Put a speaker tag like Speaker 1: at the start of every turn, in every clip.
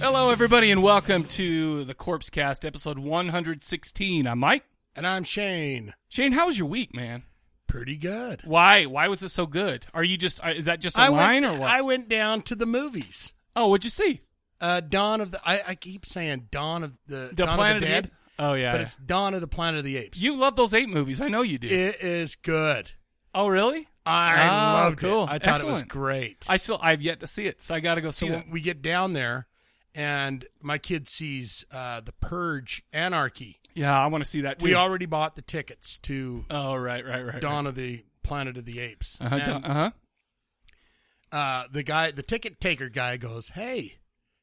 Speaker 1: Hello, everybody, and welcome to the Corpse Cast, episode 116. I'm Mike.
Speaker 2: And I'm Shane.
Speaker 1: Shane, how was your week, man?
Speaker 2: Pretty good.
Speaker 1: Why? Why was it so good? Are you just? uh, Is that just a
Speaker 2: I
Speaker 1: line
Speaker 2: went,
Speaker 1: or what?
Speaker 2: I went down to the movies.
Speaker 1: oh, what'd you see?
Speaker 2: Uh, Dawn of the. I, I keep saying Dawn of the,
Speaker 1: The
Speaker 2: Dawn
Speaker 1: Planet
Speaker 2: of the Dead,
Speaker 1: Apes? Oh yeah,
Speaker 2: but it's Dawn of the Planet of the Apes.
Speaker 1: you love those eight movies. I know you do.
Speaker 2: It is good.
Speaker 1: oh really?
Speaker 2: I
Speaker 1: Oh,
Speaker 2: loved
Speaker 1: cool.
Speaker 2: it. I thought it was
Speaker 1: Excellent.
Speaker 2: great.
Speaker 1: I still I've yet to see it, so I got to go
Speaker 2: so
Speaker 1: see it.
Speaker 2: when we get down there, and my kid sees uh, the Purge Anarchy.
Speaker 1: Yeah, I want to see that too.
Speaker 2: We already bought the tickets to
Speaker 1: Oh right, right, right.
Speaker 2: Dawn of the Planet of the Apes.
Speaker 1: Uh huh.
Speaker 2: And, uh, the guy, the ticket taker guy goes, Hey,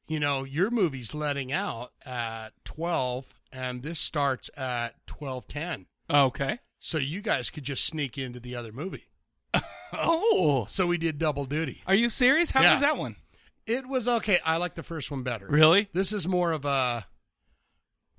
Speaker 2: you know, your movie's letting out at 12 and this starts at 1210.
Speaker 1: Oh, Okay.
Speaker 2: So you guys could just sneak into the other movie.
Speaker 1: Oh,
Speaker 2: So we did double duty.
Speaker 1: are you serious? How
Speaker 2: Yeah.
Speaker 1: was that one?
Speaker 2: It was okay. I like the first one better.
Speaker 1: Really?
Speaker 2: This is more of a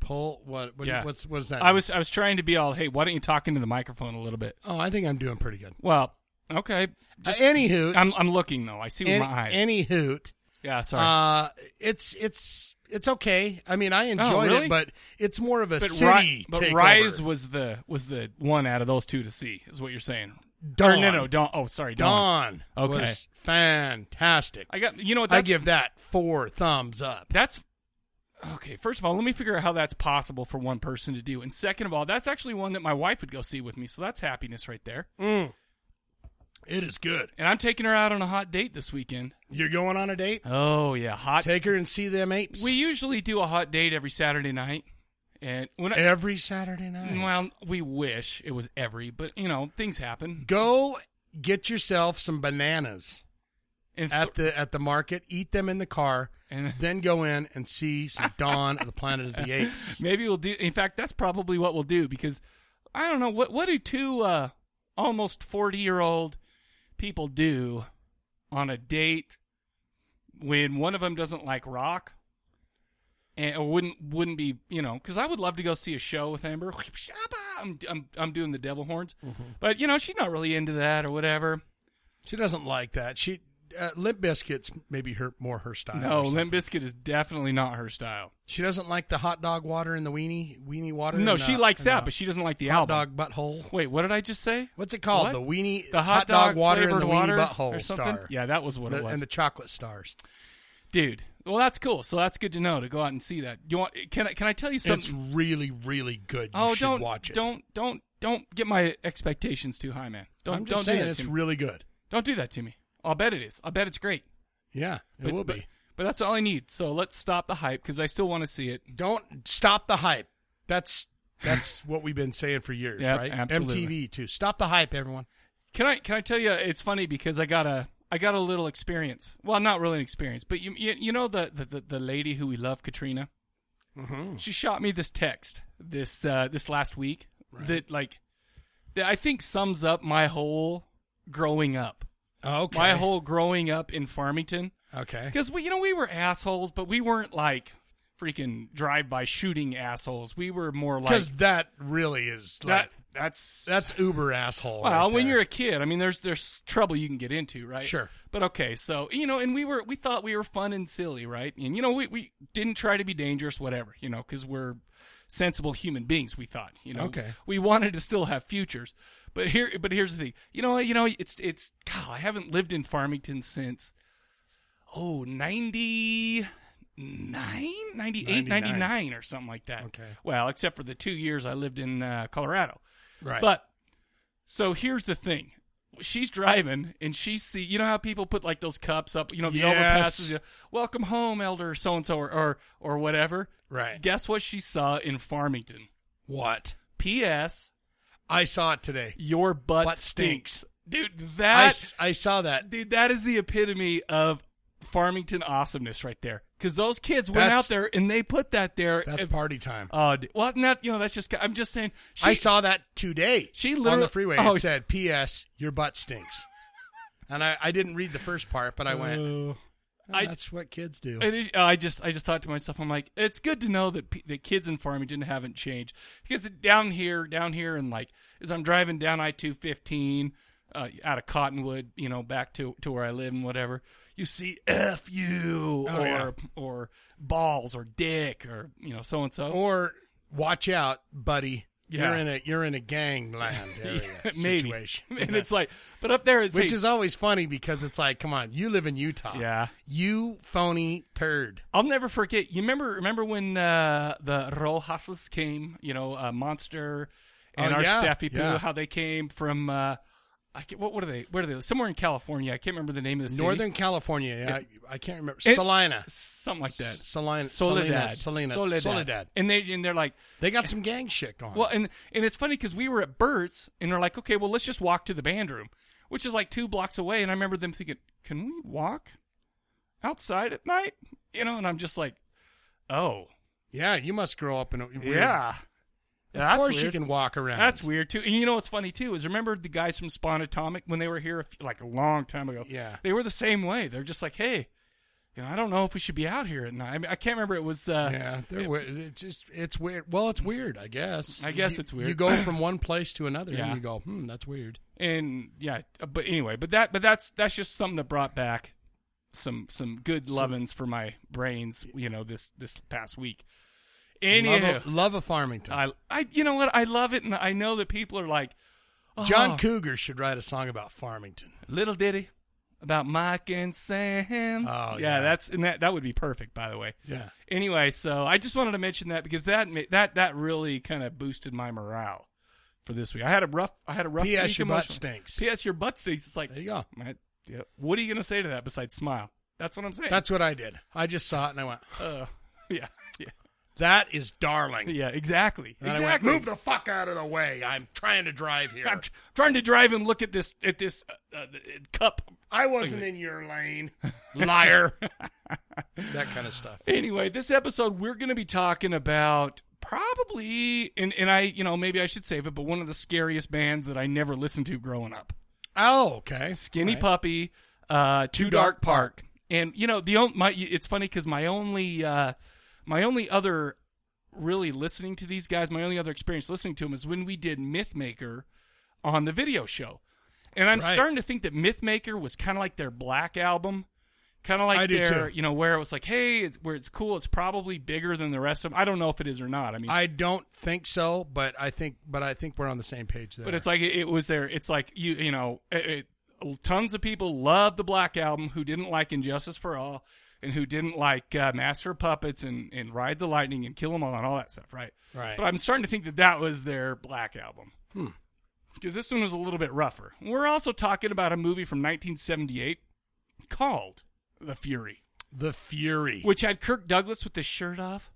Speaker 2: pull. What, what
Speaker 1: Yeah.
Speaker 2: what's, what is that?
Speaker 1: I was I was trying to be all, hey, why don't you talk into the microphone a little bit?
Speaker 2: Oh, I think I'm doing pretty good.
Speaker 1: Well, okay. Just,
Speaker 2: uh, any hoot,
Speaker 1: I'm I'm looking though. I see with
Speaker 2: any,
Speaker 1: my eyes.
Speaker 2: any hoot.
Speaker 1: yeah, sorry.
Speaker 2: Uh, it's it's it's okay. I mean, I enjoyed
Speaker 1: Oh, really?
Speaker 2: it, but it's more of a
Speaker 1: but
Speaker 2: city.
Speaker 1: Ri- but
Speaker 2: takeover.
Speaker 1: Rise was the was the one out of those two to see, is what you're saying. Or
Speaker 2: Dawn.
Speaker 1: no, no, Dawn. Oh, sorry, Dawn.
Speaker 2: Dawn.
Speaker 1: Okay.
Speaker 2: was fantastic. I,
Speaker 1: I got you know what that
Speaker 2: give that four thumbs up.
Speaker 1: that's okay. First of all, let me figure out how that's possible for one person to do, and second of all, that's actually one that my wife would go see with me. So that's happiness right there.
Speaker 2: Mm. It is good.
Speaker 1: And I'm taking her out on a hot date this weekend.
Speaker 2: You're going on a date.
Speaker 1: Oh yeah, hot.
Speaker 2: Take her and see them apes.
Speaker 1: we usually do a hot date every Saturday night, and when I,
Speaker 2: every Saturday night.
Speaker 1: Well, we wish it was every, but you know things happen.
Speaker 2: go get yourself some bananas
Speaker 1: And th-
Speaker 2: at the at the market. Eat them in the car,
Speaker 1: And-
Speaker 2: then go in and see some Dawn of the Planet of the Apes.
Speaker 1: maybe we'll do. In fact, that's probably what we'll do because I don't know what what do two uh, almost forty year old people do on a date when one of them doesn't like rock. And or wouldn't wouldn't be you know because I would love to go see a show with Amber. I'm I'm, I'm doing the devil horns, but you know she's not really into that or whatever.
Speaker 2: Mm-hmm. She doesn't like that. She uh, Limp Biscuits maybe her more her style.
Speaker 1: No,
Speaker 2: or something.
Speaker 1: Limp Biscuit is definitely not her style.
Speaker 2: She doesn't like the hot dog water and the weenie weenie water.
Speaker 1: No,
Speaker 2: and,
Speaker 1: she
Speaker 2: uh,
Speaker 1: likes
Speaker 2: and
Speaker 1: that,
Speaker 2: the
Speaker 1: but she doesn't like the
Speaker 2: hot
Speaker 1: album.
Speaker 2: dog butthole.
Speaker 1: Wait, what did I just say?
Speaker 2: What's it
Speaker 1: What?
Speaker 2: called? The weenie,
Speaker 1: The hot, dog,
Speaker 2: water and
Speaker 1: flavored
Speaker 2: the
Speaker 1: water
Speaker 2: weenie butthole
Speaker 1: or something?
Speaker 2: star.
Speaker 1: Yeah, that was what
Speaker 2: The-
Speaker 1: it was.
Speaker 2: and the chocolate stars.
Speaker 1: Dude, well, that's cool. So that's good to know to go out and see that. You want? Can I? Can I tell you something?
Speaker 2: It's really, really good. You
Speaker 1: oh,
Speaker 2: should
Speaker 1: don't
Speaker 2: watch it.
Speaker 1: don't don't don't get my expectations too high, man. Don't
Speaker 2: I'm
Speaker 1: don't do
Speaker 2: just saying
Speaker 1: that
Speaker 2: it's
Speaker 1: to me.
Speaker 2: really good.
Speaker 1: don't do that to me. I'll bet it is. I'll bet it's great.
Speaker 2: Yeah, it
Speaker 1: But-
Speaker 2: will
Speaker 1: but-
Speaker 2: be.
Speaker 1: But that's all I need. So let's stop the hype because I still want to see it.
Speaker 2: Don't stop the hype. That's that's what we've been saying for years,
Speaker 1: Yep,
Speaker 2: right?
Speaker 1: absolutely.
Speaker 2: MTV too. Stop the hype, everyone.
Speaker 1: Can I can I tell you? It's funny because I got a I got a little experience. Well, not really an experience, but you you, you know the, the the the lady who we love, Katrina.
Speaker 2: Mhm.
Speaker 1: She shot me this text this uh, this last week that like that I think sums up my whole growing up,
Speaker 2: Oh, Okay.
Speaker 1: my whole growing up in Farmington.
Speaker 2: okay.
Speaker 1: Because we you know we were assholes, but we weren't like freaking drive by shooting assholes. We were more like
Speaker 2: Because that really is
Speaker 1: that.
Speaker 2: like,
Speaker 1: That's
Speaker 2: that's uber asshole.
Speaker 1: Well,
Speaker 2: right
Speaker 1: when
Speaker 2: there.
Speaker 1: you're a kid, I mean, there's there's trouble you can get into, right?
Speaker 2: Sure.
Speaker 1: But okay, so you know, and we were we thought we were fun and silly, right? And you know, we we didn't try to be dangerous, whatever, you know, because we're sensible human beings. We thought, you know,
Speaker 2: Okay.
Speaker 1: we wanted to still have futures. But here, but here's the thing, you know, you know, it's it's. God, I haven't lived in Farmington since oh 99 98
Speaker 2: 99.
Speaker 1: 99 or something like that
Speaker 2: Okay.
Speaker 1: well except for the two years i lived in uh, colorado
Speaker 2: right.
Speaker 1: but so here's the thing. she's driving and she see you know how people put like those cups up, you know, the
Speaker 2: Yes.
Speaker 1: overpasses. you know, Welcome home, Elder so and so, or or or whatever.
Speaker 2: Right.
Speaker 1: Guess what she saw in Farmington?
Speaker 2: What?
Speaker 1: P.S.
Speaker 2: I saw it today.
Speaker 1: Your butt,
Speaker 2: Butt
Speaker 1: stinks.
Speaker 2: stinks.
Speaker 1: dude.
Speaker 2: I,
Speaker 1: That
Speaker 2: s- I saw that.
Speaker 1: dude, that is the epitome of Farmington awesomeness right there. Because those kids went
Speaker 2: That's-
Speaker 1: out there and they put that there.
Speaker 2: That's
Speaker 1: And-
Speaker 2: party time.
Speaker 1: Oh, d- well, not you know. That's just. I'm just saying. She,
Speaker 2: I saw that today.
Speaker 1: She
Speaker 2: on
Speaker 1: literally-
Speaker 2: the freeway.
Speaker 1: oh.
Speaker 2: it said, "P.S. Your butt stinks." And I, I didn't read the first part, but I went.
Speaker 1: Oh.
Speaker 2: "Oh,
Speaker 1: I-
Speaker 2: that's what kids do.
Speaker 1: It is, I just, I just thought to myself, I'm like, it's good to know that p- that kids in Farmington haven't changed because down here, down here, and like as I'm driving down I-215 uh, out of Cottonwood, you know, back to to where I live and whatever, you see "f you"
Speaker 2: Oh,
Speaker 1: or
Speaker 2: yeah.
Speaker 1: or balls or dick or you know so and so.
Speaker 2: Or watch out, buddy.
Speaker 1: Yeah.
Speaker 2: You're in a you're in a gangland area
Speaker 1: Maybe,
Speaker 2: situation.
Speaker 1: and it's like, but up there it's
Speaker 2: Which
Speaker 1: hey,
Speaker 2: is always funny because it's like, come on, you live in Utah.
Speaker 1: Yeah.
Speaker 2: You phony turd.
Speaker 1: I'll never forget. You remember remember when uh, the Rojases came? You know, uh, Monster and
Speaker 2: Oh,
Speaker 1: our
Speaker 2: yeah,
Speaker 1: Staffy Poo.
Speaker 2: yeah.
Speaker 1: How they came from? Uh, I can, what, what are they? Where are they? Somewhere in California. I can't remember the name of the city.
Speaker 2: Northern California. Yeah, I, I can't remember.
Speaker 1: It-
Speaker 2: Salina.
Speaker 1: something like that.
Speaker 2: S- Salina-
Speaker 1: Soledad.
Speaker 2: Salina- Salina- Soledad.
Speaker 1: And they and they're like,
Speaker 2: They got some gang shit going.
Speaker 1: well, and and it's funny because we were at Burt's and they're like, okay, well, let's just walk to the band room, which is like two blocks away. And I remember them thinking, can we walk outside at night? You know, and I'm just like, oh.
Speaker 2: yeah, you must grow up in a weird-
Speaker 1: Yeah.
Speaker 2: Of course you can walk around.
Speaker 1: That's weird too. And you know what's funny too is remember the guys from Spawn Atomic when they were here a few, like a long time ago.
Speaker 2: Yeah.
Speaker 1: they were the same way. They're just like, hey, you know, I don't know if we should be out here at night. I, mean, I can't remember. It was uh,
Speaker 2: Yeah, they're weird. It's just it's weird. Well, it's weird, I guess.
Speaker 1: I guess
Speaker 2: You-
Speaker 1: it's weird.
Speaker 2: You go from one place to another,
Speaker 1: Yeah.
Speaker 2: and you go, hmm, that's weird.
Speaker 1: and yeah, uh, but anyway, but that but that's that's just something that brought back some some good lovin's for my brains. You know this this past week. Anyhow,
Speaker 2: Love, a, love of Farmington.
Speaker 1: I I you know what I love it, and I know that people are like oh,
Speaker 2: John Cougar should write a song about Farmington.
Speaker 1: little ditty about Mike and Sam.
Speaker 2: Oh,
Speaker 1: yeah,
Speaker 2: yeah.
Speaker 1: that's and that that would be perfect, by the way.
Speaker 2: Yeah.
Speaker 1: Anyway, so I just wanted to mention that because that ma- that that really kind of boosted my morale for this week. I had a rough I had a rough
Speaker 2: P.S.
Speaker 1: week
Speaker 2: Your butt
Speaker 1: emotionally.
Speaker 2: stinks.
Speaker 1: P.S. Your butt stinks. It's like,
Speaker 2: There you go.
Speaker 1: I- yeah, what are you gonna say to that besides smile? That's what I'm saying.
Speaker 2: That's what I did. I just saw it and I went,
Speaker 1: uh, yeah, yeah,
Speaker 2: "That is darling."
Speaker 1: yeah, exactly,
Speaker 2: And I went,
Speaker 1: exactly.
Speaker 2: Move the fuck out of the way. I'm trying to drive here.
Speaker 1: I'm tr- trying to drive and look at this at this uh, uh, cup
Speaker 2: I wasn't in your lane, liar. that kind of stuff.
Speaker 1: Anyway, this episode we're going to be talking about probably and and I, you know, maybe I should save it, but one of the scariest bands that I never listened to growing up.
Speaker 2: Oh, okay.
Speaker 1: Skinny Puppy, uh Too Dark Park. And you know, the only my it's funny cuz my only uh my only other really listening to these guys, my only other experience listening to them is when we did Mythmaker on the video show. And I'm
Speaker 2: That's right.
Speaker 1: starting to think that Mythmaker was kind of like their Black album kind of like
Speaker 2: I do
Speaker 1: their,
Speaker 2: too.
Speaker 1: you know, where it was like, hey, it's, where it's cool, it's probably bigger than the rest of them. I don't know if it is or not. I mean,
Speaker 2: I don't think so, but I think, but I think we're on the same page there.
Speaker 1: but it's like it, it was their. It's like you, you know, it, it, tons of people loved the Black album who didn't like Injustice for All and who didn't like uh, Master of Puppets and and Ride the Lightning and Kill 'Em All and all that stuff, right?
Speaker 2: Right.
Speaker 1: But I'm starting to think that that was their Black album. Hmm. Because this one was a little bit rougher. We're also talking about a movie from 1978 called The Fury,
Speaker 2: the Fury.
Speaker 1: which had Kirk Douglas with his shirt off.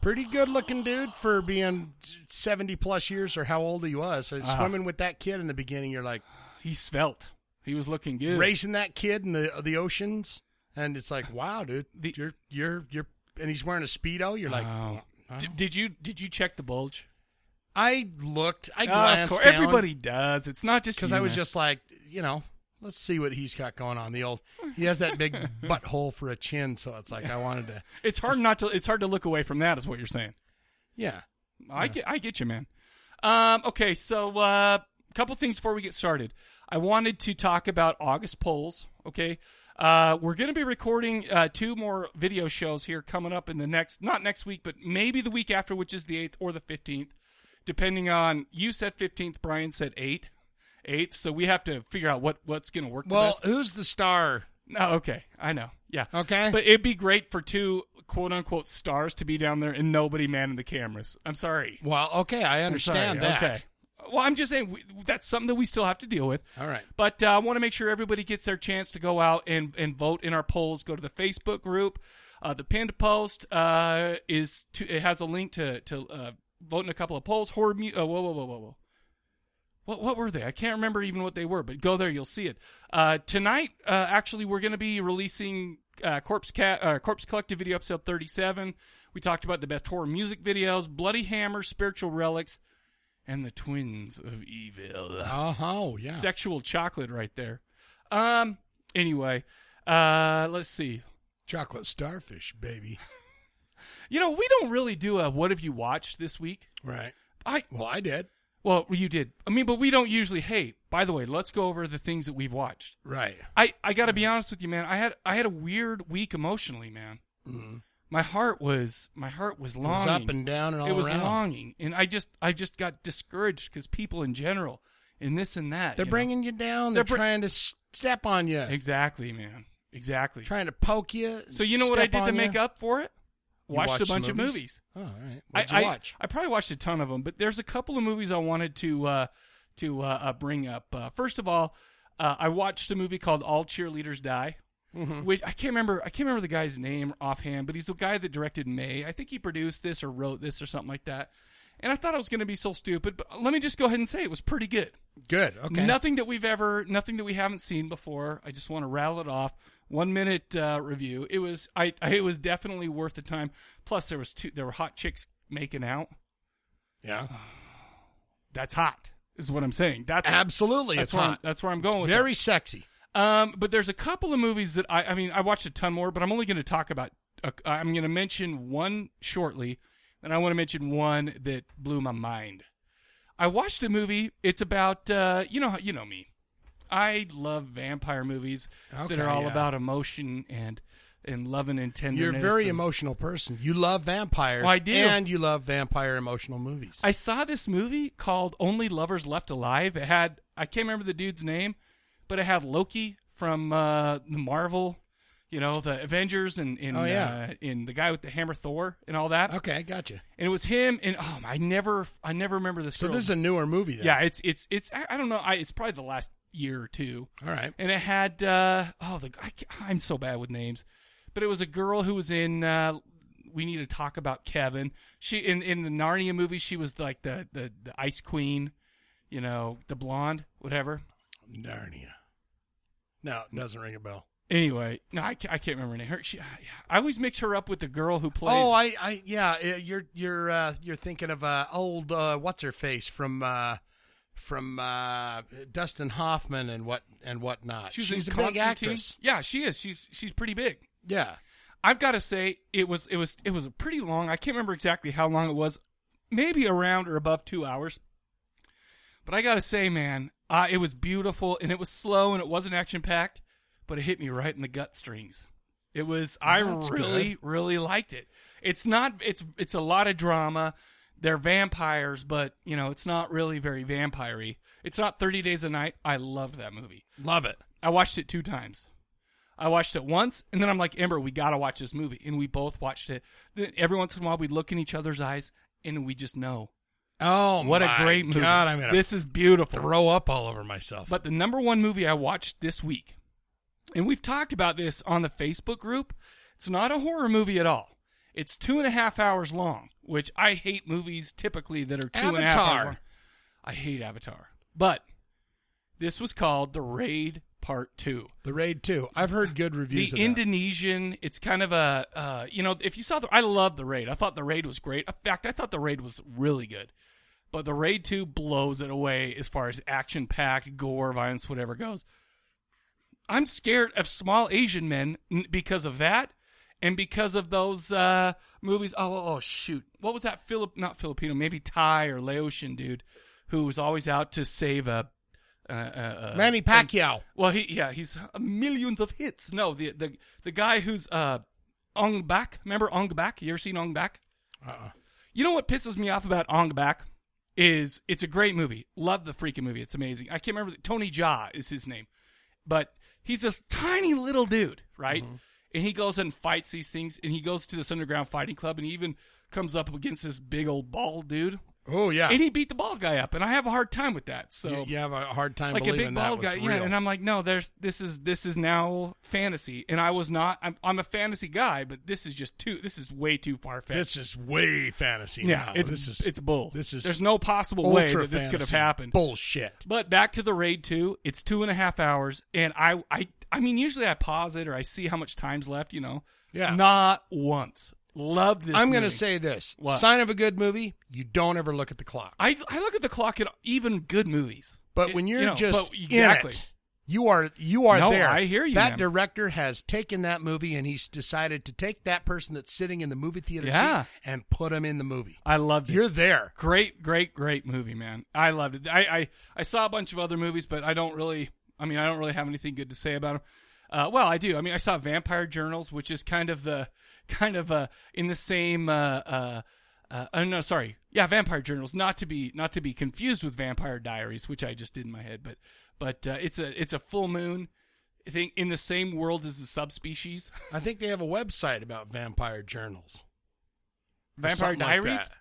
Speaker 2: Pretty good looking dude for being 70 plus years or how old he was. So Swimming with that kid in the beginning, you're like
Speaker 1: Uh-huh. He svelte. He was looking good.
Speaker 2: racing that kid in the the oceans, and it's like, wow, dude,
Speaker 1: The-
Speaker 2: you're you're you're, and he's wearing a speedo. You're like,
Speaker 1: Oh.
Speaker 2: "Wow."
Speaker 1: D- did you did you check the bulge?
Speaker 2: I looked, I
Speaker 1: Oh,
Speaker 2: glanced,
Speaker 1: course.
Speaker 2: down,
Speaker 1: Everybody does. It's not just
Speaker 2: because
Speaker 1: you,
Speaker 2: I was
Speaker 1: man.
Speaker 2: just like, you know, let's see what he's got going on. The old, he has that big butthole for a chin, so it's like I wanted to,
Speaker 1: It's hard not to. It's hard to look away from that. Is what you're saying.
Speaker 2: yeah,
Speaker 1: I get. I get you, man. Um. Okay. So, a uh, couple things before we get started. I wanted to talk about August polls. Okay. Uh, we're going to be recording uh, two more video shows here coming up in the next, not next week, but maybe the week after, which is the eighth or the fifteenth, depending on. You said fifteenth. Brian said eight. Eighth. So we have to figure out what what's going to work. the
Speaker 2: Well,
Speaker 1: best.
Speaker 2: who's the star?
Speaker 1: No, okay, I know. Yeah,
Speaker 2: Okay.
Speaker 1: but it'd be great for two quote unquote stars to be down there and nobody manning the cameras. I'm sorry.
Speaker 2: Well, okay, I
Speaker 1: I'm sorry.
Speaker 2: understand that.
Speaker 1: Okay. Well, I'm just saying we, that's something that we still have to deal with.
Speaker 2: All right.
Speaker 1: But uh, I want to make sure everybody gets their chance to go out and, and vote in our polls. Go to the Facebook group. Uh, the pinned post uh, is to, it has a link to to uh, vote in a couple of polls. Horde mu- uh, whoa whoa whoa whoa whoa. What what were they? I can't remember even what they were. But go there, you'll see it. Uh, tonight, uh, actually, we're going to be releasing uh, Corpse Cat uh, Corpse Collective video episode 37. We talked about the best horror music videos, Bloody Hammer, Spiritual Relics, and the Twins of Evil.
Speaker 2: Oh, yeah.
Speaker 1: Sexual chocolate right there. Um. Anyway, uh, let's see.
Speaker 2: Chocolate starfish, baby.
Speaker 1: You know, we don't really do a what have you watched this week.
Speaker 2: Right.
Speaker 1: I
Speaker 2: well, I did.
Speaker 1: Well, you did. I mean, but we don't usually. Hey, by the way, let's go over the things that we've watched.
Speaker 2: Right.
Speaker 1: I I got to be honest with you, man. I had I had a weird week emotionally, man. My heart was my heart was
Speaker 2: Mm-hmm. was
Speaker 1: longing.
Speaker 2: up and down and all
Speaker 1: It was
Speaker 2: around.
Speaker 1: longing, and I just I just got discouraged because people in general and this and that.
Speaker 2: They're
Speaker 1: you know?
Speaker 2: bringing you down.
Speaker 1: They're br-
Speaker 2: They're, trying to s- step on you.
Speaker 1: exactly, man. Exactly.
Speaker 2: Trying to poke you.
Speaker 1: So you know what I
Speaker 2: step
Speaker 1: did to
Speaker 2: on
Speaker 1: make
Speaker 2: ya.
Speaker 1: up for it?
Speaker 2: You
Speaker 1: Watched, a bunch of movies.
Speaker 2: Oh, all right.
Speaker 1: I-
Speaker 2: What'd you
Speaker 1: I,
Speaker 2: watch?
Speaker 1: I, probably watched a ton of them, but there's a couple of movies I wanted to uh, to uh, uh, bring up. Uh, first of all, uh, I watched a movie called All Cheerleaders Die,
Speaker 2: Mm-hmm.
Speaker 1: which I can't remember. I can't remember the guy's name offhand, but he's the guy that directed May. I think he produced this or wrote this or something like that. And I thought I was going to be so stupid, but let me just go ahead and say it was pretty good.
Speaker 2: Good. Okay.
Speaker 1: Nothing that we've ever, nothing that we haven't seen before. I just want to rattle it off. One minute uh, review. It was, I, I, it was definitely worth the time. Plus, there was two, there were hot chicks making out.
Speaker 2: Yeah.
Speaker 1: That's hot, is what I'm saying. That's
Speaker 2: Absolutely.
Speaker 1: That's
Speaker 2: it's
Speaker 1: where
Speaker 2: hot.
Speaker 1: I'm, that's where I'm going. with
Speaker 2: Very sexy.
Speaker 1: that. Um, but there's a couple of movies that I, I mean, I watched a ton more, but I'm only going to talk about. Uh, I'm going to mention one shortly, and I want to mention one that blew my mind. I watched a movie. It's about uh, you know how- you know me. I love vampire movies that
Speaker 2: Okay,
Speaker 1: are all
Speaker 2: yeah.
Speaker 1: about emotion and and loving and tenderness.
Speaker 2: You're a very
Speaker 1: and-
Speaker 2: emotional person. You love vampires.
Speaker 1: Well, I do.
Speaker 2: And you love vampire emotional movies.
Speaker 1: I saw this movie called Only Lovers Left Alive. It had I can't remember the dude's name, but it had Loki from uh, the Marvel, you know, the Avengers and in
Speaker 2: Oh, yeah.
Speaker 1: uh, in the guy with the hammer Thor and all that.
Speaker 2: okay, I got you.
Speaker 1: And it was him and oh, I never I never remember this.
Speaker 2: So
Speaker 1: girl's-
Speaker 2: this is a newer movie. Then.
Speaker 1: yeah, it's it's it's I, I don't know. I, it's probably the last year or two
Speaker 2: All right.
Speaker 1: and it had uh, oh the I, ca- I'm so bad with names, but it was a girl who was in. Uh, we need to talk about Kevin. She in in the Narnia movie. She was like the the, the ice queen, you know, the blonde, whatever.
Speaker 2: Narnia. No, it doesn't ring a bell.
Speaker 1: Anyway, no, I, ca- I can't remember her name. Her, she, uh, I always mix her up with the girl who played.
Speaker 2: Oh, I, I, yeah, uh, you're, you're, uh, you're thinking of uh, old uh, what's her face from, uh, from uh, Dustin Hoffman and what and whatnot.
Speaker 1: she was
Speaker 2: She's
Speaker 1: in
Speaker 2: a big
Speaker 1: Constantine.
Speaker 2: actress.
Speaker 1: Yeah, she is. She's she's pretty big.
Speaker 2: Yeah,
Speaker 1: I've got to say it was it was it was a pretty long. I can't remember exactly how long it was, maybe around or above two hours. But I got to say, man, uh, it was beautiful and it was slow and it wasn't action packed, but it hit me right in the gut strings. It was I
Speaker 2: That's
Speaker 1: really really liked it. It's not it's it's a lot of drama. They're vampires, but you know it's not really very vampire-y. It's not Thirty Days a Night. I loved that movie.
Speaker 2: love it.
Speaker 1: I watched it two times. I watched it once, and then I'm like, Ember, we gotta watch this movie, and we both watched it. Then every once in a while, we'd look in each other's eyes, and we just know
Speaker 2: Oh,
Speaker 1: what
Speaker 2: my
Speaker 1: a great movie.
Speaker 2: God, I'm gonna
Speaker 1: this is beautiful.
Speaker 2: throw up all over myself.
Speaker 1: But the number one movie I watched this week, and we've talked about this on the Facebook group. It's not a horror movie at all. It's two and a half hours long, which I hate movies typically that are two and a half
Speaker 2: Avatar.
Speaker 1: hours long. I hate Avatar, but this was called The Raid Part Two.
Speaker 2: the Raid Two. I've heard good reviews.
Speaker 1: The
Speaker 2: of that.
Speaker 1: Indonesian, it's kind of a, uh, you know, if you saw the, I love the raid. I thought the raid was great. In fact, I thought the raid was really good. But the raid two blows it away as far as action packed, gore, violence, whatever goes. I'm scared of small Asian men n- because of that, and because of those uh, movies. Oh, oh, oh, shoot, what was that? Philip, not Filipino, maybe Thai or Laotian dude, who was always out to save a. Uh, uh, uh,
Speaker 2: Manny Pacquiao.
Speaker 1: well, he yeah, he's uh, millions of hits. No, the the the guy who's uh Ong Bak. Remember Ong Bak? You ever seen Ong Bak?
Speaker 2: Uh-uh.
Speaker 1: You know what pisses me off about Ong Bak is it's a great movie. Love the freaking movie. It's amazing. I can't remember the, Tony Jaa is his name, but he's this tiny little dude, right?
Speaker 2: Mm-hmm.
Speaker 1: And he goes and fights these things, and he goes to this underground fighting club, and he even comes up against this big old bald dude.
Speaker 2: Oh yeah.
Speaker 1: And he beat the bald guy up, and I have a hard time with that. So
Speaker 2: you, you have a hard time
Speaker 1: like a
Speaker 2: believing
Speaker 1: big
Speaker 2: that
Speaker 1: bald
Speaker 2: was
Speaker 1: guy,
Speaker 2: real.
Speaker 1: yeah. And I'm like, no, there's this is this is now fantasy, and I was not. I'm, I'm a fantasy guy, but this is just too. This is way too far fetched.
Speaker 2: this is way fantasy.
Speaker 1: yeah,
Speaker 2: now.
Speaker 1: it's
Speaker 2: this is
Speaker 1: it's bull.
Speaker 2: This is
Speaker 1: there's no possible way
Speaker 2: ultra
Speaker 1: that this could have
Speaker 2: fantasy
Speaker 1: happened.
Speaker 2: Bullshit.
Speaker 1: But back to the raid two. It's two and a half hours, and I, I, I mean, usually I pause it or I see how much time's left. You know,
Speaker 2: Yeah.
Speaker 1: Not once. Love this.
Speaker 2: I'm going to
Speaker 1: movie.
Speaker 2: say this:
Speaker 1: What?
Speaker 2: sign of a good movie, you don't ever look at the clock.
Speaker 1: I, I look at the clock at even good movies.
Speaker 2: But
Speaker 1: It-
Speaker 2: when you're
Speaker 1: you know,
Speaker 2: just
Speaker 1: but
Speaker 2: exactly.
Speaker 1: exactly.
Speaker 2: in it, you are you are
Speaker 1: No,
Speaker 2: there.
Speaker 1: I hear you,
Speaker 2: That
Speaker 1: man.
Speaker 2: director has taken that movie and he's decided to take that person that's sitting in the movie theater
Speaker 1: Yeah.
Speaker 2: seat and put him in the movie.
Speaker 1: I loved it.
Speaker 2: You're there.
Speaker 1: great, great, great movie, man. I loved it. I, I, I saw a bunch of other movies, but I don't really. I mean, I don't really have anything good to say about them. Uh, well, I do. I mean, I saw Vampire Journals, which is kind of the kind of uh, in the same. Uh, uh, uh, oh no, sorry. Yeah, Vampire Journals. Not to be not to be confused with Vampire Diaries, which I just did in my head. But but uh, it's a it's a full moon thing in the same world as the subspecies.
Speaker 2: I think they have a website about vampire journals. or
Speaker 1: Vampire
Speaker 2: something like
Speaker 1: Diaries.
Speaker 2: that.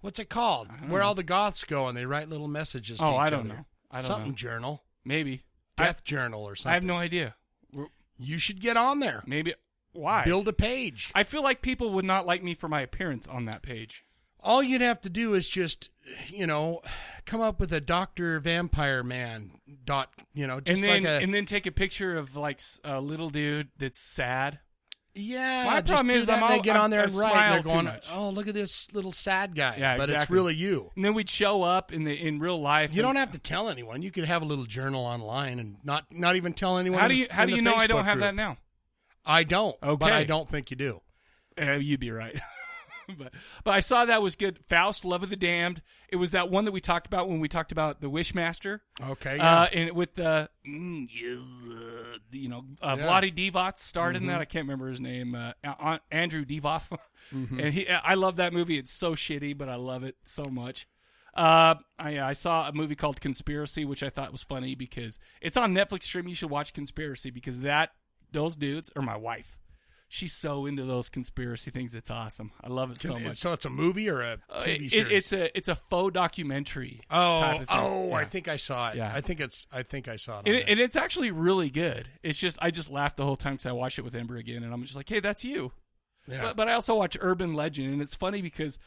Speaker 2: What's it called?
Speaker 1: I don't
Speaker 2: Where
Speaker 1: know.
Speaker 2: all the goths go and they write little messages to
Speaker 1: Oh,
Speaker 2: each
Speaker 1: I don't
Speaker 2: other.
Speaker 1: know. I don't
Speaker 2: something
Speaker 1: know.
Speaker 2: journal.
Speaker 1: Maybe. I-
Speaker 2: Death journal or something.
Speaker 1: I have no idea. We're-
Speaker 2: You should get on there.
Speaker 1: Maybe why?
Speaker 2: Build a page.
Speaker 1: I feel like people would not like me for my appearance on that page.
Speaker 2: all you'd have to do is just you know come up with a doctor vampire man dot you know just
Speaker 1: and then
Speaker 2: like a
Speaker 1: and then take a picture of like s- a little dude that's sad.
Speaker 2: yeah
Speaker 1: My
Speaker 2: just
Speaker 1: problem
Speaker 2: do
Speaker 1: is
Speaker 2: that
Speaker 1: I'm
Speaker 2: and they
Speaker 1: all-
Speaker 2: get
Speaker 1: I'm-
Speaker 2: on there
Speaker 1: I
Speaker 2: and write and they're
Speaker 1: smile too
Speaker 2: going
Speaker 1: much.
Speaker 2: oh look at this little sad guy
Speaker 1: Yeah,
Speaker 2: but it's
Speaker 1: exactly.
Speaker 2: really you
Speaker 1: And then we'd show up in the in real life.
Speaker 2: you don't have to tell anyone you could have a little journal online and not not even tell anyone
Speaker 1: How
Speaker 2: in
Speaker 1: do
Speaker 2: the-
Speaker 1: you how
Speaker 2: in
Speaker 1: do
Speaker 2: the
Speaker 1: you know I don't
Speaker 2: Facebook
Speaker 1: have that
Speaker 2: group.
Speaker 1: now?
Speaker 2: i don't but
Speaker 1: Okay.
Speaker 2: i don't think you do
Speaker 1: Uh, you'd be right. but but I saw that was good. Faust, Love of the Damned. It was that one that we talked about when we talked about the Wishmaster.
Speaker 2: okay yeah.
Speaker 1: Uh, and with the mm, yes, uh, you know uh,
Speaker 2: Yeah. Mm-hmm.
Speaker 1: Vladi Divac starred in that. I can't remember his name. Uh, A- A- Andrew Divoff,
Speaker 2: Mm-hmm.
Speaker 1: and he. I love that movie. It's so shitty, but I love it so much. Uh, I, I saw a movie called Conspiracy, which I thought was funny because it's on Netflix stream. You should watch Conspiracy because that those dudes are my wife. She's so into those conspiracy things. It's awesome. I love it so
Speaker 2: Can-
Speaker 1: much.
Speaker 2: so it's a movie or a
Speaker 1: Uh,
Speaker 2: tv
Speaker 1: it-
Speaker 2: series
Speaker 1: it's a it's a faux documentary. type
Speaker 2: oh
Speaker 1: of thing.
Speaker 2: oh i
Speaker 1: Yeah.
Speaker 2: think i saw it
Speaker 1: Yeah.
Speaker 2: i think it's i think i saw it, on
Speaker 1: and,
Speaker 2: there.
Speaker 1: it, and it's actually really good. It's just I just laughed the whole time because I watched it with Ember again, and I'm just like, hey, that's you.
Speaker 2: Yeah.
Speaker 1: But, but I also watch Urban Legend, and it's funny because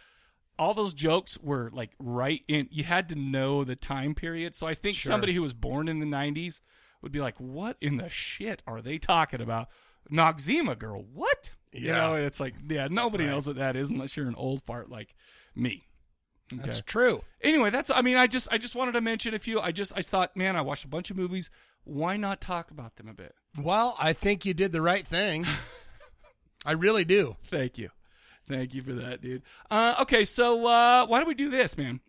Speaker 1: all those jokes were like right in. You had to know the time period, so I think
Speaker 2: Sure.
Speaker 1: somebody who was born in the '90s would be like, what in the shit are they talking about? Noxzema girl, what? You
Speaker 2: Yeah.
Speaker 1: know, and it's like, yeah, nobody
Speaker 2: Right.
Speaker 1: knows what that is unless you're an old fart like me.
Speaker 2: that's
Speaker 1: Okay
Speaker 2: true
Speaker 1: anyway that's i mean i just i just wanted to mention a few i just i thought man i watched a bunch of movies why not talk about them a bit
Speaker 2: Well, I think you did the right thing. I really do.
Speaker 1: thank you thank you for that dude uh, okay so uh, why don't we do this man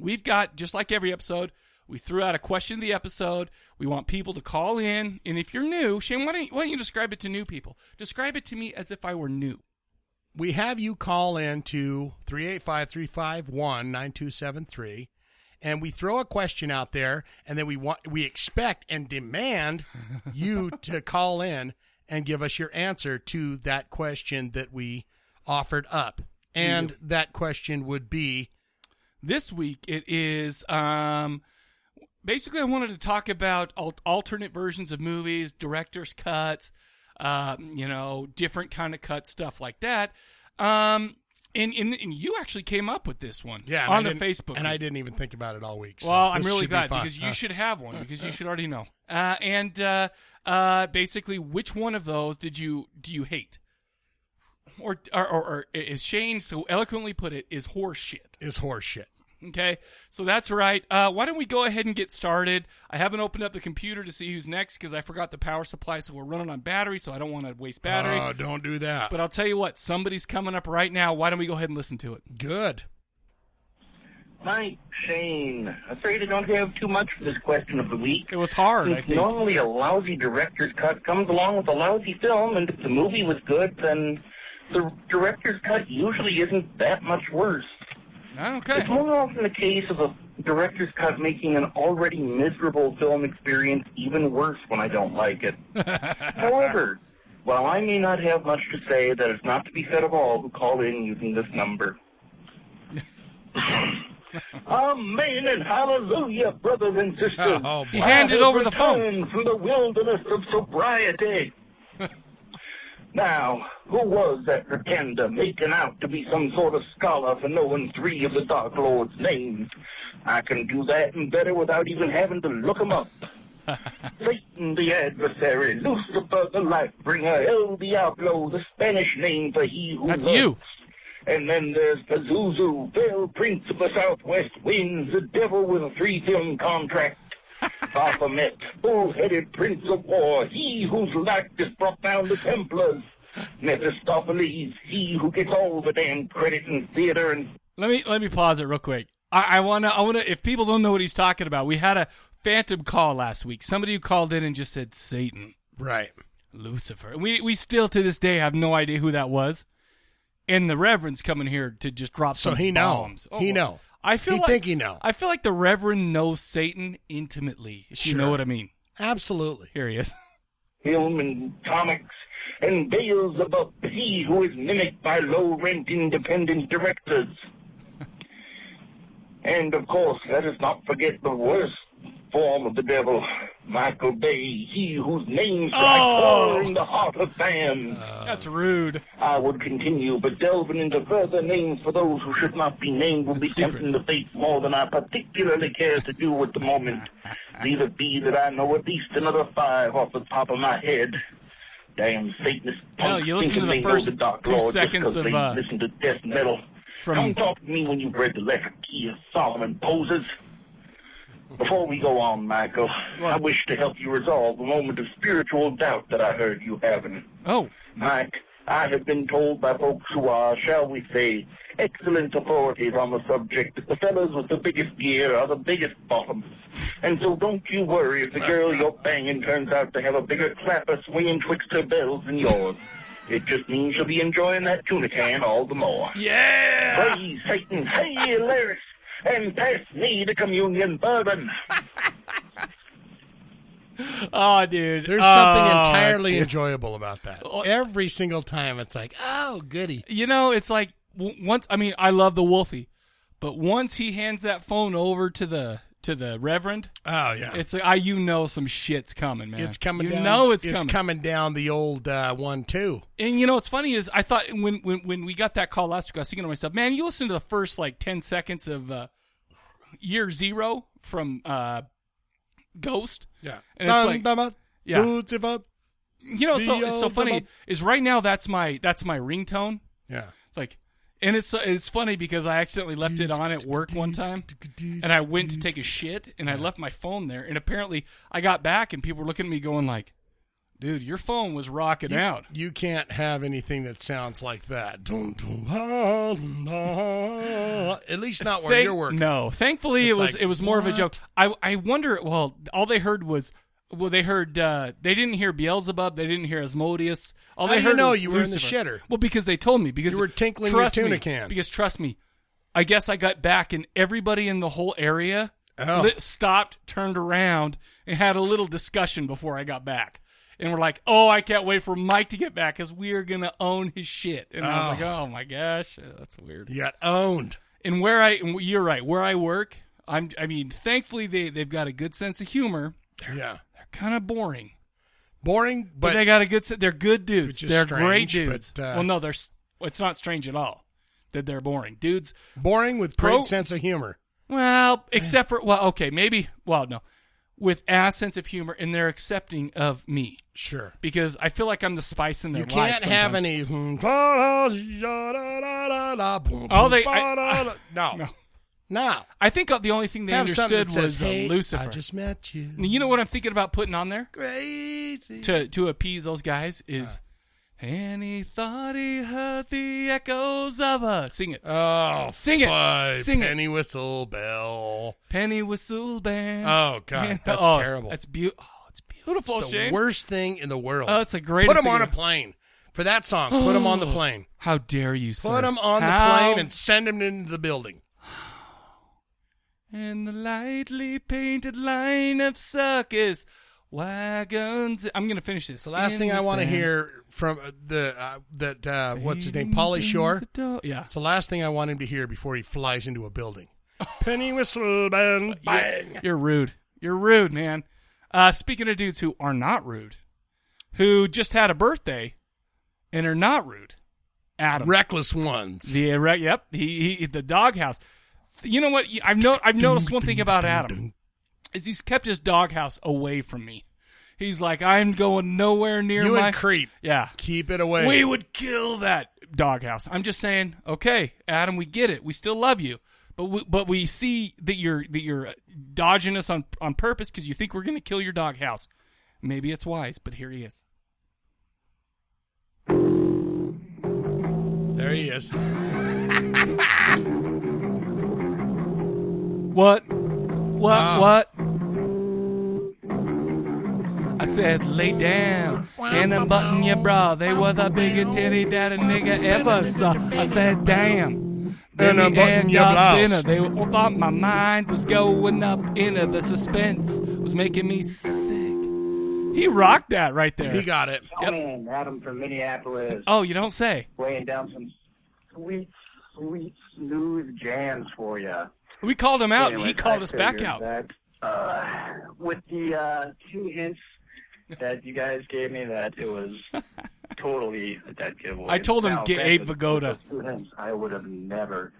Speaker 1: we've got just like every episode we threw out a question of the episode we want people to call in and if you're new shane why don't you, why don't you describe it to new people describe it to me as if i were new
Speaker 2: We have you call in to 385 351 9273, and we throw a question out there, and then we want, we expect and demand you to call in and give us your answer to that question that we offered up. And that question would be
Speaker 1: this week it is um basically i wanted to talk about al- alternate versions of movies directors cuts um, you know different kind of cut stuff like that um and, and, and you actually came up with this one
Speaker 2: and
Speaker 1: on
Speaker 2: I
Speaker 1: the
Speaker 2: didn't-
Speaker 1: facebook
Speaker 2: And I
Speaker 1: group.
Speaker 2: didn't even think about it all week. so
Speaker 1: well i'm
Speaker 2: this
Speaker 1: really
Speaker 2: should be
Speaker 1: glad
Speaker 2: fun. Uh,
Speaker 1: because you
Speaker 2: Huh.
Speaker 1: should have one because
Speaker 2: uh.
Speaker 1: you should already know uh, and uh, uh, basically which one of those did you do you hate or or, or, or as shane so eloquently put it is horse shit
Speaker 2: is horseshit.
Speaker 1: Okay, so that's right. Uh, why don't we go ahead and get started? I haven't opened up the computer to see who's next because I forgot the power supply, so we're running on battery, so I don't want to waste battery.
Speaker 2: Oh, don't do that.
Speaker 1: but I'll tell you what, somebody's coming up right now. Why don't we go ahead and listen to it?
Speaker 2: Good.
Speaker 1: uh,
Speaker 3: Hi, Shane. Afraid I don't have too much for this question of the week.
Speaker 1: It was hard, I
Speaker 3: Since
Speaker 1: think.
Speaker 3: normally a lousy director's cut comes along with a lousy film, and if the movie was good, then the director's cut usually isn't that much worse.
Speaker 1: Ah, Okay.
Speaker 3: It's more often the case of a director's cut making an already miserable film experience even worse when I don't like it. However, while I may not have much to say, that is not to be said of all who call in using this number. Amen and hallelujah, brothers and sisters.
Speaker 2: Oh,
Speaker 1: He handed
Speaker 3: I have
Speaker 1: over the phone.
Speaker 3: returned From the wilderness of sobriety. now, who was that pretender making out to be some sort of scholar for knowing three of the Dark Lord's names? I can do that and better without even having to look 'em up. Satan the adversary, Lucifer the light bringer, El Diablo, the Spanish name for he who
Speaker 1: That's
Speaker 3: lurks.
Speaker 1: you.
Speaker 3: And then there's Pazuzu, Bill Prince of the Southwest Winds, the devil with a three film contract. Baphomet, bull-headed prince of war, he whose likeness brought down the Templars. Mephistopheles, he who gets all the damn credit in theater and
Speaker 1: Let me let me pause it real quick. I, I wanna I wanna if people don't know what he's talking about, we had a phantom call last week. Somebody who called in and just said Satan,
Speaker 2: Right.
Speaker 1: Lucifer. We we still to this day have no idea who that was. And the Reverend's coming here to just drop
Speaker 2: So
Speaker 1: some
Speaker 2: he know.
Speaker 1: bombs. Oh,
Speaker 2: He know.
Speaker 1: I feel
Speaker 2: He
Speaker 1: like,
Speaker 2: think he know.
Speaker 1: I feel like the Reverend knows Satan intimately. If You
Speaker 2: Sure.
Speaker 1: know what I mean?
Speaker 2: Absolutely.
Speaker 1: Here he is.
Speaker 3: film and comics, and Beelzebub, he who is mimicked by low-rent independent directors. and of course, let us not forget the worst form of the devil, Michael Bay, he whose name strikes
Speaker 1: Oh. Uh.
Speaker 3: horror in the heart of man.
Speaker 1: That's rude.
Speaker 3: I would continue, but delving into further names for those who should not be named will be
Speaker 1: That's secret.
Speaker 3: tempting the fate more than I particularly care to do at the moment. Leave it be that I know at least another five off the top of my head. Damn Satanist
Speaker 1: Hell,
Speaker 3: punks
Speaker 1: you listen to the
Speaker 3: thinking they know
Speaker 1: first
Speaker 3: the Dark
Speaker 1: two
Speaker 3: Lord just
Speaker 1: seconds
Speaker 3: 'cause
Speaker 1: of,
Speaker 3: they
Speaker 1: uh,
Speaker 3: listen to death metal.
Speaker 1: from-
Speaker 3: Don't talk to me when you've read the letter key of Solomon poses. Before we go on, Michael, I
Speaker 1: What?
Speaker 3: wish to help you resolve the moment of spiritual doubt that I heard you having.
Speaker 1: Oh,
Speaker 3: Mike, I have been told by folks who are, shall we say, excellent authorities on the subject that the fellows with the biggest gear are the biggest bottoms. And so don't you worry if the girl you're banging turns out to have a bigger clapper swinging twixt her bells than yours. It just means you'll be enjoying that tuna can all the more.
Speaker 1: yeah.
Speaker 3: Praise Satan, hey Larry, and pass me the communion bourbon.
Speaker 1: Oh, dude.
Speaker 2: There's
Speaker 1: Oh,
Speaker 2: something
Speaker 1: that's
Speaker 2: entirely
Speaker 1: good.
Speaker 2: enjoyable about that. Every single time, it's like, oh, goody.
Speaker 1: Oh, you know, it's like w- once. I mean, I love the Wolfie, but once he hands that phone over to the to the Reverend,
Speaker 2: Oh yeah,
Speaker 1: it's
Speaker 2: it's,
Speaker 1: like I, you know, some shit's coming, man.
Speaker 2: coming.
Speaker 1: You
Speaker 2: down,
Speaker 1: know, it's, coming.
Speaker 2: down the old uh, one too.
Speaker 1: And you know, what's funny is I thought when when when we got that call last week, I was thinking to myself, man, you listen to the first like ten seconds of uh, Year Zero from uh, Ghost.
Speaker 2: Yeah,
Speaker 1: And it's like- Yeah. You know, so
Speaker 2: The
Speaker 1: it's so
Speaker 2: old
Speaker 1: funny
Speaker 2: double-
Speaker 1: is right now that's my that's my ringtone.
Speaker 2: yeah.
Speaker 1: Like, and it's it's funny because I accidentally left it on at work one time, and I went to take a shit, and I left my phone there, and apparently I got back, and people were looking at me going like, "Dude, your phone was rocking out."
Speaker 2: You can't have anything that sounds like that. Dun, dun, ah, dun, ah. At least not where
Speaker 1: Uh, Thank-
Speaker 2: you're working.
Speaker 1: No, thankfully
Speaker 2: It's
Speaker 1: it was
Speaker 2: like,
Speaker 1: it was more of a
Speaker 2: what?
Speaker 1: joke. I I wonder. Well, all they heard was. Well, they heard uh, they didn't hear Beelzebub, they didn't hear Asmodeus. All
Speaker 2: How
Speaker 1: they
Speaker 2: do you
Speaker 1: heard
Speaker 2: know
Speaker 1: was
Speaker 2: you were in the
Speaker 1: Lucifer.
Speaker 2: shitter?
Speaker 1: Well, because they told me because
Speaker 2: You were tinkling your
Speaker 1: trust
Speaker 2: tuna
Speaker 1: me,
Speaker 2: can.
Speaker 1: Because trust me, I guess I got back and everybody in the whole area
Speaker 2: Oh.
Speaker 1: lit- stopped, turned around, and had a little discussion before I got back. And we're like, "Oh, I can't wait for Mike to get back because we're gonna own his shit." And I was
Speaker 2: Oh.
Speaker 1: like, "Oh my gosh, uh, that's weird."
Speaker 2: You got owned.
Speaker 1: and where I and you're right, where I work, I'm I mean, thankfully they they've got a good sense of humor.
Speaker 2: Yeah,
Speaker 1: They're kind of boring,
Speaker 2: boring,
Speaker 1: but,
Speaker 2: but
Speaker 1: they got a good. se- They're good dudes.
Speaker 2: Which is
Speaker 1: They're great
Speaker 2: strange,
Speaker 1: dudes.
Speaker 2: but, uh,
Speaker 1: well, no, they're s- well, it's not strange at all that they're boring dudes.
Speaker 2: boring with
Speaker 1: Pro-
Speaker 2: great sense of humor.
Speaker 1: Well, except for well, okay, maybe well, no, with ass sense of humor, and they're accepting of me
Speaker 2: Sure.
Speaker 1: because I feel like I'm the spice in their
Speaker 2: You can't have any. Oh,
Speaker 1: Oh, they- I- I-
Speaker 2: no.
Speaker 1: no.
Speaker 2: no, no.
Speaker 1: I think the only thing they
Speaker 2: Have something
Speaker 1: understood
Speaker 2: that
Speaker 1: was
Speaker 2: says, "Hey,
Speaker 1: uh, Lucifer.
Speaker 2: I just met you.
Speaker 1: you know what I'm thinking about putting on there?
Speaker 2: Crazy. Uh.
Speaker 1: to to appease those guys is and he thought he heard the echoes of a sing it
Speaker 2: oh,
Speaker 1: Sing it.
Speaker 2: fudge.
Speaker 1: Sing it.
Speaker 2: Penny whistle bell.
Speaker 1: penny whistle band
Speaker 2: Oh God, that's
Speaker 1: Oh,
Speaker 2: terrible.
Speaker 1: that's beautiful oh, it's beautiful
Speaker 2: It's the
Speaker 1: Shane.
Speaker 2: worst thing in the world.
Speaker 1: Oh, it's the greatest
Speaker 2: Put them
Speaker 1: thing
Speaker 2: on a
Speaker 1: ever.
Speaker 2: plane for that song. Put them on the plane.
Speaker 1: how dare you sir.
Speaker 2: Put them on
Speaker 1: How-
Speaker 2: the plane and send them into the building.
Speaker 1: and the lightly painted line of circus wagons I'm gonna finish this
Speaker 2: The last
Speaker 1: In
Speaker 2: thing I want to
Speaker 1: sand.
Speaker 2: hear from uh, the uh, that uh, what's his name,
Speaker 1: Bathing
Speaker 2: Polly
Speaker 1: in
Speaker 2: Shore.
Speaker 1: the dark- yeah
Speaker 2: It's the last thing I want him to hear before he flies into a building. Penny whistle band. Bang.
Speaker 1: You're rude. You're rude, man. Uh, speaking of dudes who are not rude, who just had a birthday and are not rude, Adam.
Speaker 2: Reckless ones.
Speaker 1: The uh, right, yep. He, he the doghouse. You know what? I've no, I've noticed one thing about Adam is he's kept his doghouse away from me. He's like, I'm going nowhere near
Speaker 2: You
Speaker 1: my
Speaker 2: and creep.
Speaker 1: Yeah,
Speaker 2: Keep it away.
Speaker 1: we would kill that doghouse. I'm just saying, okay, Adam, we get it. We still love you, but we, but we see that you're that you're dodging us on on purpose because you think we're going to kill your doghouse. Maybe it's wise, but here he is.
Speaker 2: There he is.
Speaker 1: What? What?
Speaker 2: Wow.
Speaker 1: What? I said, lay down and unbutton your bra. They were the biggest titty that a nigga ever saw. I said, damn. Then
Speaker 2: And
Speaker 1: he
Speaker 2: unbutton
Speaker 1: had
Speaker 2: your
Speaker 1: y'all's
Speaker 2: blouse.
Speaker 1: Dinner. They all thought my mind was going up in it. The suspense was making me sick. He rocked that right there.
Speaker 2: He got it.
Speaker 1: Yep.
Speaker 4: Oh, Man, Adam from Minneapolis,
Speaker 1: oh, you don't say.
Speaker 4: weighing down some sweet, sweet, smooth jams for you.
Speaker 1: We called him out. he
Speaker 4: Anyways,
Speaker 1: called
Speaker 4: I
Speaker 1: us back
Speaker 4: figured
Speaker 1: out.
Speaker 4: that, uh, with the uh, two hints that you guys gave me, that it was totally a dead giveaway.
Speaker 1: I told him
Speaker 4: Now,
Speaker 1: get Abe
Speaker 4: granted,
Speaker 1: Vigoda.
Speaker 4: with those Two hints, I would have never,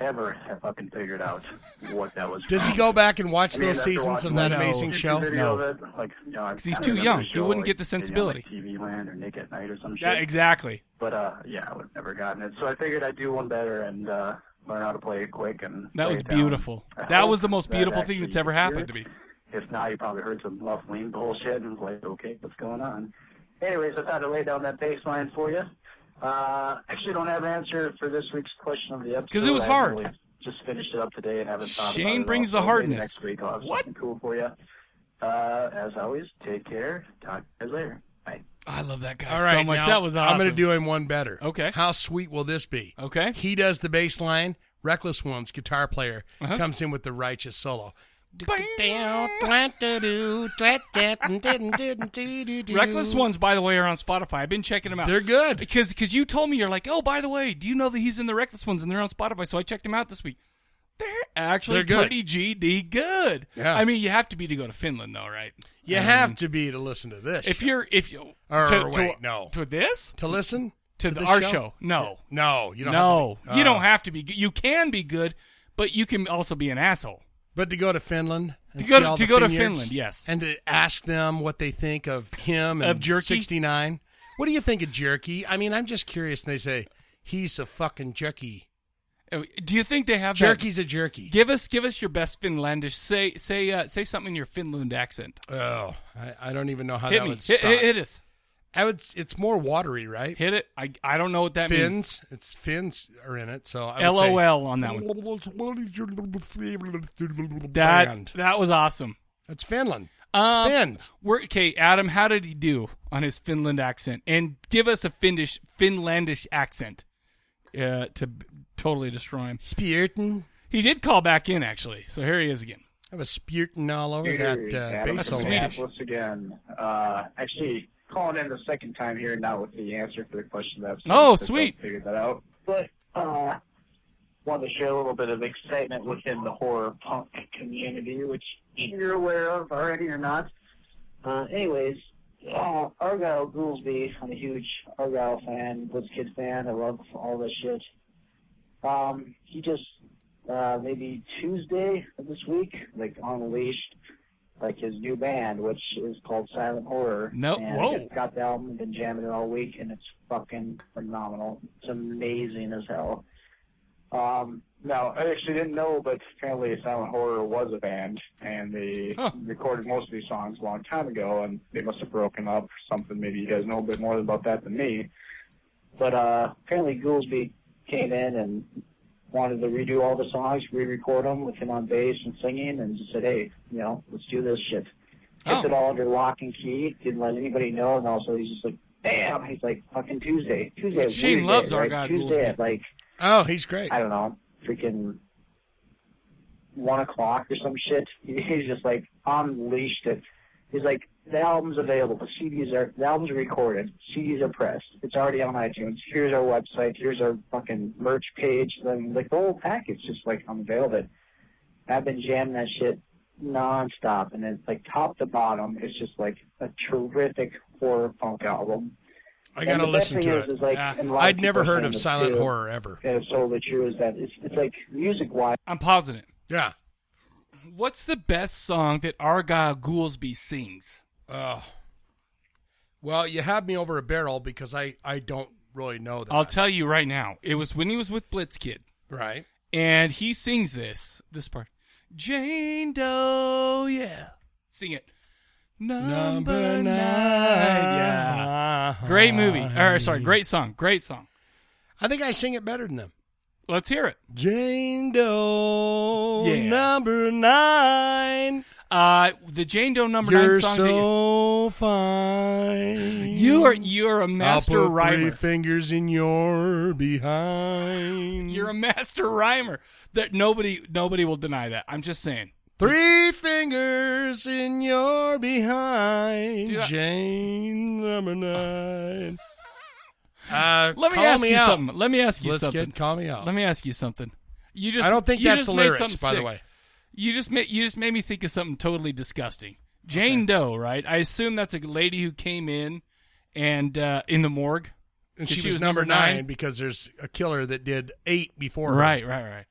Speaker 4: ever have fucking figured out what that was.
Speaker 2: Does he
Speaker 4: from.
Speaker 2: go back and watch
Speaker 4: I mean,
Speaker 2: those
Speaker 4: after
Speaker 2: seasons
Speaker 4: watching
Speaker 2: of that
Speaker 1: No.
Speaker 2: amazing show?
Speaker 4: Video of it, like, you know, I-
Speaker 1: 'Cause he's
Speaker 4: I
Speaker 1: too
Speaker 4: remember
Speaker 1: young.
Speaker 4: the
Speaker 1: He
Speaker 4: show,
Speaker 1: wouldn't
Speaker 4: like,
Speaker 1: get the sensibility.
Speaker 4: You know, like TV Land or Nick at Night or some shit.
Speaker 1: Yeah, exactly.
Speaker 4: But uh, yeah, I would have never gotten it. So I figured I'd do one better and uh, learn how to play it quick. And
Speaker 1: That
Speaker 4: play
Speaker 1: was
Speaker 4: it down.
Speaker 1: beautiful.
Speaker 4: I
Speaker 1: That
Speaker 4: hope
Speaker 1: was the most
Speaker 4: that
Speaker 1: beautiful thing
Speaker 4: actually
Speaker 1: that's ever
Speaker 4: you can hear
Speaker 1: happened to
Speaker 4: it.
Speaker 1: me.
Speaker 4: If not, you probably heard some left lean bullshit and was like, okay, what's going on? Anyways, I thought I'd lay down that baseline for you. Uh, actually, don't have an answer for this week's question of the episode.
Speaker 1: 'Cause it was
Speaker 4: I haven't
Speaker 1: hard.
Speaker 4: really just finished it up today and haven't thought
Speaker 1: Shane
Speaker 4: about it at
Speaker 1: brings the
Speaker 4: all. So maybe
Speaker 1: hardness.
Speaker 4: Next week I'll have
Speaker 1: What?
Speaker 4: something cool for you. Uh, as always, take care. Talk to you guys later. Bye.
Speaker 1: I love that guy
Speaker 2: All right,
Speaker 1: so much.
Speaker 2: now,
Speaker 1: that was awesome.
Speaker 2: I'm going to do him one better.
Speaker 1: Okay.
Speaker 2: How sweet will this be?
Speaker 1: Okay.
Speaker 2: He does the bass line. Reckless Ones guitar player
Speaker 1: Uh-huh.
Speaker 2: comes in with the righteous solo.
Speaker 1: Reckless
Speaker 2: Reckless
Speaker 1: ones, by the way, are on Spotify. I've been checking them out.
Speaker 2: They're good.
Speaker 1: because because you told me you're like, oh, by the way, do you know that he's in the Reckless ones and they're on Spotify? So I checked him out this week. They're actually
Speaker 2: They're good.
Speaker 1: pretty GD good.
Speaker 2: Yeah.
Speaker 1: I mean, you have to be to go to Finland though, right? Um,
Speaker 2: You have to be to listen to this.
Speaker 1: If
Speaker 2: show.
Speaker 1: you're if you
Speaker 2: Or
Speaker 1: to,
Speaker 2: wait,
Speaker 1: to,
Speaker 2: no.
Speaker 1: to this
Speaker 2: to listen
Speaker 1: to, the,
Speaker 2: this
Speaker 1: our show, no.
Speaker 2: no, you don't.
Speaker 1: no,
Speaker 2: have to be.
Speaker 1: you
Speaker 2: Uh,
Speaker 1: don't have to be. good. You can be good, but you can also be an asshole.
Speaker 2: But to go to Finland, and
Speaker 1: To go
Speaker 2: see
Speaker 1: to-
Speaker 2: all
Speaker 1: to
Speaker 2: the
Speaker 1: go to
Speaker 2: vineyards
Speaker 1: Finland, yes.
Speaker 2: and to ask them what they think of him and
Speaker 1: Of jerky?
Speaker 2: '69. What do you think of jerky? I mean, I'm just curious. And they say he's a fucking jerky.
Speaker 1: Uh, Do you think they have that-
Speaker 2: Jerky's a jerky.
Speaker 1: Give us give us your best Finlandish. Say say uh, say something in your Finland accent.
Speaker 2: Oh, I, I don't even know how
Speaker 1: hit
Speaker 2: that
Speaker 1: me.
Speaker 2: would
Speaker 1: Hit,
Speaker 2: stop.
Speaker 1: hit, hit us.
Speaker 2: I would. s- It's more watery, right?
Speaker 1: Hit it. I I don't know what that means.
Speaker 2: fins. It's fins are in it. So I would say-
Speaker 1: LOL on that one. That
Speaker 2: Finland.
Speaker 1: that was awesome.
Speaker 2: That's Finland.
Speaker 1: Um,
Speaker 2: Fins.
Speaker 1: we're, okay, Adam. How did he do on his Finland accent? And give us a Finnish Finlandish accent uh, to b- totally destroy him.
Speaker 2: Spirtin.
Speaker 1: He did call back in actually, so here he is again.
Speaker 2: I was spirtin all over that uh,
Speaker 4: Adam
Speaker 2: bass
Speaker 4: from
Speaker 2: solo.
Speaker 1: Swedish.
Speaker 4: Minneapolis again. Uh, actually, calling in the second time here now with the answer for the question that's
Speaker 1: Oh, sweet.
Speaker 4: Figured that out. But uh, wanted to share a little bit of excitement within the horror punk community, which you're aware of already or not. Uh, anyways, uh, Argyle Goolsby. I'm a huge Argyle fan, Blitzkid fan. I love all this shit. Um, he just uh, maybe Tuesday of this week, like unleashed like his new band, which is called Silent Horror.
Speaker 1: No-
Speaker 4: and I
Speaker 1: whoa.
Speaker 4: just got the album, been jamming it all week, and it's fucking phenomenal. It's amazing as hell. Um, no, I actually didn't know, but apparently Silent Horror was a band, and they
Speaker 1: Huh.
Speaker 4: recorded most of these songs a long time ago, and they must have broken up or something. Maybe you guys know a bit more about that than me. But uh, apparently Goolsby came in and wanted to redo all the songs, re-record them with him on bass and singing, and just said, hey, you know, let's do this shit. Kept
Speaker 1: Oh.
Speaker 4: it all under lock and key, didn't let anybody know, and also he's just like, damn, he's like, fucking Tuesday. Tuesday is
Speaker 1: Shane
Speaker 4: Tuesday,
Speaker 1: loves
Speaker 4: right?
Speaker 1: Argyle
Speaker 4: Tuesday
Speaker 1: Goolsby.
Speaker 4: at, like,
Speaker 2: Oh, he's great.
Speaker 4: I don't know, freaking one o'clock or some shit. He's just like unleashed it. He's like, the album's available. The CDs are the album's recorded. CDs are pressed. It's already on iTunes. Here's our website. Here's our fucking merch page. Then like the whole package just like unveiled it. I've been jamming that shit nonstop, and it's like top to bottom. It's just like a terrific horror punk album.
Speaker 2: I gotta
Speaker 4: And the best
Speaker 2: listen
Speaker 4: thing
Speaker 2: to
Speaker 4: is,
Speaker 2: it.
Speaker 4: is, like,
Speaker 1: Yeah.
Speaker 4: and a lot
Speaker 2: I'd
Speaker 4: people
Speaker 2: never heard
Speaker 4: saying
Speaker 2: of
Speaker 4: this,
Speaker 2: silent
Speaker 4: too,
Speaker 2: horror ever.
Speaker 4: And it's totally true is that it's, it's like music wise.
Speaker 1: I'm pausing it.
Speaker 2: Yeah.
Speaker 1: What's the best song that Argyle Goolsby sings?
Speaker 2: Oh. Well, you had me over a barrel because I I don't really know that.
Speaker 1: I'll tell you right now. It was when he was with Blitz Kid,
Speaker 2: right.
Speaker 1: and he sings this this part. Jane Doe, yeah, sing it. Number, nine,
Speaker 2: Ah,
Speaker 1: yeah. Great movie. Or sorry, great song. Great song.
Speaker 2: I think I sing it better than them.
Speaker 1: Let's hear it.
Speaker 2: Jane Doe,
Speaker 1: Yeah.
Speaker 2: number nine.
Speaker 1: Uh, the Jane Doe number
Speaker 2: You're
Speaker 1: nine song. that you-
Speaker 2: so fine.
Speaker 1: you are you're a master
Speaker 2: I'll put
Speaker 1: rhymer.
Speaker 2: Three fingers in your behind.
Speaker 1: You're a master rhymer. That nobody nobody will deny that. I'm just saying.
Speaker 2: Three fingers in your behind,
Speaker 1: Dude, I-
Speaker 2: Jane number nine. Uh,
Speaker 1: Let me
Speaker 2: call
Speaker 1: ask
Speaker 2: me
Speaker 1: you
Speaker 2: out.
Speaker 1: something. Let me ask you
Speaker 2: Let's
Speaker 1: something.
Speaker 2: get call me out.
Speaker 1: Let me ask you something. You just
Speaker 2: I don't think
Speaker 1: you
Speaker 2: that's
Speaker 1: just
Speaker 2: the
Speaker 1: made
Speaker 2: lyrics,
Speaker 1: something
Speaker 2: by the
Speaker 1: sick.
Speaker 2: way.
Speaker 1: You just made you just made me think of something totally disgusting. Jane Doe, right? I assume that's a lady who came in and uh, in the morgue.
Speaker 2: And
Speaker 1: 'Cause
Speaker 2: she, was, number nine, because there's a killer that did eight before her.
Speaker 1: Right, right, right.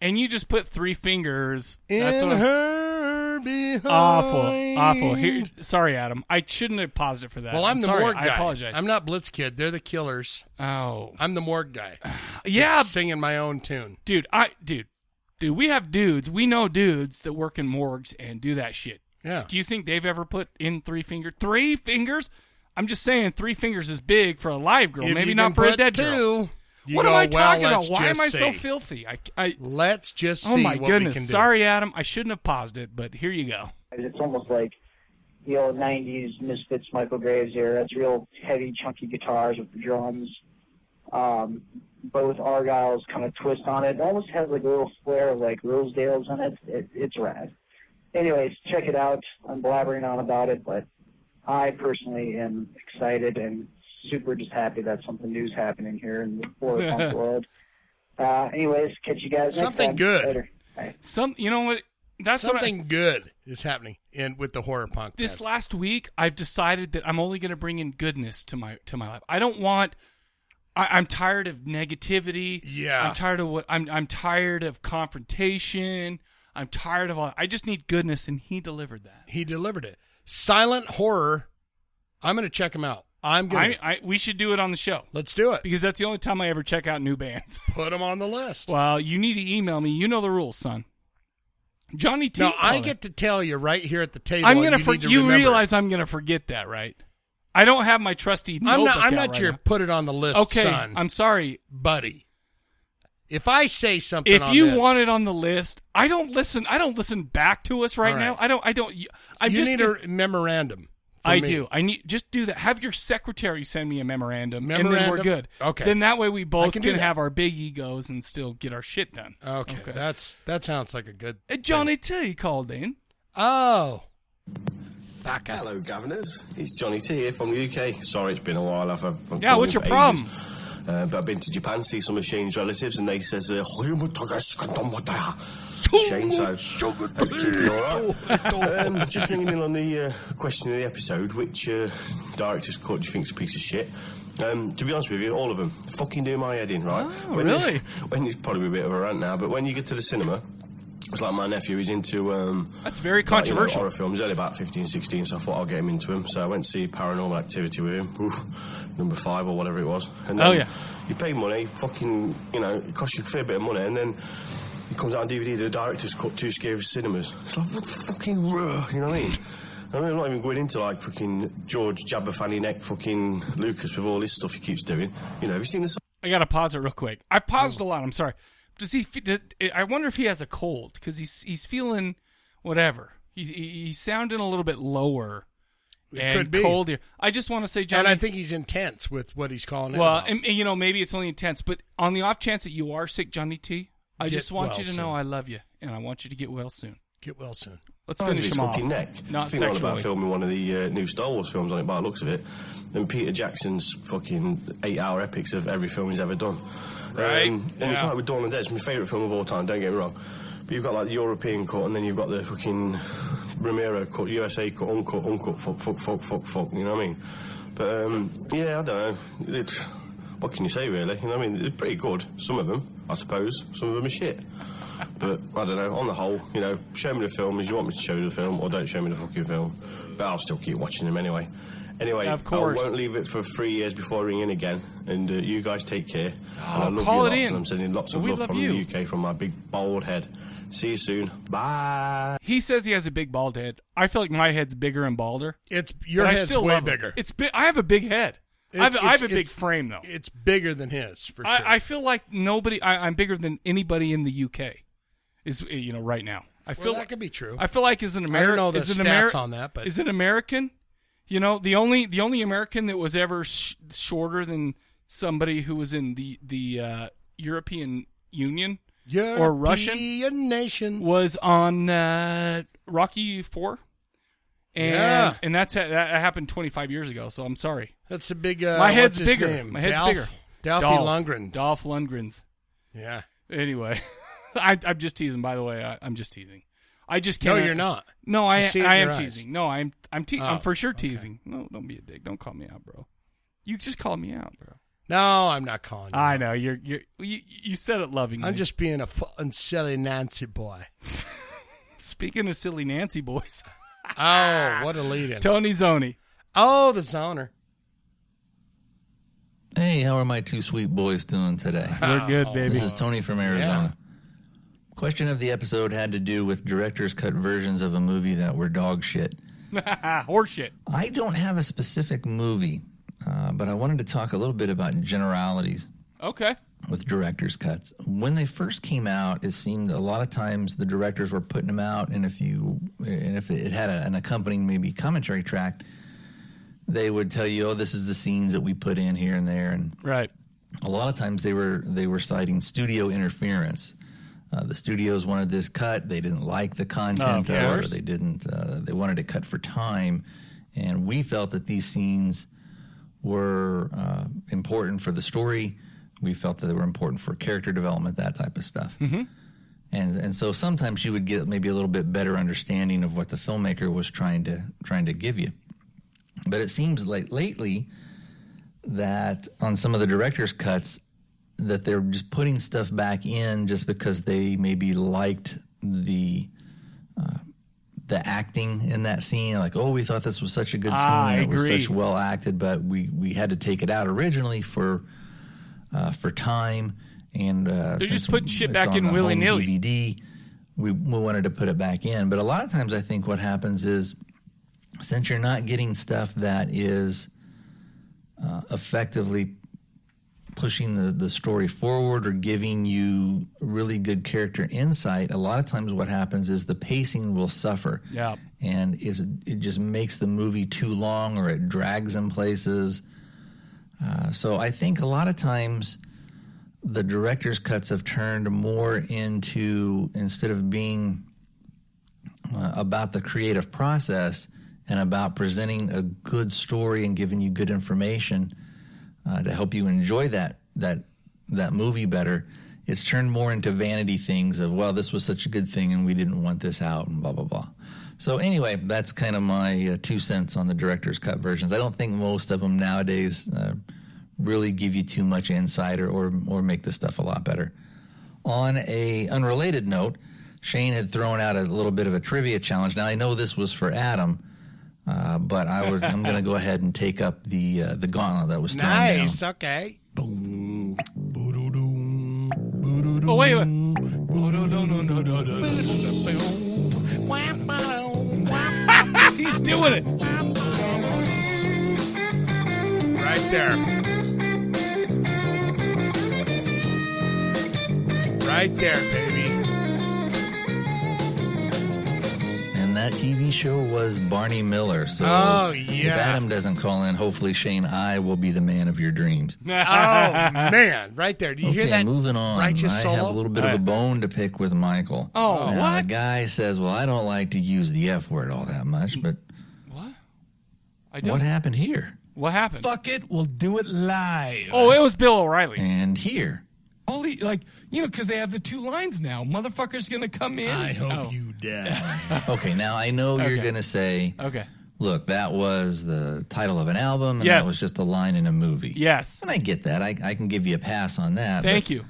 Speaker 1: And you just put three fingers.
Speaker 2: In
Speaker 1: that's what I'm-
Speaker 2: her behind.
Speaker 1: awful, awful. Here, sorry, Adam. I shouldn't have paused it for that.
Speaker 2: well, I'm, the
Speaker 1: sorry.
Speaker 2: morgue guy.
Speaker 1: I apologize.
Speaker 2: I'm not Blitz Kid. They're the killers.
Speaker 1: oh,
Speaker 2: I'm the morgue guy.
Speaker 1: yeah,
Speaker 2: singing my own tune.
Speaker 1: dude. I dude, dude. We have dudes. We know dudes that work in morgues and do that shit.
Speaker 2: Yeah.
Speaker 1: Do you think they've ever put in three fingers? Three fingers? I'm just saying, three fingers is big for a live girl.
Speaker 2: If
Speaker 1: Maybe
Speaker 2: you
Speaker 1: not
Speaker 2: can
Speaker 1: for a
Speaker 2: put
Speaker 1: dead
Speaker 2: two,
Speaker 1: girl.
Speaker 2: you
Speaker 1: what
Speaker 2: go,
Speaker 1: am I
Speaker 2: "Well,
Speaker 1: talking about?
Speaker 2: let's
Speaker 1: Why am
Speaker 2: just
Speaker 1: I so
Speaker 2: see."
Speaker 1: filthy? I, I
Speaker 2: Let's just see
Speaker 1: oh my
Speaker 2: what we can
Speaker 1: goodness.
Speaker 2: do.
Speaker 1: Sorry, Adam. I shouldn't have paused it, but here you go.
Speaker 4: It's almost like the old '90s Misfits, Michael Graves era. It's real heavy, chunky guitars with the drums. Um, both Argyles kind of twist on it. It almost has like a little flair of like Rosedale's in it. it it's rad. Anyways, check it out. I'm blabbering on about it, but I personally am excited and super just happy that something new's happening here in the horror punk world. Uh, anyways, catch you guys next
Speaker 2: Something
Speaker 4: time.
Speaker 2: good.
Speaker 4: Later. Bye.
Speaker 1: Some, you know what? That's what I-
Speaker 2: Something good is happening in with the horror punk.
Speaker 1: this
Speaker 2: fest.
Speaker 1: last week I've decided that I'm only going to bring in goodness to my to my life. I don't want. I, I'm tired of negativity.
Speaker 2: Yeah.
Speaker 1: I'm tired of what I'm. I'm tired of confrontation. I'm tired of all. I just need goodness, and he delivered that.
Speaker 2: he delivered it. Silent horror. I'm going to check him out. I'm going.
Speaker 1: I, I
Speaker 2: to
Speaker 1: we should do it on the show
Speaker 2: Let's do it.
Speaker 1: because that's the only time I ever check out new bands.
Speaker 2: Put him on the list.
Speaker 1: Well, you need to email me. You know the rules, son. Johnny T.
Speaker 2: now I
Speaker 1: called it.
Speaker 2: get to tell you right here at the table.
Speaker 1: I'm
Speaker 2: and
Speaker 1: gonna.
Speaker 2: you
Speaker 1: for-
Speaker 2: need to
Speaker 1: you
Speaker 2: remember.
Speaker 1: realize I'm gonna forget that, right? I don't have my trusty.
Speaker 2: I'm
Speaker 1: notebook
Speaker 2: not. I'm
Speaker 1: out
Speaker 2: not
Speaker 1: right
Speaker 2: your
Speaker 1: now.
Speaker 2: put it on the list,
Speaker 1: Okay,
Speaker 2: son,
Speaker 1: I'm sorry.
Speaker 2: buddy. If I say something,
Speaker 1: If
Speaker 2: on
Speaker 1: you
Speaker 2: this,
Speaker 1: want it on the list, I don't listen. I don't listen back to us right,
Speaker 2: All right.
Speaker 1: now. I don't. I don't. I'm
Speaker 2: you
Speaker 1: just.
Speaker 2: need a memorandum. from
Speaker 1: I
Speaker 2: me.
Speaker 1: do. I need just do that. Have your secretary send me a memorandum, and then we're
Speaker 2: Memorandum?
Speaker 1: good.
Speaker 2: Okay.
Speaker 1: Then that way we both can,
Speaker 2: can do that.
Speaker 1: have our big egos and still get our shit done.
Speaker 2: Okay, that's that sounds like a good.
Speaker 1: Uh, Johnny T called in.
Speaker 2: Oh,
Speaker 5: Hello, governors. It's Johnny T here from the UK. Sorry, it's been a while. I've, I've I've
Speaker 1: Yeah,
Speaker 5: been
Speaker 1: what's
Speaker 5: here
Speaker 1: your
Speaker 5: for ages.
Speaker 1: problem?
Speaker 5: Uh, but I've been to Japan, see some of Shane's relatives, and they says, uh, Shane, so hope you're doing all right. um, just ringing in on the uh, question of the episode, which uh, director's cut do you think's a piece of shit? Um, to be honest with you, all of them fucking do my head in, right?
Speaker 1: Oh, really?
Speaker 5: You, when it's probably a bit of a rant now, but when you get to the cinema, it's like my nephew is into um,
Speaker 1: That's very
Speaker 5: like, you know,
Speaker 1: controversial.
Speaker 5: horror films. He's only about 15, 16, so I thought I'll get him into him. So I went to see Paranormal Activity with him, Oof, number five or whatever it was. And
Speaker 1: Oh, yeah.
Speaker 5: You pay money, fucking, you know, it costs you a fair bit of money, and then it comes out on DVD, the director's cut Too Scary for Cinemas. It's like, what the fucking, ruh, you know what I mean? I mean, I'm not even going into like fucking George Jabberfanny Neck fucking Lucas with all this stuff he keeps doing. You know, have you seen this?
Speaker 1: I gotta pause it real quick. I paused a
Speaker 2: Oh.
Speaker 1: lot. I'm sorry. Does he? fe- did- I wonder if he has a cold because he's he's feeling whatever. He's he- he's sounding a little bit lower
Speaker 2: it
Speaker 1: and
Speaker 2: could be.
Speaker 1: cold here. I just want to say, Johnny.
Speaker 2: and I think he's intense with what he's calling it.
Speaker 1: well,
Speaker 2: about.
Speaker 1: and, and, you know, maybe it's only intense, but on the off chance that you are sick, Johnny T, I
Speaker 2: Get
Speaker 1: just want
Speaker 2: well
Speaker 1: you to
Speaker 2: soon.
Speaker 1: know I love you and I want you to get well soon.
Speaker 2: get well soon.
Speaker 1: Let's
Speaker 5: size of
Speaker 1: finish
Speaker 5: his
Speaker 1: him off.
Speaker 5: fucking neck. I
Speaker 1: Not
Speaker 5: think that's about
Speaker 1: sexually.
Speaker 5: filming one of the uh, new Star Wars films on it by the looks of it. And Peter Jackson's fucking eight hour epics of every film he's ever done.
Speaker 1: Right,
Speaker 5: Um, and it's
Speaker 1: yeah.
Speaker 5: like with Dawn of the Dead, it's my favourite film of all time, don't get me wrong. But you've got like the European cut and then you've got the fucking Romero cut, USA cut, uncut, uncut, fuck, fuck, fuck, fuck, fuck, you know what I mean? But um, yeah, I don't know. It's, what can you say really? You know what I mean? They're pretty good, some of them, I suppose. Some of them are shit. But I don't know. On the whole, you know, show me the film as you want me to show you the film, or don't show me the fucking film. But I'll still keep watching them anyway. Anyway,
Speaker 1: Of course.
Speaker 5: I won't leave it for three years before I ring in again. And uh, you guys take care. and I love
Speaker 1: Ah, call
Speaker 5: you lots,
Speaker 1: it in.
Speaker 5: And I'm sending lots of
Speaker 1: We
Speaker 5: love,
Speaker 1: love
Speaker 5: from
Speaker 1: you.
Speaker 5: the UK from my big bald head. See you soon. Bye.
Speaker 1: He says he has a big bald head. I feel like my head's bigger and balder.
Speaker 2: It's your
Speaker 1: but
Speaker 2: head's
Speaker 1: I still
Speaker 2: way
Speaker 1: love him.
Speaker 2: bigger.
Speaker 1: It's bi- I have a big head. I have,
Speaker 2: It's-
Speaker 1: I have a
Speaker 2: it's-
Speaker 1: big
Speaker 2: it's-
Speaker 1: frame though.
Speaker 2: It's bigger than his for sure.
Speaker 1: I, I feel like nobody. I, I'm bigger than anybody in the UK. Is uh, you know right now. I
Speaker 2: Well,
Speaker 1: feel
Speaker 2: that could be true.
Speaker 1: I feel like as an
Speaker 2: I don't
Speaker 1: American,
Speaker 2: know the
Speaker 1: is an
Speaker 2: stats
Speaker 1: Ameri-
Speaker 2: on that, but-
Speaker 1: is an American. You know the only the only American that was ever sh- shorter than somebody who was in the the uh, European Union or Russian
Speaker 2: European nation.
Speaker 1: was on uh, Rocky Four, and
Speaker 2: Yeah.
Speaker 1: and that's ha- that happened 25 years ago. So I'm sorry.
Speaker 2: That's a big. Uh,
Speaker 1: My head's
Speaker 2: what's his
Speaker 1: bigger.
Speaker 2: name?
Speaker 1: My head's
Speaker 2: Dolph-
Speaker 1: bigger.
Speaker 2: Dolphy
Speaker 1: Dolph.
Speaker 2: Lundgren.
Speaker 1: Dolph Lundgren's.
Speaker 2: Yeah.
Speaker 1: Anyway, I, I'm just teasing. By the way, I, I'm just teasing. I just
Speaker 2: No,
Speaker 1: can't.
Speaker 2: you're not.
Speaker 1: No, I
Speaker 2: I see it in
Speaker 1: I am
Speaker 2: your eyes.
Speaker 1: teasing. No, I'm I'm te-
Speaker 2: Oh,
Speaker 1: I'm for sure teasing. No, don't be a dick. Don't call me out, bro. You just called me out, bro.
Speaker 2: No, I'm not calling you.
Speaker 1: I know you're you're you, you said it lovingly.
Speaker 2: I'm just being a fucking silly Nancy boy.
Speaker 1: speaking of silly Nancy boys.
Speaker 2: Oh, what a lead in.
Speaker 1: Tony Zoni.
Speaker 2: Oh, the zoner.
Speaker 6: Hey, how are my two sweet boys doing today?
Speaker 1: We're good, baby.
Speaker 6: This is Tony from Arizona. Question of the episode had to do with director's cut versions of a movie that were dog shit.
Speaker 1: Horseshit.
Speaker 6: I don't have a specific movie, uh, but I wanted to talk a little bit about generalities
Speaker 1: Okay.
Speaker 6: with director's cuts. When they first came out, it seemed a lot of times the directors were putting them out, and if you and if it had a, an accompanying maybe commentary track, they would tell you, "Oh, this is the scenes that we put in here and there," and
Speaker 1: Right.
Speaker 6: a lot of times they were they were citing studio interference. Uh, the studios wanted this cut. They didn't like the content,
Speaker 1: Oh, Of
Speaker 6: of it, or
Speaker 1: course.
Speaker 6: they didn't. Uh, they wanted it cut for time, and we felt that these scenes were uh, important for the story. We felt that they were important for character development, that type of stuff.
Speaker 1: Mm-hmm.
Speaker 6: And and so sometimes you would get maybe a little bit better understanding of what the filmmaker was trying to trying to give you. But it seems like lately that on some of the director's cuts that they're just putting stuff back in just because they maybe liked the uh, the acting in that scene like oh we thought this was such a good scene
Speaker 1: Ah, I
Speaker 6: it was
Speaker 1: agree.
Speaker 6: such well acted but we we had to take it out originally for uh, for time and uh,
Speaker 1: They're
Speaker 6: since
Speaker 1: just putting shit
Speaker 6: it's
Speaker 1: back
Speaker 6: on
Speaker 1: in
Speaker 6: the home
Speaker 1: willy-nilly.
Speaker 6: DVD we, we wanted to put it back in but a lot of times I think what happens is since you're not getting stuff that is uh, effectively pushing the, the story forward or giving you really good character insight, a lot of times what happens is the pacing will suffer.
Speaker 1: Yeah.
Speaker 6: And is it, it just makes the movie too long or it drags in places. Uh, so I think a lot of times the director's cuts have turned more into instead of being uh, about the creative process and about presenting a good story and giving you good information uh, to help you enjoy that that that movie better. It's turned more into vanity things of well, this was such a good thing and we didn't want this out and blah blah blah. So anyway, that's kind of my uh, two cents on the director's cut versions. I don't think most of them nowadays uh, really give you too much insight or, or or make the stuff a lot better. On a unrelated note, Shane had thrown out a little bit of a trivia challenge. Now I know this was for Adam, uh, but I was, I'm going to go ahead and take up the uh, the gauntlet that was thrown down.
Speaker 2: Nice. Okay.
Speaker 1: Oh wait, wait.
Speaker 2: Right
Speaker 1: he's doing it.
Speaker 2: there. Right there, baby.
Speaker 6: And that TV show was Barney Miller. So
Speaker 2: Oh,
Speaker 6: if
Speaker 2: yeah.
Speaker 6: Adam doesn't call in, hopefully Shane I will be the man of your dreams.
Speaker 2: Oh man, right there. Do you
Speaker 6: okay,
Speaker 2: hear that?
Speaker 6: moving on.
Speaker 2: righteous
Speaker 6: I have
Speaker 2: solo?
Speaker 6: a little bit of a bone to pick with Michael.
Speaker 1: Oh,
Speaker 6: Now, The
Speaker 1: what?
Speaker 6: guy says, "Well, I don't like to use the F word all that much, but
Speaker 1: What? I don't.
Speaker 6: what
Speaker 1: What,
Speaker 6: happened here
Speaker 1: happened?
Speaker 7: Fuck it, we'll do it live.
Speaker 1: Oh, it was Bill O'Reilly.
Speaker 6: and here?"
Speaker 7: Only like you know, because they have the two lines now. Motherfucker's gonna come in. Oh. I hope you die.
Speaker 6: Okay, now I know you're
Speaker 1: Okay.
Speaker 6: gonna say,
Speaker 1: Okay.
Speaker 6: "Look, that was the title of an album, and
Speaker 1: Yes.
Speaker 6: that was just a line in a movie."
Speaker 1: Yes.
Speaker 6: And I get that. I, I can give you a pass on that.
Speaker 1: Thank
Speaker 6: but
Speaker 1: you.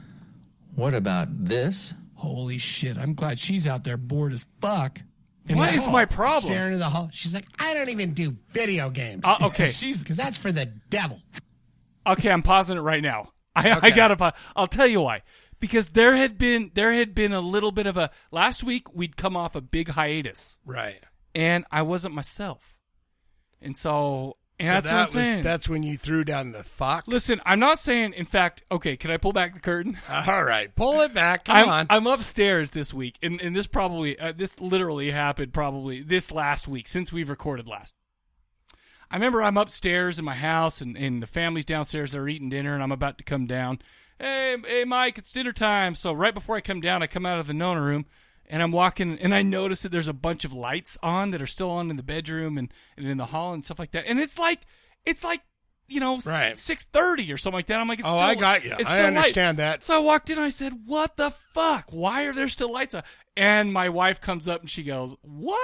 Speaker 6: What about this?
Speaker 7: Holy shit! I'm glad she's out there bored as fuck. In
Speaker 1: What
Speaker 7: the
Speaker 1: is
Speaker 7: hall.
Speaker 1: my problem?
Speaker 8: Staring at the hall. She's like, I don't even do video games.
Speaker 1: Uh, okay.
Speaker 7: She's
Speaker 8: Because that's for the devil.
Speaker 1: Okay, I'm pausing it right now. I, I gotta pause. I'll tell you why. Because there had been there had been a little bit of a last week we'd come off a big hiatus
Speaker 2: Right.
Speaker 1: and I wasn't myself, and so and
Speaker 2: so
Speaker 1: that's
Speaker 2: that
Speaker 1: what I'm
Speaker 2: was
Speaker 1: saying.
Speaker 2: that's when you threw down the fuck.
Speaker 1: Listen, I'm not saying. In fact, okay, can I pull back the curtain?
Speaker 2: All right, pull it back. Come
Speaker 1: I'm,
Speaker 2: on.
Speaker 1: I'm upstairs this week, and, and this probably, uh, this literally happened probably this last week since we've recorded last. I remember I'm upstairs in my house, and, and the family's downstairs. They're eating dinner, and I'm about to come down. Hey, hey, Mike, it's dinner time. So right before I come down, I come out of the Nona room, and I'm walking, and I notice that there's a bunch of lights on that are still on in the bedroom and, and in the hall and stuff like that. And it's like, it's like, you know,
Speaker 2: Right.
Speaker 1: six thirty or something like that. I'm like, it's
Speaker 2: Oh,
Speaker 1: still-
Speaker 2: I got you.
Speaker 1: it's
Speaker 2: I
Speaker 1: still light.
Speaker 2: understand that.
Speaker 1: So I walked in. I said, "What the fuck? Why are there still lights on?" And my wife comes up and she goes, "What?"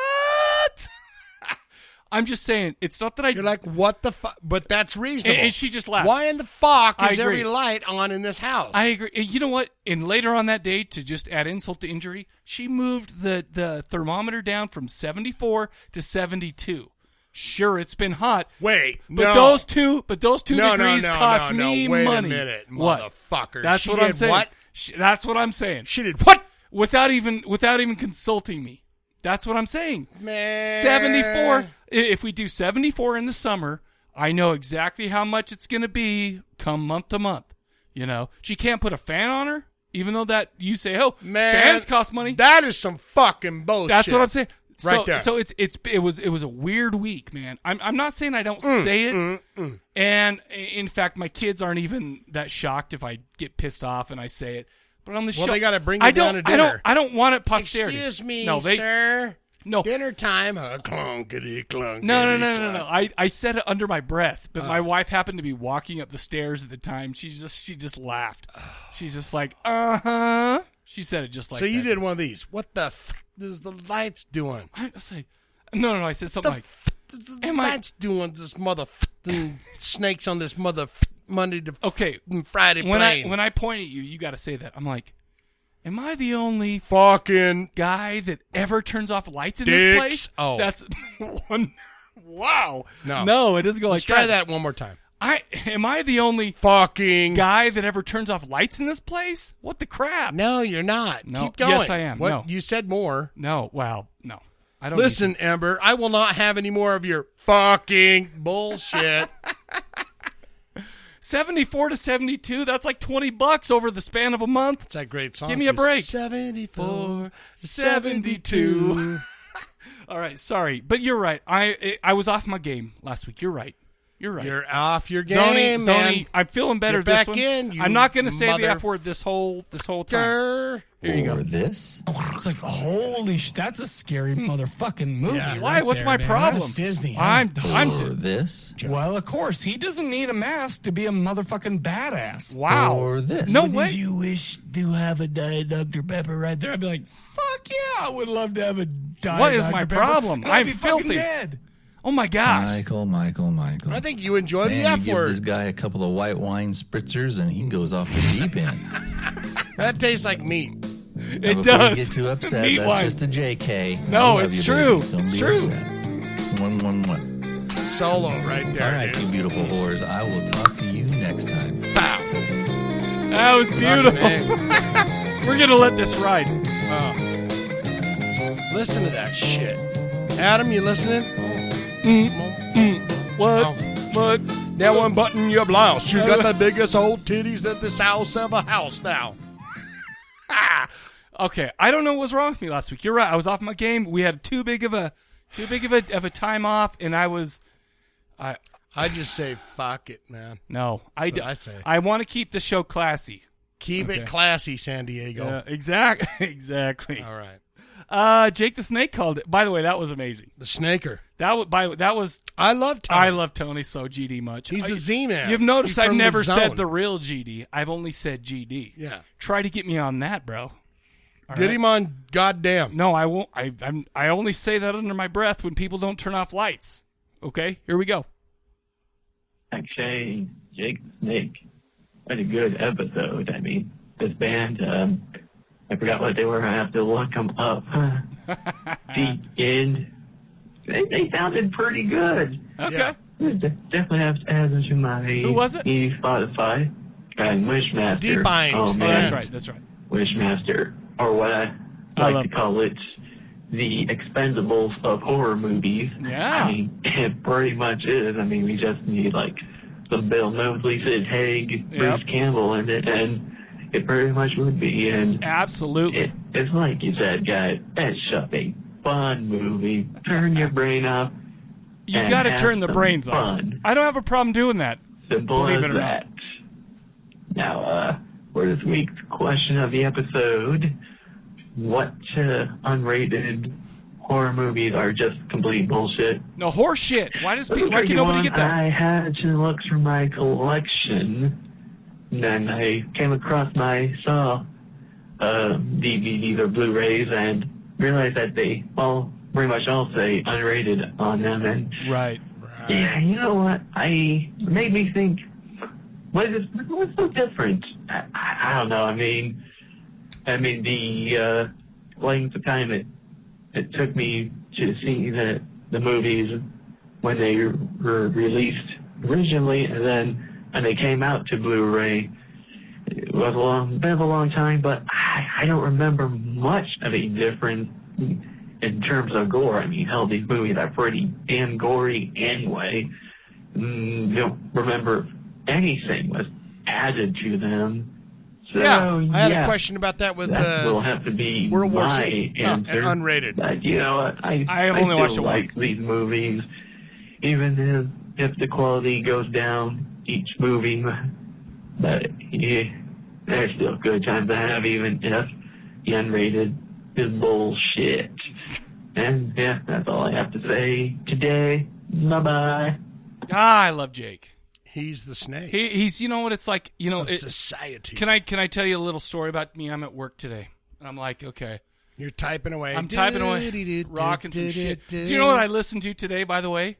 Speaker 1: I'm just saying, it's not that I.
Speaker 2: You're like, what the fuck? But that's reasonable.
Speaker 1: And- and she just laughed.
Speaker 2: Why in the fuck
Speaker 1: I
Speaker 2: is
Speaker 1: agree.
Speaker 2: every light on in this house?
Speaker 1: I agree. You know what? And later on that day, to just add insult to injury, she moved the the thermometer down from 74 to 72. Sure, it's been hot,
Speaker 2: wait.
Speaker 1: but
Speaker 2: no.
Speaker 1: those two, but those two
Speaker 2: No, no,
Speaker 1: degrees
Speaker 2: no,
Speaker 1: cost
Speaker 2: no, no.
Speaker 1: me
Speaker 2: Wait a
Speaker 1: money.
Speaker 2: minute,
Speaker 1: What?
Speaker 2: motherfucker.
Speaker 1: That's
Speaker 2: She
Speaker 1: what I'm
Speaker 2: did
Speaker 1: saying.
Speaker 2: what?
Speaker 1: She- that's what I'm saying.
Speaker 2: She did what?
Speaker 1: without even without even consulting me. That's what I'm saying.
Speaker 2: Man.
Speaker 1: 74 i- if we do 74 in the summer, I know exactly how much it's going to be come month to month, you know. She can't put a fan on her even though that you say, "Oh,
Speaker 2: Man,
Speaker 1: fans cost money."
Speaker 2: That is some fucking bullshit.
Speaker 1: That's what I'm saying. So,
Speaker 2: Right there.
Speaker 1: So it's it's it was it was a weird week, man. I'm I'm not saying I don't
Speaker 2: Mm,
Speaker 1: say it, and i- in fact, my kids aren't even that shocked if I get pissed off and I say it. But on the
Speaker 2: Well,
Speaker 1: show,
Speaker 2: they gotta bring
Speaker 1: I
Speaker 2: you
Speaker 1: don't,
Speaker 2: down to
Speaker 1: I
Speaker 2: dinner.
Speaker 1: don't I don't want it posterity.
Speaker 2: Excuse me,
Speaker 1: no, they,
Speaker 2: sir.
Speaker 1: No,
Speaker 2: Dinner time. Uh, A clunkety clunk.
Speaker 1: no, no, no, no, no. I, I said it under my breath, but
Speaker 2: Ah.
Speaker 1: my wife happened to be walking up the stairs at the time. She just she just laughed. She's just like, uh huh. She said it just like.
Speaker 2: so you
Speaker 1: that.
Speaker 2: did one of these. What the f is the lights doing?
Speaker 1: I was like, no, no, no. I said something
Speaker 2: the
Speaker 1: like,
Speaker 2: f is the
Speaker 1: Am I-
Speaker 2: lights doing this mother f***ing snakes on this mother f- Monday to f-
Speaker 1: okay,
Speaker 2: Friday
Speaker 1: when I
Speaker 2: plane?
Speaker 1: when I point at you, you got to say that. I'm like, am I the only f-
Speaker 2: fucking
Speaker 1: guy that ever turns off lights in
Speaker 2: Dicks.
Speaker 1: this place?
Speaker 2: Oh.
Speaker 1: that's one. Wow.
Speaker 2: No.
Speaker 1: no, it doesn't go like
Speaker 2: let's try
Speaker 1: that.
Speaker 2: that one more time.
Speaker 1: I am I the only
Speaker 2: Fucking
Speaker 1: guy that ever turns off lights in this place? What the crap?
Speaker 2: no, you're not.
Speaker 1: No.
Speaker 2: Keep going.
Speaker 1: Yes, I am.
Speaker 2: What
Speaker 1: No.
Speaker 2: you said more.
Speaker 1: No, wow, no. I don't need
Speaker 2: Listen, Amber, I will not have any more of your fucking bullshit.
Speaker 1: to- 74 to 72, that's like 20 bucks over the span of a month.
Speaker 2: It's that great song.
Speaker 1: Give me a
Speaker 2: too.
Speaker 1: break.
Speaker 2: 74, 72.
Speaker 1: 72. All right, sorry, but you're right. I I was off my game last week. You're right. You're right.
Speaker 2: You're off your game,
Speaker 1: Zony,
Speaker 2: man.
Speaker 1: Zony, I'm feeling better
Speaker 2: Get
Speaker 1: this
Speaker 2: back
Speaker 1: one.
Speaker 2: in, you
Speaker 1: I'm not going to say
Speaker 2: mother-
Speaker 1: the F word this whole this whole time.
Speaker 2: Grr.
Speaker 1: Here you go.
Speaker 6: Or this?
Speaker 7: it's like holy sh. That's a scary motherfucking movie.
Speaker 1: Why?
Speaker 7: right
Speaker 1: What's
Speaker 7: there,
Speaker 1: my
Speaker 7: man.
Speaker 1: problem?
Speaker 7: That's Disney. huh?
Speaker 1: I'm I'm
Speaker 6: Or this?
Speaker 7: well, of course he doesn't need a mask to be a motherfucking badass.
Speaker 1: wow.
Speaker 6: Or this?
Speaker 1: No way.
Speaker 7: you wish to have a diet Dr Pepper right there? I'd be like, fuck yeah, I would love to have a diet.
Speaker 1: What is
Speaker 7: Dr.
Speaker 1: my
Speaker 7: Pepper,
Speaker 1: problem?
Speaker 7: and I'd
Speaker 1: I'm
Speaker 7: be fucking
Speaker 1: filthy.
Speaker 7: Dead.
Speaker 1: oh my gosh.
Speaker 6: Michael, Michael, Michael.
Speaker 2: I think you enjoy
Speaker 6: Man,
Speaker 2: the F
Speaker 6: you give this
Speaker 2: word.
Speaker 6: guy a couple of white wine spritzers, and he goes off the deep end.
Speaker 2: That tastes like meat.
Speaker 6: Now,
Speaker 1: it
Speaker 6: before you
Speaker 1: does.
Speaker 6: Get too upset.
Speaker 1: Meat
Speaker 6: That's
Speaker 1: wine.
Speaker 6: just a JK.
Speaker 1: No,
Speaker 6: I love
Speaker 1: it's
Speaker 6: you,
Speaker 1: true.
Speaker 6: baby. Don't
Speaker 1: It's
Speaker 6: be
Speaker 1: true.
Speaker 6: upset. One, one, one.
Speaker 2: Solo right there.
Speaker 6: All right, you beautiful whores. I will talk to you next time.
Speaker 1: That was beautiful. We're going to let this ride.
Speaker 2: Oh. Listen to that shit. Adam, you listening?
Speaker 7: Oh,
Speaker 9: Mm-hmm.
Speaker 1: What?
Speaker 2: Oh.
Speaker 1: What?
Speaker 2: Now unbutton your blouse. You got the biggest old titties that this house ever house now.
Speaker 1: Okay, I don't know what's wrong with me last week. You're right. I was off my game. We had too big of a too big of a of a time off, and I was. I
Speaker 2: I just say fuck it, man.
Speaker 1: No, I
Speaker 2: That's
Speaker 1: d-
Speaker 2: what I say.
Speaker 1: I want to keep the show classy.
Speaker 2: Keep it classy, San Diego.
Speaker 1: exactly. Exactly.
Speaker 2: All right.
Speaker 1: Uh, Jake the Snake called it. By the way, that was amazing.
Speaker 2: The Snaker.
Speaker 1: That was by that was.
Speaker 2: I love Tony.
Speaker 1: I love Tony so GD much.
Speaker 2: He's
Speaker 1: I-
Speaker 2: the Z-Man.
Speaker 1: You've noticed
Speaker 2: He's
Speaker 1: I've
Speaker 2: from the
Speaker 1: never
Speaker 2: zone.
Speaker 1: said the real GD. I've only said GD.
Speaker 2: Yeah.
Speaker 1: Try to get me on that, bro. All
Speaker 2: Get
Speaker 1: right?
Speaker 2: him on goddamn.
Speaker 1: No, I won't. I I'm, I only say that under my breath when people don't turn off lights. Okay, here we go.
Speaker 9: Actually, Jake the Snake. What a good episode. I mean, this band, um, I forgot what they were. I have to look them up. the end. They, they sounded pretty good.
Speaker 1: Okay.
Speaker 9: Definitely have to add them to my
Speaker 1: Who was it?
Speaker 9: new Spotify. And Wishmaster.
Speaker 2: Deep Bind.
Speaker 9: Oh,
Speaker 2: Oh,
Speaker 9: man.
Speaker 1: Oh, that's right. That's right.
Speaker 9: Wishmaster, or what I
Speaker 1: I
Speaker 9: like
Speaker 1: love-
Speaker 9: to call it, the Expendables of horror movies.
Speaker 1: Yeah.
Speaker 9: I mean, it pretty much is. I mean, we just need like some Bill Moseley, Sid Haig, Bruce
Speaker 1: Yep.
Speaker 9: Campbell in it, and it pretty much would be. And
Speaker 1: Absolutely.
Speaker 9: it, it's like you said, guys, that's just a fun movie. Turn your brain off.
Speaker 1: You
Speaker 9: and
Speaker 1: got to
Speaker 9: have
Speaker 1: turn the
Speaker 9: some
Speaker 1: brains
Speaker 9: fun.
Speaker 1: off. I don't have a problem doing that.
Speaker 9: Simple
Speaker 1: Believe
Speaker 9: as
Speaker 1: it or not.
Speaker 9: that. Now, uh, for this week's question of the episode, what uh, unrated horror movies are just complete bullshit?
Speaker 1: No horse shit. Why does people, why
Speaker 9: Tricky
Speaker 1: can nobody
Speaker 9: one.
Speaker 1: get that?
Speaker 9: I had to look through my collection, and then I came across my saw uh, DVDs or Blu-rays and realized that they all pretty much all say unrated on them, and
Speaker 1: Right.
Speaker 9: yeah, you know what? I it made me think. What is what's so different? I, I I don't know. I mean, I mean the uh, length of time it it took me to see the the movies when they were released originally, and then when they came out to Blu-ray. It was a long, been a long time, but I, I don't remember much of a difference in terms of gore. I mean, hell, these movies are pretty damn gory anyway. Mm, don't remember anything was added to them. So,
Speaker 2: yeah. I had
Speaker 9: yeah,
Speaker 2: a question about that with
Speaker 9: That will
Speaker 2: the.
Speaker 9: have to be
Speaker 2: World War
Speaker 9: my
Speaker 2: Z, huh, and
Speaker 9: answer.
Speaker 2: unrated.
Speaker 9: But you know, what? I
Speaker 1: I have only
Speaker 9: still
Speaker 1: watched it
Speaker 9: like
Speaker 1: once.
Speaker 9: these movies, even if if the quality goes down each movie. But yeah, they're still good times to have, even if the unrated is bullshit. And yeah, that's all I have to say today. Bye bye.
Speaker 1: Ah, I love Jake.
Speaker 2: He's the snake
Speaker 1: He, he's you know what it's like. You know,
Speaker 2: of
Speaker 1: it-
Speaker 2: society.
Speaker 1: can I can I tell you a little story about me? I'm at work today, and I'm like, okay,
Speaker 2: You're typing away.
Speaker 1: I'm typing away, rocking some shit. Do you know what I listened to today? By the way,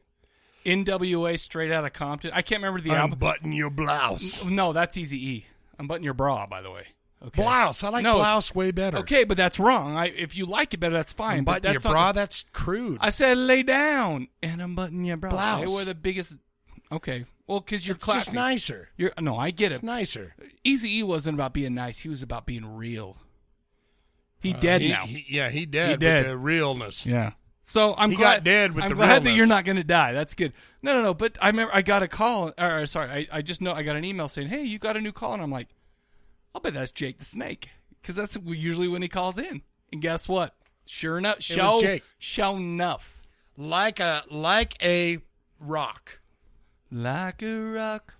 Speaker 1: N.W.A. Straight Outta Compton. I can't remember the album.
Speaker 2: Unbutton your blouse.
Speaker 1: No, that's Easy E. I'm button your bra, by the way. Okay.
Speaker 2: Blouse. I like
Speaker 1: No, it's-
Speaker 2: blouse way better.
Speaker 1: Okay, but that's wrong. I, if you like it better, that's fine. but
Speaker 2: Unbutton your
Speaker 1: that's not-
Speaker 2: bra. That's crude.
Speaker 1: I said lay down and unbutton your bra. They
Speaker 2: Blouse.
Speaker 1: were the biggest. Okay, well, because you're
Speaker 2: it's
Speaker 1: classy.
Speaker 2: just nicer.
Speaker 1: You're no, I get
Speaker 2: It's
Speaker 1: it.
Speaker 2: nicer.
Speaker 1: Easy E wasn't about being nice. He was about being real. He dead
Speaker 2: Uh, He-
Speaker 1: now.
Speaker 2: he- yeah, he dead.
Speaker 1: He dead.
Speaker 2: With the realness.
Speaker 1: yeah. So I'm
Speaker 2: He
Speaker 1: glad
Speaker 2: got dead with
Speaker 1: I'm
Speaker 2: the
Speaker 1: glad that
Speaker 2: realness.
Speaker 1: you're not going to die. That's good. No, no, no. But I remember I got a call. Or, or sorry, I, I just know I got an email saying, "Hey, you got a new call," and I'm like, "I'll bet that's Jake the Snake," because that's usually when he calls in. And guess what? Sure enough, show
Speaker 2: Jake.
Speaker 1: show enough.
Speaker 2: Like a like a rock.
Speaker 1: like a rock.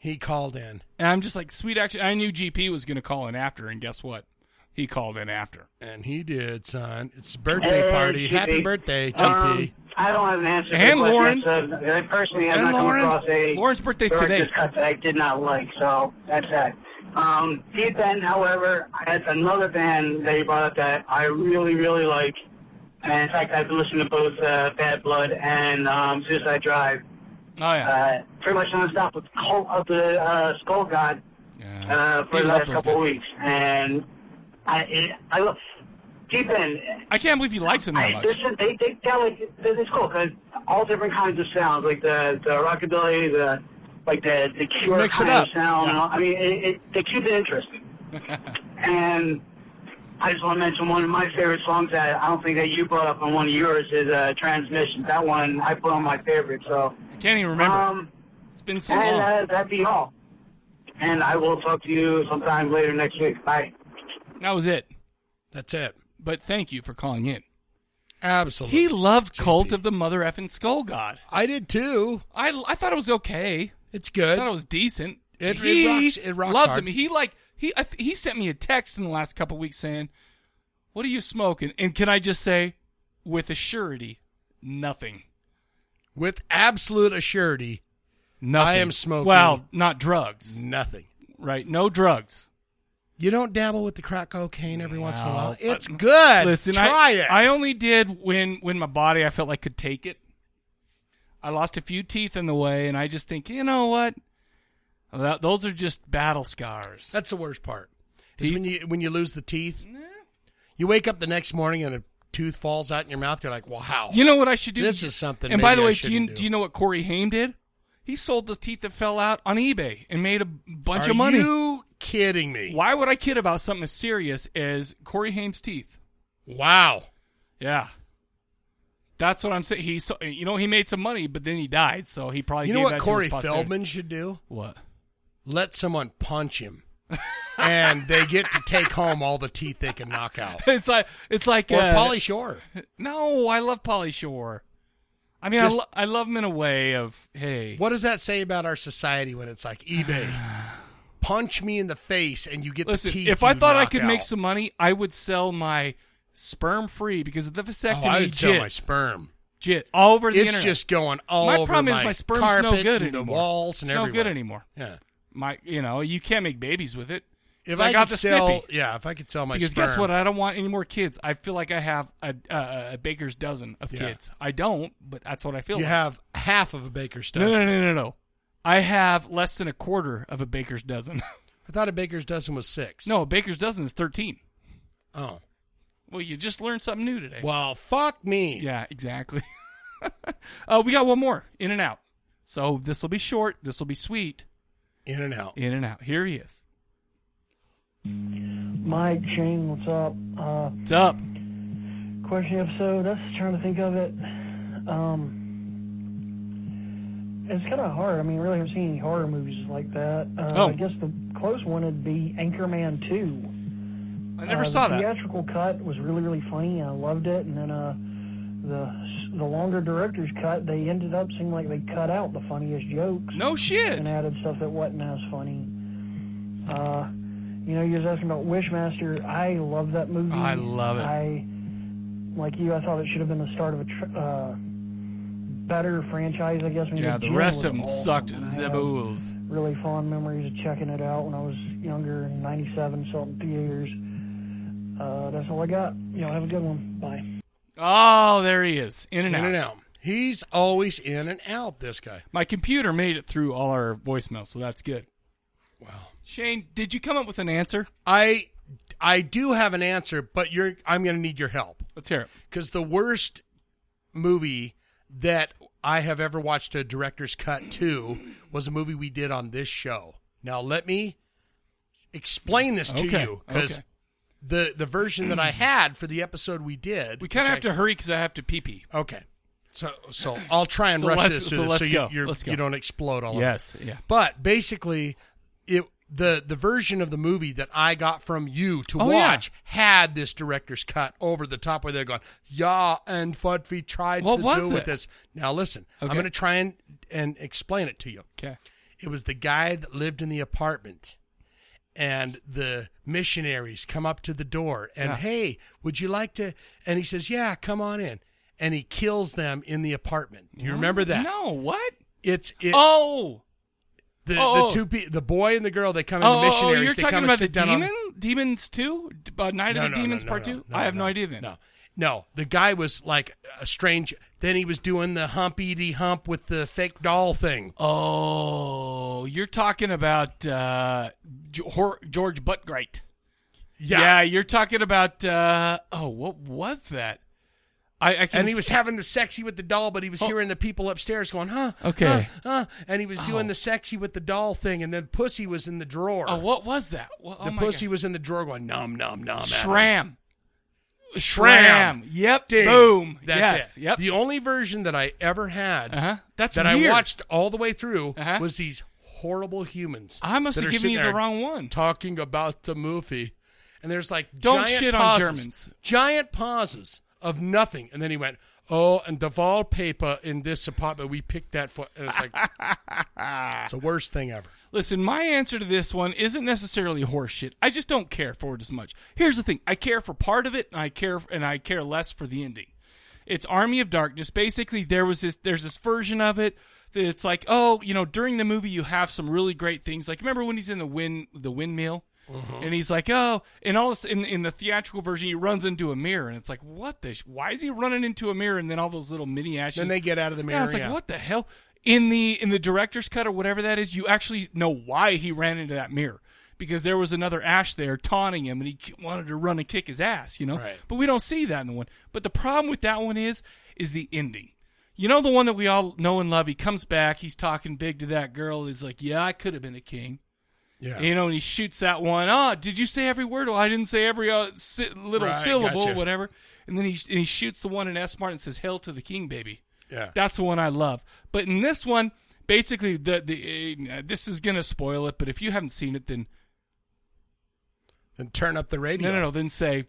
Speaker 2: He called in.
Speaker 1: And I'm just like, sweet action. I knew GP was going to call in after, and guess what? He called in after.
Speaker 2: And he did, son. It's a birthday
Speaker 4: Hey,
Speaker 2: party.
Speaker 4: GP.
Speaker 2: Happy birthday,
Speaker 9: Uh,
Speaker 4: Um,
Speaker 2: GP.
Speaker 4: I don't have an answer.
Speaker 1: And
Speaker 4: to the
Speaker 1: Lauren.
Speaker 4: question. So, uh, personally, I'm
Speaker 2: And
Speaker 4: not come
Speaker 2: Lauren.
Speaker 4: across a
Speaker 1: Lauren's birthday's
Speaker 4: director's
Speaker 1: today.
Speaker 4: cut that I did not like, so that's that. Um, Deep End, however, has another band that you brought up that I really, really like. And in fact, I've been listening to both uh, Bad Blood and um, Suicide Drive
Speaker 1: Oh yeah,
Speaker 4: uh, pretty much nonstop with Cult of the uh, Skull God uh, for
Speaker 1: We
Speaker 4: the
Speaker 1: love
Speaker 4: last
Speaker 1: those
Speaker 4: couple
Speaker 1: guys.
Speaker 4: weeks, and I it, I love Deep End.
Speaker 1: I can't believe he likes him that
Speaker 4: I,
Speaker 1: much.
Speaker 4: they're, they, they, they're like, they're, it's cool 'cause all different kinds of sounds, like the, the rockabilly, the, like the, the cure
Speaker 2: Mix it
Speaker 4: kind
Speaker 2: up.
Speaker 4: of sound. and all- I mean, it, it, they keep it interesting. and I just want to mention one of my favorite songs that I don't think that you brought up on one of yours is uh, Transmission. That one I put on my favorite, so.
Speaker 1: I can't even remember.
Speaker 4: Um,
Speaker 1: it's been so
Speaker 4: and
Speaker 1: long.
Speaker 4: uh, that'd be all. And I will talk to you sometime later next week. Bye.
Speaker 1: That was it.
Speaker 2: That's it.
Speaker 1: But thank you for calling in.
Speaker 2: Absolutely.
Speaker 1: He loved Cult of the Mother Effing Skull God.
Speaker 2: I did too.
Speaker 1: I, I thought it was okay.
Speaker 2: It's good.
Speaker 1: I thought it was decent.
Speaker 2: It- it
Speaker 1: he
Speaker 2: rocks- it rocks
Speaker 1: loves
Speaker 2: hard.
Speaker 1: him. He like he I, th- he sent me a text in the last couple weeks saying, "What are you smoking?" And can I just say, with a surety, nothing.
Speaker 2: With absolute assurity,
Speaker 1: nothing.
Speaker 2: I am smoking.
Speaker 1: Well, not drugs.
Speaker 2: Nothing.
Speaker 1: Right? No drugs.
Speaker 2: You don't dabble with the crack cocaine every once in a while.
Speaker 1: Well,
Speaker 2: It's
Speaker 1: but-
Speaker 2: good.
Speaker 1: Listen,
Speaker 2: try
Speaker 1: I,
Speaker 2: it.
Speaker 1: I only did when when my body I felt like could take it. I lost a few teeth in the way, and I just think, you know what? That- those are just battle scars.
Speaker 2: That's the worst part. Is when you when you lose the teeth. You wake up the next morning and a tooth falls out in your mouth. You're like, wow.
Speaker 1: You know what I should do?
Speaker 2: This is something.
Speaker 1: And by the
Speaker 2: maybe I
Speaker 1: way, do you,
Speaker 2: shouldn't
Speaker 1: do.
Speaker 2: do.
Speaker 1: you know what Corey Haim did? He sold the teeth that fell out on eBay and made a bunch
Speaker 2: Are
Speaker 1: of money.
Speaker 2: you kidding me?
Speaker 1: Why would I kid about something as serious as Corey Haim's teeth?
Speaker 2: Wow.
Speaker 1: Yeah. That's what I'm saying. He, so, you know, he made some money, but then he died, so he probably.
Speaker 2: You know
Speaker 1: gave
Speaker 2: what
Speaker 1: that to
Speaker 2: Corey
Speaker 1: his posterity.
Speaker 2: Feldman should do?
Speaker 1: What?
Speaker 2: Let someone punch him, and they get to take home all the teeth they can knock out.
Speaker 1: It's like it's like
Speaker 2: Or
Speaker 1: uh,
Speaker 2: Polly Shore.
Speaker 1: No, I love Polly Shore. I mean,
Speaker 2: Just-
Speaker 1: I, lo- I love him in a way of hey,
Speaker 2: What does that say about our society when it's like eBay? Punch me in the face and you get
Speaker 1: Listen,
Speaker 2: the teeth.
Speaker 1: if I
Speaker 2: you
Speaker 1: thought I
Speaker 2: knock
Speaker 1: could make
Speaker 2: out.
Speaker 1: some money, I would sell my sperm free because of the vasectomy.
Speaker 2: oh, I would
Speaker 1: jizz,
Speaker 2: sell my sperm.
Speaker 1: jizz all over the
Speaker 2: it's
Speaker 1: internet.
Speaker 2: just going all
Speaker 1: my
Speaker 2: over
Speaker 1: problem
Speaker 2: my
Speaker 1: is my sperm's no
Speaker 2: carpet
Speaker 1: good
Speaker 2: and the
Speaker 1: anymore.
Speaker 2: walls and
Speaker 1: it's no
Speaker 2: everywhere.
Speaker 1: good anymore.
Speaker 2: Yeah.
Speaker 1: My, you know, you can't make babies with it.
Speaker 2: If
Speaker 1: So
Speaker 2: I,
Speaker 1: I, got
Speaker 2: could
Speaker 1: the
Speaker 2: sell,
Speaker 1: snippy.
Speaker 2: yeah, if I could sell my
Speaker 1: because
Speaker 2: sperm,
Speaker 1: guess what? I don't want any more kids. I feel like I have a a, a baker's dozen of
Speaker 2: Yeah.
Speaker 1: kids. I don't, but that's what I feel.
Speaker 2: you
Speaker 1: like.
Speaker 2: have half of a baker's
Speaker 1: no, no,
Speaker 2: dozen.
Speaker 1: no, no, no, no. I have less than a quarter of a baker's dozen.
Speaker 2: I thought a baker's dozen was six.
Speaker 1: no, a baker's dozen is thirteen.
Speaker 2: Oh,
Speaker 1: Well, you just learned something new today.
Speaker 2: well, fuck me.
Speaker 1: Yeah, exactly. uh, we got one more in and out. So this will be short. This will be sweet.
Speaker 2: In and out.
Speaker 1: In and out. Here he is.
Speaker 10: Mike, Shane, what's up? Uh,
Speaker 1: What's up?
Speaker 10: question episode. I was trying to think of it. Um, it's kind of hard. I mean, really, I haven't seen any horror movies like that. Uh,
Speaker 1: Oh.
Speaker 10: I guess the close one would be Anchorman Two.
Speaker 1: I never
Speaker 10: Uh,
Speaker 1: saw
Speaker 10: the
Speaker 1: that.
Speaker 10: Theatrical cut was really, really funny. I loved it. And then uh, the the longer director's cut, they ended up seeming like they cut out the funniest jokes.
Speaker 1: No shit.
Speaker 10: And added stuff that wasn't as funny. Uh, you know, you was asking about Wishmaster. I love that movie.
Speaker 1: Oh, I love it.
Speaker 10: I like you. I thought it should have been the start of a tr- uh, better franchise. I guess. I mean,
Speaker 1: Yeah, the
Speaker 10: Jim
Speaker 1: rest
Speaker 10: was
Speaker 1: of them
Speaker 10: awesome.
Speaker 1: sucked.
Speaker 10: I have
Speaker 1: Zabools.
Speaker 10: really fond memories of checking it out when I was younger in '97, something theaters. Uh, that's all I got. Y'all have a good one. Bye.
Speaker 1: Oh, there he is. In and
Speaker 2: in
Speaker 1: out.
Speaker 2: and out. He's always in and out. This guy.
Speaker 1: My computer made it through all our voicemails, so that's good.
Speaker 2: Wow.
Speaker 1: Shane, did you come up with an answer?
Speaker 2: I I do have an answer, but you're I'm going to need your help
Speaker 1: Let's hear it.
Speaker 2: because the worst movie that I have ever watched a director's cut to was a movie we did on this show. Now let me explain this to
Speaker 1: Okay,
Speaker 2: you because
Speaker 1: okay.
Speaker 2: the the version that I had for the episode we did,
Speaker 1: We kind of have
Speaker 2: which
Speaker 1: to hurry because I have to pee pee.
Speaker 2: I, Okay, so so I'll try and
Speaker 1: So
Speaker 2: rush
Speaker 1: let's-
Speaker 2: this
Speaker 1: so
Speaker 2: through this
Speaker 1: let's
Speaker 2: you,
Speaker 1: go,
Speaker 2: you're-
Speaker 1: let's go.
Speaker 2: you don't explode all over.
Speaker 1: Yes, yeah.
Speaker 2: But basically, it the the version of the movie that I got from you to
Speaker 1: Oh, yeah.
Speaker 2: watch had this director's cut over the top where they're going, "Yeah, and what we tried
Speaker 1: What
Speaker 2: to
Speaker 1: was
Speaker 2: do
Speaker 1: it?
Speaker 2: with this." Now listen,
Speaker 1: Okay.
Speaker 2: I'm going to try and and explain it to you.
Speaker 1: Okay.
Speaker 2: It was the guy that lived in the apartment. And the missionaries come up to the door and,
Speaker 1: Yeah.
Speaker 2: hey, would you like to? And he says, yeah, come on in. And he kills them in the apartment. Do you remember that?
Speaker 1: No, what?
Speaker 2: It's it,
Speaker 1: oh,
Speaker 2: the,
Speaker 1: Oh, oh.
Speaker 2: the two pe- the boy and the girl they come in
Speaker 1: oh,
Speaker 2: the
Speaker 1: oh, oh,
Speaker 2: missionaries
Speaker 1: you're
Speaker 2: they
Speaker 1: talking
Speaker 2: come and
Speaker 1: about the
Speaker 2: sit down on-
Speaker 1: demon? Demons 2? D- Uh, Night of
Speaker 2: No,
Speaker 1: the
Speaker 2: no, no,
Speaker 1: Demons
Speaker 2: no,
Speaker 1: Part
Speaker 2: no,
Speaker 1: 2?
Speaker 2: no,
Speaker 1: I have no, idea then.
Speaker 2: no no the guy was like a strange then he was doing the humpy hump with the fake doll thing
Speaker 1: Oh, you're talking about uh, G- Hor- George Buttgright.
Speaker 2: yeah,
Speaker 1: you're talking about. Uh, oh, what was that? I, I can Oh.
Speaker 2: and he was having the sexy with the doll but he was hearing the people upstairs going huh
Speaker 1: Okay.
Speaker 2: huh, huh, and he was doing the sexy with the doll thing and then pussy was in the drawer
Speaker 1: Oh, what was that? What, oh
Speaker 2: the
Speaker 1: my
Speaker 2: pussy
Speaker 1: God.
Speaker 2: was in the drawer going nom nom nom Adam.
Speaker 1: Shram.
Speaker 2: Shram.
Speaker 1: Yep.
Speaker 2: Ding.
Speaker 1: Boom.
Speaker 2: That's
Speaker 1: yes.
Speaker 2: it.
Speaker 1: Yep.
Speaker 2: The only version that I ever had
Speaker 1: Uh-huh. That's
Speaker 2: that
Speaker 1: weird.
Speaker 2: I watched all the way through
Speaker 1: Uh-huh.
Speaker 2: was these horrible humans.
Speaker 1: I must
Speaker 2: that
Speaker 1: have
Speaker 2: are
Speaker 1: given
Speaker 2: sitting
Speaker 1: you the
Speaker 2: there
Speaker 1: wrong one.
Speaker 2: Talking about the movie, and there's like
Speaker 1: Don't
Speaker 2: giant
Speaker 1: shit on
Speaker 2: pauses,
Speaker 1: Germans.
Speaker 2: giant pauses of nothing, and then he went, "Oh, and the wallpaper in this apartment, we picked that for." And it's like it's the worst thing ever.
Speaker 1: Listen, my answer to this one isn't necessarily horseshit. I just don't care for it as much. Here's the thing: I care for part of it, and I care and I care less for the ending. It's Army of Darkness. Basically, there was this. There's this version of it that it's like, oh, you know, during the movie you have some really great things. Like remember when he's in the wind, the windmill,
Speaker 2: Mm-hmm.
Speaker 11: Mhm.
Speaker 1: and he's like, oh, and all this in in the theatrical version he runs into a mirror, and it's like, what the? Sh- why is he running into a mirror? And then all those little mini ashes.
Speaker 2: Then they get out of the
Speaker 1: Yeah,
Speaker 2: mirror,
Speaker 1: it's like
Speaker 2: yeah.
Speaker 1: what the hell? In the in the director's cut or whatever that is, you actually know why he ran into that mirror because there was another ash there taunting him, and he k- wanted to run and kick his ass, you know.
Speaker 2: Right.
Speaker 1: But we don't see that in the one. But the problem with that one is is the ending. You know the one that we all know and love. He comes back. He's talking big to that girl. He's like, "Yeah, I could have been a king."
Speaker 2: Yeah.
Speaker 1: You know, and he shoots that one. Oh, did you say every word? Well, I didn't say every uh, si- little
Speaker 2: Right,
Speaker 1: syllable,
Speaker 2: gotcha.
Speaker 1: whatever. And then he and he shoots the one in S Mart and says, "Hail to the king, baby."
Speaker 2: Yeah.
Speaker 1: That's the one I love. But in this one, basically, the the uh, this is gonna spoil it. But if you haven't seen it, then
Speaker 2: then turn up the radio.
Speaker 1: No, no, no. Then say,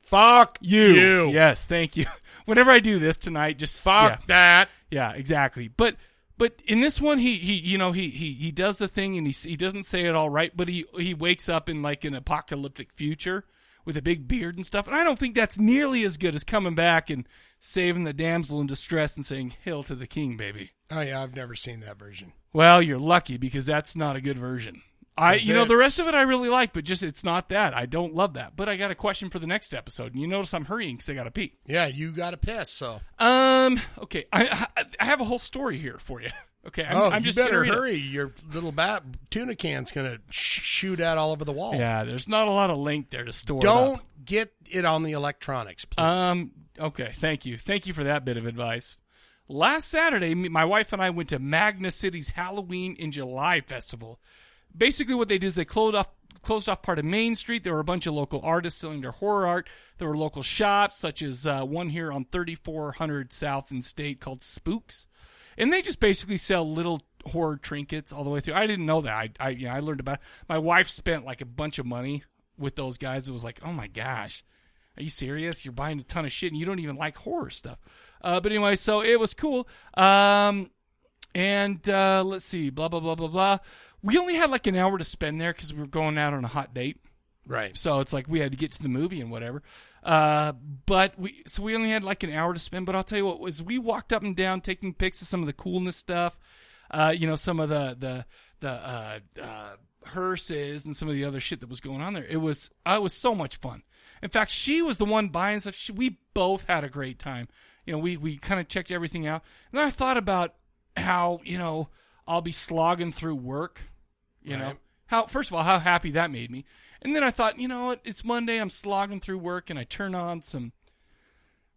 Speaker 2: "Fuck
Speaker 1: you."
Speaker 2: you.
Speaker 1: Yes, thank you. Whenever I do this tonight, just
Speaker 2: Fuck that.
Speaker 1: Yeah, exactly. But but in this one, he he you know he he he does the thing and he s- he doesn't say it all right, but he he wakes up in like an apocalyptic future with a big beard and stuff. And I don't think that's nearly as good as coming back and saving the damsel in distress and saying "Hail to the king, baby."
Speaker 2: Oh yeah, I've never seen that version.
Speaker 1: Well, you're lucky because that's not a good version. I,
Speaker 2: 'Cause
Speaker 1: you know, the
Speaker 2: it's-
Speaker 1: rest of it I really like, but just it's not that. I don't love that. But I got a question for the next episode, and you notice I'm hurrying because I got to pee.
Speaker 2: Yeah, you got to piss. So
Speaker 1: Um, okay, I, I I have a whole story here for you. Okay, I'm,
Speaker 2: oh,
Speaker 1: I'm
Speaker 2: you
Speaker 1: just
Speaker 2: better
Speaker 1: gonna read it.
Speaker 2: hurry. Your little bat tuna can's gonna sh- shoot out all over the wall.
Speaker 1: Yeah, there's not a lot of length there to store. it up.
Speaker 2: Don't get it on the electronics, please.
Speaker 1: Um. Okay. Thank you. Thank you for that bit of advice. Last Saturday, me- my wife and I went to Magna City's Halloween in July festival. Basically, what they did is they closed off closed off part of Main Street. There were a bunch of local artists selling their horror art. There were local shops, such as uh, one here on 3400 South and State called Spooks, and they just basically sell little horror trinkets all the way through. I didn't know that. I I, you know, I learned about. It. My wife spent like a bunch of money with those guys. It was like, oh my gosh. Are you serious? You're buying a ton of shit and you don't even like horror stuff. Uh, but anyway, so it was cool. Um, and uh, let's see, blah, blah, blah, blah, blah. We only had like an hour to spend there because we were going out on a hot date.
Speaker 2: Right.
Speaker 1: So it's like we had to get to the movie and whatever. Uh, but we, so we only had like an hour to spend. But I'll tell you what, was we walked up and down taking pics of some of the coolness stuff, uh, you know, some of the, the, the, uh, uh, hearses and some of the other shit that was going on there. It was, uh, it was so much fun. In fact, she was the one buying stuff. She, we both had a great time. You know, we, we kind of checked everything out. And then I thought about how, you know, I'll be slogging through work, you know,
Speaker 2: Right.
Speaker 1: how first of all how happy that made me and then i thought you know what it's monday i'm slogging through work and i turn on some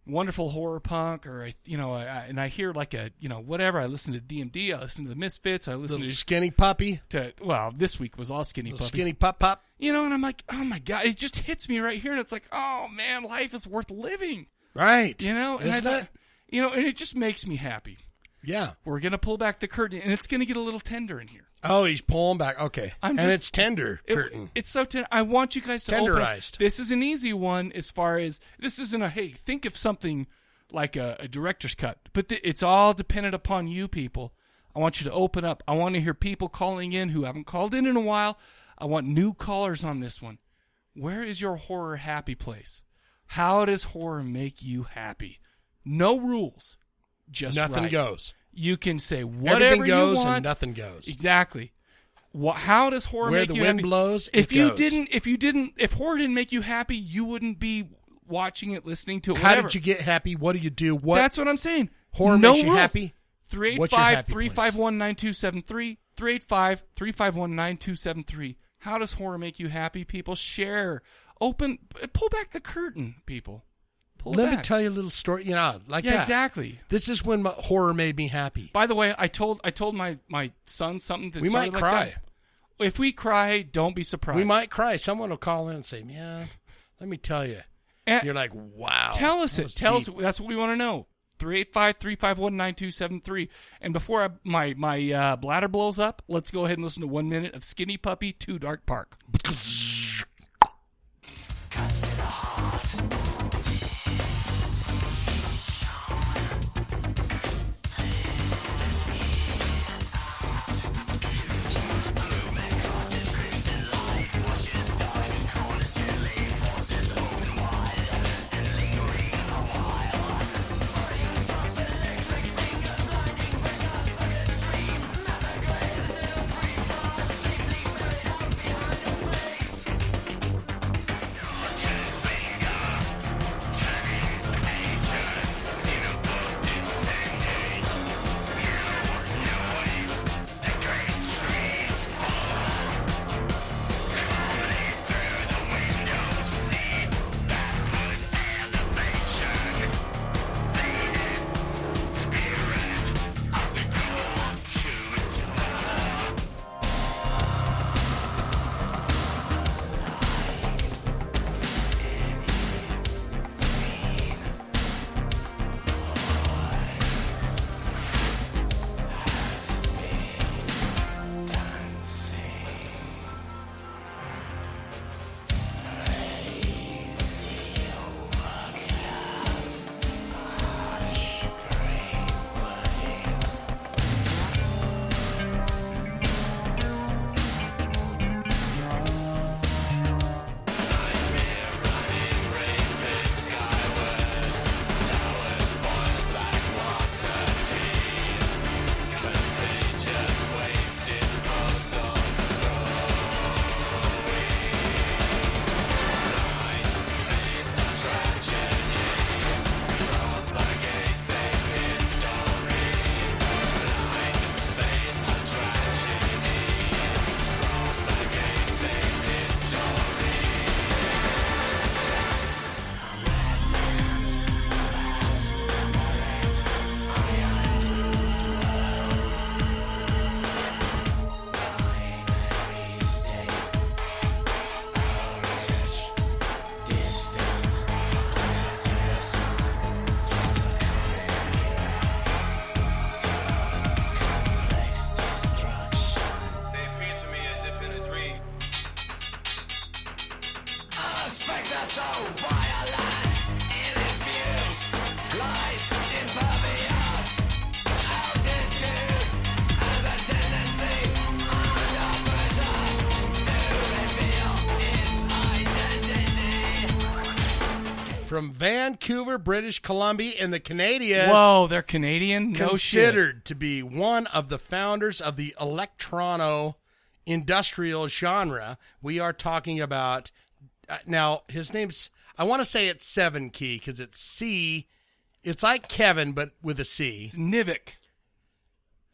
Speaker 1: wonderful horror punk or i you know I, I, and i hear like a you know whatever i listen to dmd i listen to the misfits i listen
Speaker 2: Little
Speaker 1: to
Speaker 2: skinny puppy
Speaker 1: to well this week was all skinny
Speaker 2: Little
Speaker 1: puppy
Speaker 2: skinny pup pup.
Speaker 1: you know and i'm like oh my god it just hits me right here and it's like oh man life is worth living
Speaker 2: Right.
Speaker 1: you know and
Speaker 2: Isn't
Speaker 1: I
Speaker 2: it?
Speaker 1: thought, you know and it just makes me happy
Speaker 2: yeah
Speaker 1: we're gonna pull back the curtain and it's gonna get a little tender in here
Speaker 2: Oh, he's pulling back. Okay.
Speaker 1: I'm
Speaker 2: and
Speaker 1: just-
Speaker 2: it's tender
Speaker 1: it-
Speaker 2: curtain.
Speaker 1: It's so tender. I want you guys to open-
Speaker 2: Tenderized.
Speaker 1: This is an easy one as far as this isn't a hey, think of something like a, a director's cut, but th- it's all dependent upon you people. I want you to open up. I want to hear people calling in who haven't called in in a while. I want new callers on this one. Where is your horror happy place? How does horror make you happy? No rules. Just
Speaker 2: Nothing
Speaker 1: right.
Speaker 2: goes.
Speaker 1: You can say whatever
Speaker 2: Everything
Speaker 1: you
Speaker 2: goes and
Speaker 1: want.
Speaker 2: nothing goes.
Speaker 1: Exactly. Wha how does horror
Speaker 2: Where
Speaker 1: make
Speaker 2: the
Speaker 1: you
Speaker 2: wind
Speaker 1: happy?
Speaker 2: blows, it
Speaker 1: If you
Speaker 2: goes.
Speaker 1: didn't, if you didn't, if horror didn't make you happy, you wouldn't be watching it, listening to it.
Speaker 2: How
Speaker 1: whatever.
Speaker 2: did you get happy? What do you do? What?
Speaker 1: That's what I'm saying.
Speaker 2: Horror
Speaker 1: no
Speaker 2: makes you
Speaker 1: rules.
Speaker 2: happy. What's
Speaker 1: 385
Speaker 2: your happy
Speaker 1: 351 9273. 385 351 9273. How does horror make you happy, people? Share. Open. uh, Pull back the curtain, people. Pull
Speaker 2: Let
Speaker 1: back.
Speaker 2: me tell you a little story. You know, like
Speaker 1: Yeah,
Speaker 2: that.
Speaker 1: exactly.
Speaker 2: This is when my, horror made me happy.
Speaker 1: By the way, I told I told my, my son something that
Speaker 2: We might
Speaker 1: sounded like
Speaker 2: cry.
Speaker 1: that. If we cry, don't be surprised.
Speaker 2: We might cry. Someone will call in and say, "Man, let me tell you."
Speaker 1: And-
Speaker 2: You're like, "Wow."
Speaker 1: Tell us
Speaker 2: that
Speaker 1: it.
Speaker 2: was
Speaker 1: Tell
Speaker 2: deep."
Speaker 1: us. That's what we want to know. 385 351 9273. And before I, my, my uh, bladder blows up, let's go ahead and listen to one minute of Skinny Puppy to Dark Park.
Speaker 2: From Vancouver, British Columbia, and the Canadians.
Speaker 1: Whoa, they're Canadian? No
Speaker 2: considered to be one of the founders of the electrono industrial genre. We are talking about uh, now. His name's I want to say it's Seven Key because it's C. It's like Kevin, but with a C. It's
Speaker 1: Nivik.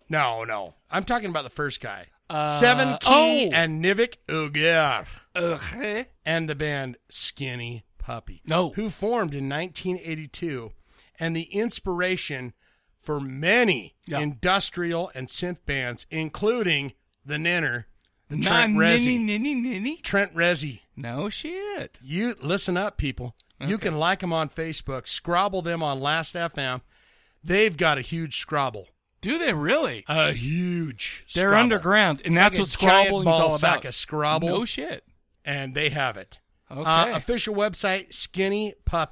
Speaker 2: No, no, I'm talking about the first guy.
Speaker 1: Uh,
Speaker 2: Seven Key
Speaker 1: oh.
Speaker 2: and Nivik Ugar
Speaker 1: Okay.
Speaker 2: and the band Skinny Puppy. No. Who formed in 1982 and the inspiration for many industrial and synth bands, including The Ninner, the
Speaker 1: Nah,
Speaker 2: Trent
Speaker 1: ninny,
Speaker 2: Rezi.
Speaker 1: ninny, ninny.
Speaker 2: Trent Rezi.
Speaker 1: No shit.
Speaker 2: You listen up, people. You can like them on Facebook, scrabble them on Last FM. They've got a huge scrabble.
Speaker 1: Do they really?
Speaker 2: A huge.
Speaker 1: They're
Speaker 2: Scrabble.
Speaker 1: underground, and
Speaker 2: It's
Speaker 1: that's
Speaker 2: like a
Speaker 1: what Scrabble
Speaker 2: giant
Speaker 1: is
Speaker 2: ball
Speaker 1: all
Speaker 2: sack
Speaker 1: about.
Speaker 2: of Scrabble.
Speaker 1: No shit.
Speaker 2: And they have it.
Speaker 1: Okay.
Speaker 2: Uh, official website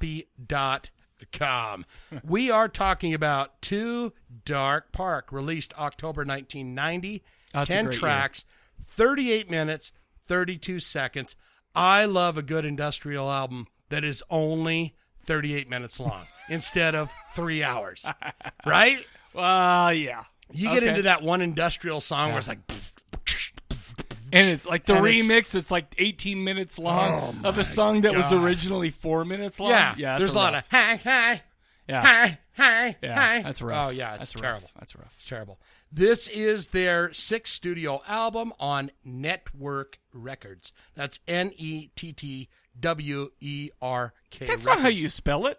Speaker 2: skinnypuppy.com. we are talking about Two Dark Park, released October 1990.
Speaker 1: That's a
Speaker 2: 10
Speaker 1: great year.
Speaker 2: tracks, 38 minutes, 32 seconds. I love a good industrial album that is only 38 minutes long instead of three hours, right?
Speaker 1: Well, Uh, yeah.
Speaker 2: You get
Speaker 1: Okay.
Speaker 2: into that one industrial song where it's like,
Speaker 1: And it's like the
Speaker 2: And it's-
Speaker 1: remix. It's, like 18 minutes long
Speaker 2: Oh
Speaker 1: of
Speaker 2: my
Speaker 1: a song that was
Speaker 2: God.
Speaker 1: originally four minutes long.
Speaker 2: yeah,
Speaker 1: yeah.
Speaker 2: there's a lot of hi, hi,
Speaker 1: Yeah.
Speaker 2: hi, hi,
Speaker 1: Yeah,
Speaker 2: hi.
Speaker 1: that's rough.
Speaker 2: Oh, yeah, it's
Speaker 1: That's rough.
Speaker 2: terrible.
Speaker 1: That's rough.
Speaker 2: It's terrible. This is their sixth studio album on Network Records. That's N E T T W E R K.
Speaker 1: That's not how you spell it.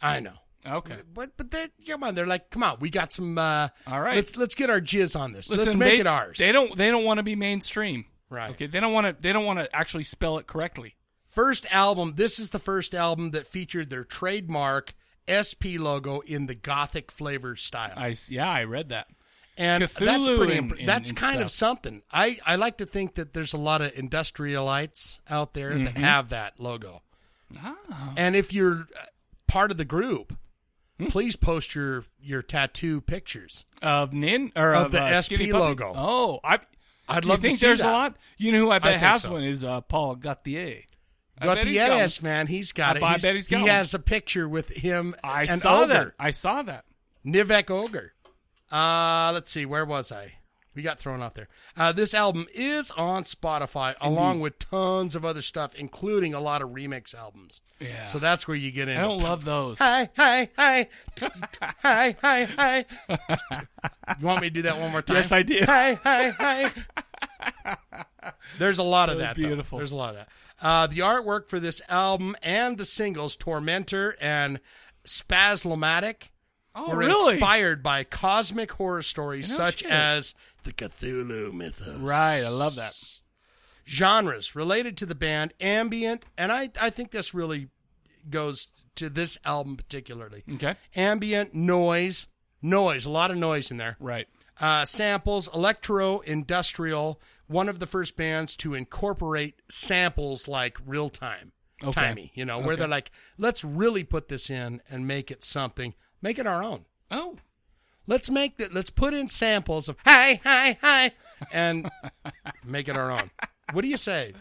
Speaker 2: I know.
Speaker 1: Okay.
Speaker 2: But but they, come on, they're like, come on, we got some. Uh, All
Speaker 1: right.
Speaker 2: let's let's get our jizz on this. let's
Speaker 1: Listen,
Speaker 2: make
Speaker 1: they-
Speaker 2: it ours.
Speaker 1: They don't. They don't want to be mainstream.
Speaker 2: Right.
Speaker 1: Okay. They don't want to. They don't want to actually spell it correctly.
Speaker 2: First album. This is the first album that featured their trademark SP logo in the gothic flavor style.
Speaker 1: I yeah, I read that.
Speaker 2: And
Speaker 1: Cthulhu
Speaker 2: that's pretty.
Speaker 1: and-
Speaker 2: impre-
Speaker 1: and-
Speaker 2: that's
Speaker 1: and
Speaker 2: kind of
Speaker 1: stuff.
Speaker 2: something. I I like to think that there's a lot of industrialites out there that
Speaker 1: Mhm.
Speaker 2: have that logo.
Speaker 1: Ah.
Speaker 2: And if you're uh, part of the group,
Speaker 1: Hmm.
Speaker 2: please post your your tattoo pictures
Speaker 1: of Nin or
Speaker 2: of,
Speaker 1: of,
Speaker 2: the
Speaker 1: uh,
Speaker 2: SP
Speaker 1: Skinny Puppy?
Speaker 2: logo.
Speaker 1: Oh, I
Speaker 2: I'd
Speaker 1: do
Speaker 2: love
Speaker 1: you think
Speaker 2: to see
Speaker 1: there's
Speaker 2: that.
Speaker 1: a lot. You know who I bet
Speaker 2: think
Speaker 1: has
Speaker 2: so.
Speaker 1: one is uh, Paul Gauthier. I bet he's got one.
Speaker 2: Gutierrez, man, he's got
Speaker 1: I
Speaker 2: it.
Speaker 1: bet he's got
Speaker 2: he
Speaker 1: one.
Speaker 2: has a picture with him.
Speaker 1: I
Speaker 2: and
Speaker 1: saw
Speaker 2: Ogre.
Speaker 1: that. I saw that.
Speaker 2: Nivek Ogre. Uh, let's see, where was I? We got thrown off there. Uh, this album is on Spotify along
Speaker 1: Indeed.
Speaker 2: with tons of other stuff, including a lot of remix albums.
Speaker 1: Yeah.
Speaker 2: So that's where you get in.
Speaker 1: I don't love those.
Speaker 2: Hi, hi, hi. hi, hi, hi. You want me to do that one more time?
Speaker 1: Yes, I do.
Speaker 2: Hi, hi, hi. There's a lot of
Speaker 1: Really
Speaker 2: that. though.
Speaker 1: beautiful.
Speaker 2: There's a lot of that. Uh, the artwork for this album and the singles "Tormentor" and "Spaslomatic"
Speaker 1: Oh,
Speaker 2: were
Speaker 1: really?
Speaker 2: inspired by cosmic horror stories
Speaker 1: No
Speaker 2: such
Speaker 1: shit.
Speaker 2: as the Cthulhu mythos.
Speaker 1: Right, I love that.
Speaker 2: Genres related to the band: ambient, and I, I think this really goes to this album particularly.
Speaker 1: Okay.
Speaker 2: Ambient noise, noise, a lot of noise in there.
Speaker 1: Right.
Speaker 2: Uh, samples, electro industrial, one of the first bands to incorporate samples like real time,
Speaker 1: Okay.
Speaker 2: timey. You know, where
Speaker 1: Okay.
Speaker 2: they're like, let's really put this in and make it something, make it our own.
Speaker 1: Oh.
Speaker 2: Let's make that. Let's put in samples of hi, hi, hi, and make it our own. What do you say?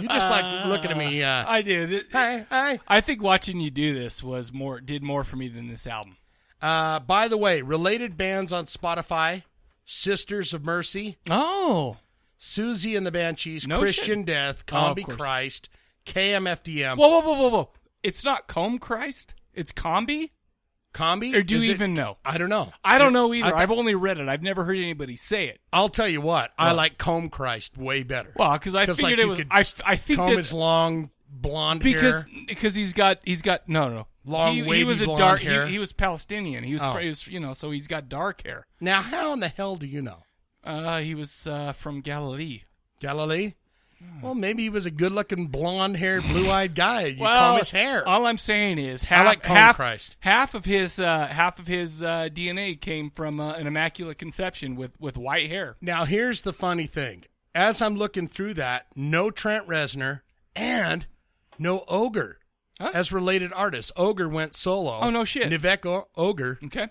Speaker 2: You just like looking at me. Uh,
Speaker 1: I do. Th-
Speaker 2: Hi, hi.
Speaker 1: I think watching you do this was more did more for me than this album.
Speaker 2: Uh, by the way, related bands on Spotify: Sisters of Mercy.
Speaker 1: Oh,
Speaker 2: Susie and the Banshees,
Speaker 1: No
Speaker 2: Christian
Speaker 1: shit.
Speaker 2: Death,
Speaker 1: Oh, of
Speaker 2: Combi
Speaker 1: course.
Speaker 2: Christ, KMFDM.
Speaker 1: Whoa, whoa, whoa, whoa, whoa! It's not Comb Christ. It's Combi.
Speaker 2: Combi?
Speaker 1: Or do
Speaker 2: Is
Speaker 1: you
Speaker 2: it-
Speaker 1: even know?
Speaker 2: I don't know.
Speaker 1: I don't know
Speaker 2: I
Speaker 1: either.
Speaker 2: thought-
Speaker 1: I've only read it. I've never heard anybody say it.
Speaker 2: I'll tell you what, I
Speaker 1: Well.
Speaker 2: like Comb Christ way better.
Speaker 1: Well, because I
Speaker 2: like,
Speaker 1: figured
Speaker 2: you
Speaker 1: it was.
Speaker 2: could
Speaker 1: I,
Speaker 2: just
Speaker 1: I think
Speaker 2: comb
Speaker 1: that,
Speaker 2: his long blonde
Speaker 1: because
Speaker 2: hair.
Speaker 1: because he's got he's got no no
Speaker 2: Long,
Speaker 1: he,
Speaker 2: wavy
Speaker 1: he was a
Speaker 2: blonde
Speaker 1: dark
Speaker 2: hair.
Speaker 1: He, he was Palestinian he was,
Speaker 2: Oh.
Speaker 1: fr- he was you know so he's got dark hair
Speaker 2: Now, how in the hell do you know
Speaker 1: uh he was uh from Galilee Hmm.
Speaker 2: Galilee? Well, maybe he was a good-looking blonde-haired, blue-eyed guy. You
Speaker 1: well
Speaker 2: comb his hair.
Speaker 1: all I'm saying is half
Speaker 2: like Colin
Speaker 1: half
Speaker 2: Christ.
Speaker 1: half of his uh half of his uh DNA came from uh, an immaculate conception with with white hair
Speaker 2: Now, here's the funny thing. As I'm looking through that, no Trent Reznor and no Ogre. as related artists. Ogre went solo.
Speaker 1: Oh, no shit.
Speaker 2: Nivek O- Ogre.
Speaker 1: Okay.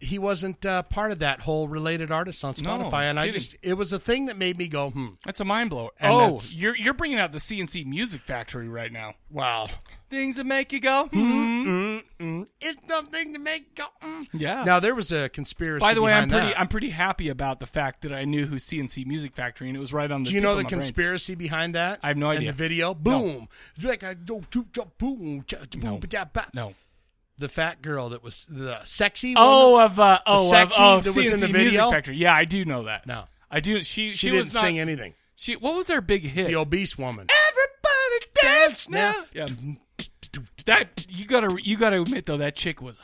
Speaker 2: He wasn't uh, part of that whole related artist on
Speaker 1: No,
Speaker 2: Spotify, and I
Speaker 1: kidding.
Speaker 2: just it was a thing that made me go, hmm.
Speaker 1: That's a mind blow.
Speaker 2: And
Speaker 1: oh,
Speaker 2: that's-
Speaker 1: you're you're bringing out the CNC Music Factory right now.
Speaker 2: Wow.
Speaker 1: Things that make you go. hmm.
Speaker 2: Mm, mm. It's something to make go. Mm.
Speaker 1: Yeah.
Speaker 2: Now there was a conspiracy.
Speaker 1: By the way, I'm
Speaker 2: behind
Speaker 1: pretty
Speaker 2: that.
Speaker 1: I'm pretty happy about the fact that I knew who CNC Music Factory and it was right on the.
Speaker 2: Do you
Speaker 1: tip
Speaker 2: know
Speaker 1: of
Speaker 2: the
Speaker 1: my brains.
Speaker 2: conspiracy behind that?
Speaker 1: I have no idea.
Speaker 2: And the video, boom, Like, I don't do- do- boom, cha- boom,
Speaker 1: No.
Speaker 2: ba- ba-
Speaker 1: No.
Speaker 2: the fat girl that was the sexy.
Speaker 1: Oh,
Speaker 2: one,
Speaker 1: of uh,
Speaker 2: the
Speaker 1: oh,
Speaker 2: sexy
Speaker 1: of, oh,
Speaker 2: that
Speaker 1: CNC
Speaker 2: was in the
Speaker 1: Music
Speaker 2: video.
Speaker 1: Factory. Yeah, I do know that.
Speaker 2: No,
Speaker 1: I do. She
Speaker 2: she,
Speaker 1: she,
Speaker 2: didn't
Speaker 1: was not,
Speaker 2: sing anything.
Speaker 1: She what was her big hit?
Speaker 2: The obese woman.
Speaker 1: Everybody dance now. Yeah. That you gotta you gotta admit though that chick was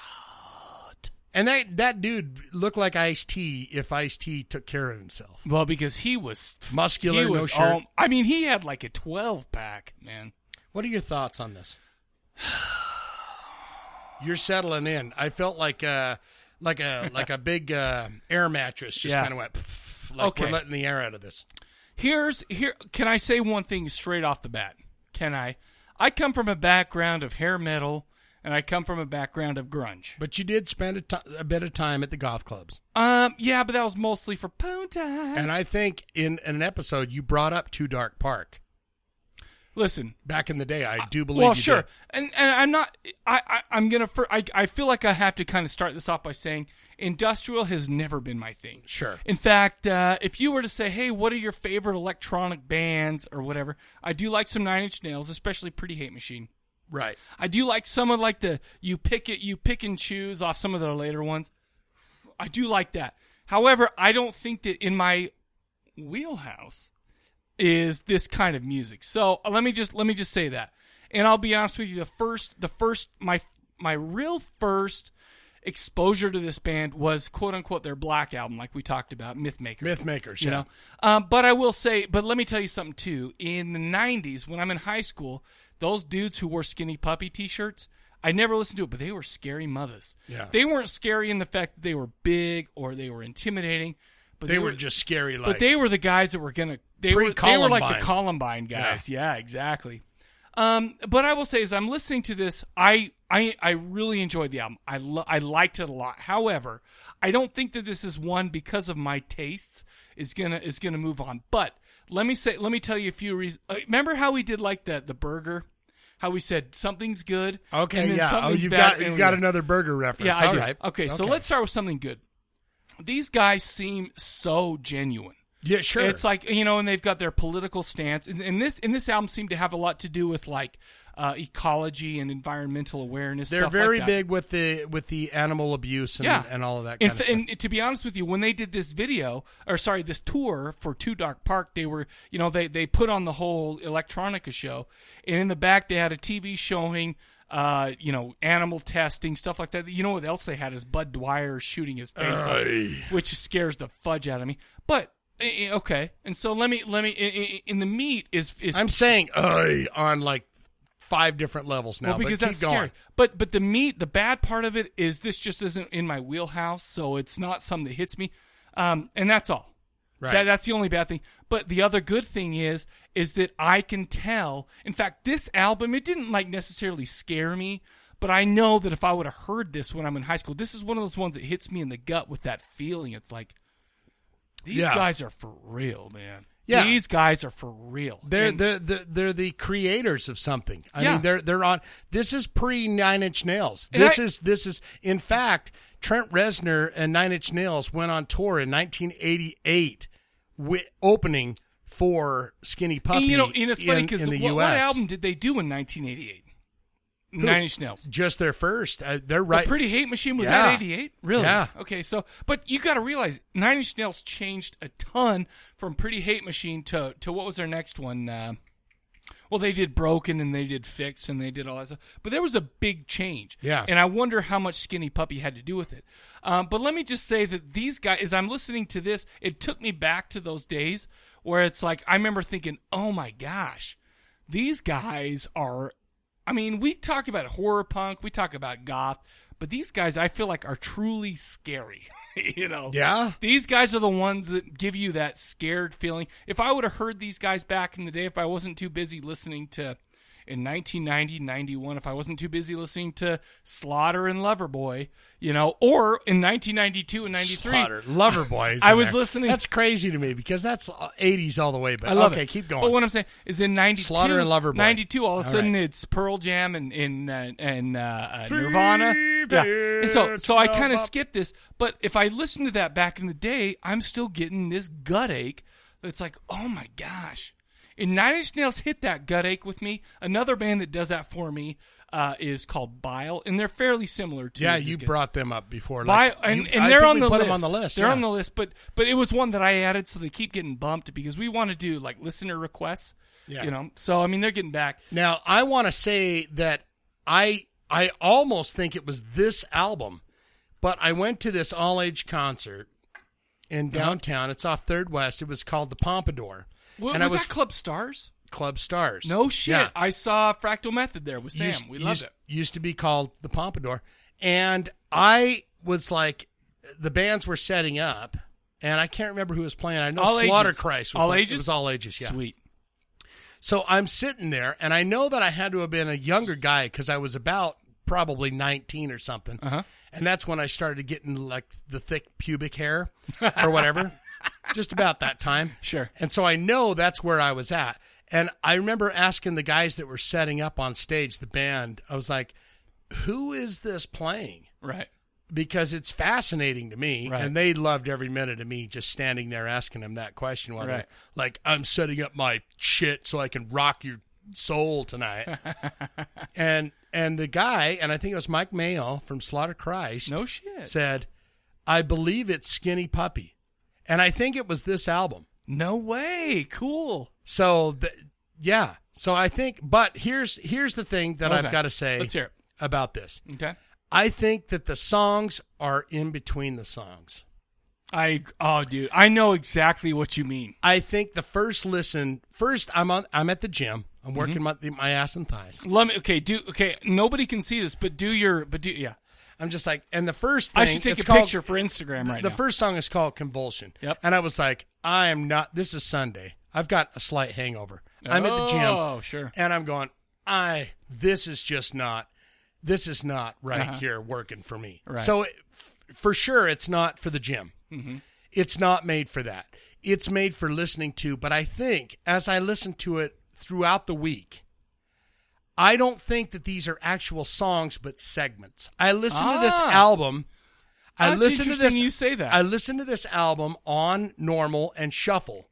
Speaker 2: And that that dude looked like Ice T if Ice T took care of himself.
Speaker 1: well because he was
Speaker 2: Muscular,
Speaker 1: he
Speaker 2: no
Speaker 1: was
Speaker 2: shirt.
Speaker 1: all- I mean he had like a twelve pack man.
Speaker 2: What are your thoughts on this? You're settling in. I felt like uh like a like a big uh, air mattress just
Speaker 1: Yeah.
Speaker 2: kind of went like
Speaker 1: Okay.
Speaker 2: we're letting the air out of this.
Speaker 1: Here's here. Can I say one thing straight off the bat? Can I? I come from a background of hair metal, and I come from a background of grunge.
Speaker 2: But you did spend a, ti- a bit of time at the goth clubs.
Speaker 1: Um, yeah, but that was mostly for pound time.
Speaker 2: And I think in, in an episode you brought up Two Dark Park.
Speaker 1: Listen,
Speaker 2: back in the day, I do believe.
Speaker 1: well,
Speaker 2: you
Speaker 1: sure,
Speaker 2: did.
Speaker 1: and and I'm not. I, I I'm gonna. Fir- I I feel like I have to kind of start this off by saying industrial has never been my thing.
Speaker 2: Sure.
Speaker 1: In fact, uh, if you were to say, "Hey, what are your favorite electronic bands or whatever?" I do like some Nine Inch Nails, especially Pretty Hate Machine.
Speaker 2: Right.
Speaker 1: I do like some of like the you pick it, you pick and choose off some of their later ones. I do like that. However, I don't think that in my wheelhouse is this kind of music. So uh, let me just let me just say that, and I'll be honest with you. The first, the first, my my real first exposure to this band was quote unquote their black album, like we talked about, Mythmaker.
Speaker 2: Mythmakers,
Speaker 1: you
Speaker 2: yeah.
Speaker 1: know. Um, but I will say, but let me tell you something too. In the '90s, when I'm in high school, those dudes who wore skinny puppy T-shirts. I never listened to it, but they were scary mothers.
Speaker 2: Yeah.
Speaker 1: They weren't scary in the fact that they were big or they were intimidating, but
Speaker 2: They were just scary, like-
Speaker 1: But they were the guys that were gonna. They were, they were like the
Speaker 2: Pre-Columbine.
Speaker 1: Columbine guys. Yeah, exactly. Um, but I will say, as I'm listening to this, I I I really enjoyed the album. I lo- I liked it a lot. However, I don't think that this is one because of my tastes is gonna is gonna move on. But let me say, let me tell you a few reasons. Uh, remember how we did like the the burger. How we said something's good.
Speaker 2: Okay,
Speaker 1: and then
Speaker 2: yeah. Oh,
Speaker 1: something's
Speaker 2: you've
Speaker 1: bad,
Speaker 2: got
Speaker 1: and
Speaker 2: you've
Speaker 1: we
Speaker 2: got
Speaker 1: go-
Speaker 2: another burger reference.
Speaker 1: yeah, I
Speaker 2: All
Speaker 1: do.
Speaker 2: right.
Speaker 1: Okay, so let's start with something good. These guys seem so genuine.
Speaker 2: Yeah, sure.
Speaker 1: It's like you know, and they've got their political stance, and, and this and this album seemed to have a lot to do with like uh, ecology and environmental awareness.
Speaker 2: They're
Speaker 1: stuff like
Speaker 2: very
Speaker 1: that.
Speaker 2: big with the with the animal abuse and, and all of that.
Speaker 1: In
Speaker 2: Kind of
Speaker 1: fa-
Speaker 2: stuff.
Speaker 1: And to be honest with you, when they did this video, or sorry, this tour for Two Dark Park, they were, you know, they, they put on the whole electronica show. And in the back, they had a TV showing, uh, you know, animal testing, stuff like that. You know what else they had is Bud Dwyer shooting his face, off,
Speaker 2: Aye.
Speaker 1: which scares the fudge out of me. But, eh, eh, okay. And so let me, let me, eh, eh, eh, in the meat is, is
Speaker 2: I'm saying "Ay" on like five different levels now.
Speaker 1: well, because
Speaker 2: but
Speaker 1: that's
Speaker 2: keep going.
Speaker 1: scary. But but the meat, the bad part of it is this just isn't in my wheelhouse, so it's not something that hits me, um, and that's all.
Speaker 2: Right.
Speaker 1: That, that's the only bad thing. But the other good thing is is that I can tell. In fact, this album it didn't like necessarily scare me, but I know that if I would have heard this when I'm in high school, this is one of those ones that hits me in the gut with that feeling. It's like these
Speaker 2: Yeah.
Speaker 1: guys are for real, man.
Speaker 2: Yeah.
Speaker 1: These guys are for real.
Speaker 2: They're,
Speaker 1: And-
Speaker 2: they're they're they're the creators of something. I
Speaker 1: Yeah.
Speaker 2: mean, they're they're on. This is pre Nine Inch Nails.
Speaker 1: And
Speaker 2: This
Speaker 1: I-
Speaker 2: is this is in fact Trent Reznor and Nine Inch Nails went on tour in 1988, with opening for Skinny Puppy.
Speaker 1: And you know, and it's funny
Speaker 2: in-
Speaker 1: because
Speaker 2: in the
Speaker 1: what,
Speaker 2: U.S.
Speaker 1: what album did they do in 1988?
Speaker 2: Who?
Speaker 1: Nine Inch Nails.
Speaker 2: Just their first. Uh, they're right.
Speaker 1: The Pretty Hate Machine was
Speaker 2: Yeah.
Speaker 1: that 88? Really?
Speaker 2: Yeah.
Speaker 1: Okay, so, but you got to realize Nine Inch Nails changed a ton from Pretty Hate Machine to, to what was their next one? Uh, well, they did Broken and they did Fixed and they did all that stuff. But there was a big change.
Speaker 2: Yeah.
Speaker 1: And I wonder how much Skinny Puppy had to do with it. Um, but let me just say that these guys, as I'm listening to this, it took me back to those days where it's like, I remember thinking, oh my gosh, these guys are. I mean, we talk about horror punk, we talk about goth, but these guys, I feel like, are truly scary. you know?
Speaker 2: Yeah.
Speaker 1: These guys are the ones that give you that scared feeling. If I would have heard these guys back in the day, if I wasn't too busy listening to, in 1990, 91, if I wasn't too busy listening to Slaughter and Loverboy, you know, or in 1992 and 93.
Speaker 2: Slaughter, Loverboy. is
Speaker 1: I
Speaker 2: in
Speaker 1: was
Speaker 2: there.
Speaker 1: listening.
Speaker 2: That's crazy to me because that's uh, 80s all the way. But
Speaker 1: I love
Speaker 2: okay,
Speaker 1: it. Oh,
Speaker 2: keep going.
Speaker 1: But what I'm saying is in 92,
Speaker 2: Slaughter and Loverboy.
Speaker 1: 92, all of a
Speaker 2: All
Speaker 1: sudden it's Pearl Jam and and uh, and uh, uh,
Speaker 2: Three
Speaker 1: Nirvana. Yeah. And so so I
Speaker 2: bits
Speaker 1: kind of
Speaker 2: of-
Speaker 1: skipped this, but if I listened to that back in the day, I'm still getting this gut ache. That's like, oh my gosh. And Nine Inch Nails hit that gut ache with me. Another band that does that for me uh, is called Bile, and they're fairly similar to.
Speaker 2: yeah,
Speaker 1: these
Speaker 2: you
Speaker 1: guys.
Speaker 2: brought them up before.
Speaker 1: By,
Speaker 2: Like,
Speaker 1: and,
Speaker 2: you-
Speaker 1: and
Speaker 2: I
Speaker 1: they're
Speaker 2: think
Speaker 1: on
Speaker 2: we
Speaker 1: the
Speaker 2: put
Speaker 1: list.
Speaker 2: them on the list.
Speaker 1: They're
Speaker 2: yeah.
Speaker 1: on the list, but but it was one that I added, so they keep getting bumped because we want to do like listener requests.
Speaker 2: Yeah.
Speaker 1: You know, so I mean they're getting back.
Speaker 2: Now I want to say that I I almost think it was this album, but I went to this all age concert in
Speaker 1: Uh-huh.
Speaker 2: downtown. It's off Third West. It was called the Pompadour,
Speaker 1: Well,
Speaker 2: and
Speaker 1: was,
Speaker 2: I was
Speaker 1: that Club Stars?
Speaker 2: Club Stars.
Speaker 1: No shit.
Speaker 2: Yeah.
Speaker 1: I saw Fractal Method there with Sam.
Speaker 2: Used-
Speaker 1: we loved
Speaker 2: used-
Speaker 1: it.
Speaker 2: Used to be called the Pompadour, and I was like, the bands were setting up, and I can't remember who was playing. I know
Speaker 1: All ages.
Speaker 2: Slaughter Christ. Was
Speaker 1: All
Speaker 2: playing.
Speaker 1: ages?
Speaker 2: It was all ages. Yeah.
Speaker 1: Sweet.
Speaker 2: So I'm sitting there, and I know that I had to have been a younger guy because I was about probably 19 or something,
Speaker 1: Uh-huh.
Speaker 2: and that's when I started getting like the thick pubic hair or whatever, just about that time. Sure. And so I know that's where I was at, and I remember asking the guys that were setting up on stage, the band, I was like, "Who is this playing?"
Speaker 1: Right.
Speaker 2: Because it's fascinating to me,
Speaker 1: Right.
Speaker 2: and they loved every minute of me just standing there asking them that question while
Speaker 1: Right.
Speaker 2: they're like, "I'm setting up my shit so I can rock your soul tonight." and and the guy, and I think it was Mike Mayo from Slaughter Christ, no
Speaker 1: shit,
Speaker 2: said, "I believe it's Skinny Puppy," and I think it was this album.
Speaker 1: No way, cool.
Speaker 2: So the, yeah, so I think, but here's here's the thing that
Speaker 1: Okay.
Speaker 2: I've got to say.
Speaker 1: Let's hear it.
Speaker 2: about this.
Speaker 1: Okay.
Speaker 2: I think that the songs are in between the songs.
Speaker 1: I oh dude, I know exactly what you mean.
Speaker 2: I think the first listen, first I'm on, I'm at the gym. I'm working my my ass and thighs.
Speaker 1: Let me Mm-hmm. okay, do okay, nobody can see this, but do your but do yeah.
Speaker 2: I'm just like and the first
Speaker 1: I
Speaker 2: thing-
Speaker 1: should take
Speaker 2: it's
Speaker 1: a
Speaker 2: called-
Speaker 1: picture for Instagram
Speaker 2: The-
Speaker 1: right
Speaker 2: the
Speaker 1: now.
Speaker 2: first song is called Convulsion. Yep. And I was like, I am not. This is Sunday. I've got a slight hangover. I'm at the gym.
Speaker 1: Oh, sure.
Speaker 2: And I'm going. I. This is just not. This is not right
Speaker 1: Uh-huh.
Speaker 2: here working for me.
Speaker 1: Right.
Speaker 2: So it, f- for sure, it's not for the gym.
Speaker 1: Mhm.
Speaker 2: It's not made for that. It's made for listening to. But I think as I listen to it throughout the week, I don't think that these are actual songs but segments. I listen to this
Speaker 1: Ah.
Speaker 2: album. I
Speaker 1: That's
Speaker 2: listen to
Speaker 1: interesting
Speaker 2: this.
Speaker 1: you say that.
Speaker 2: I listen to this album on normal and shuffle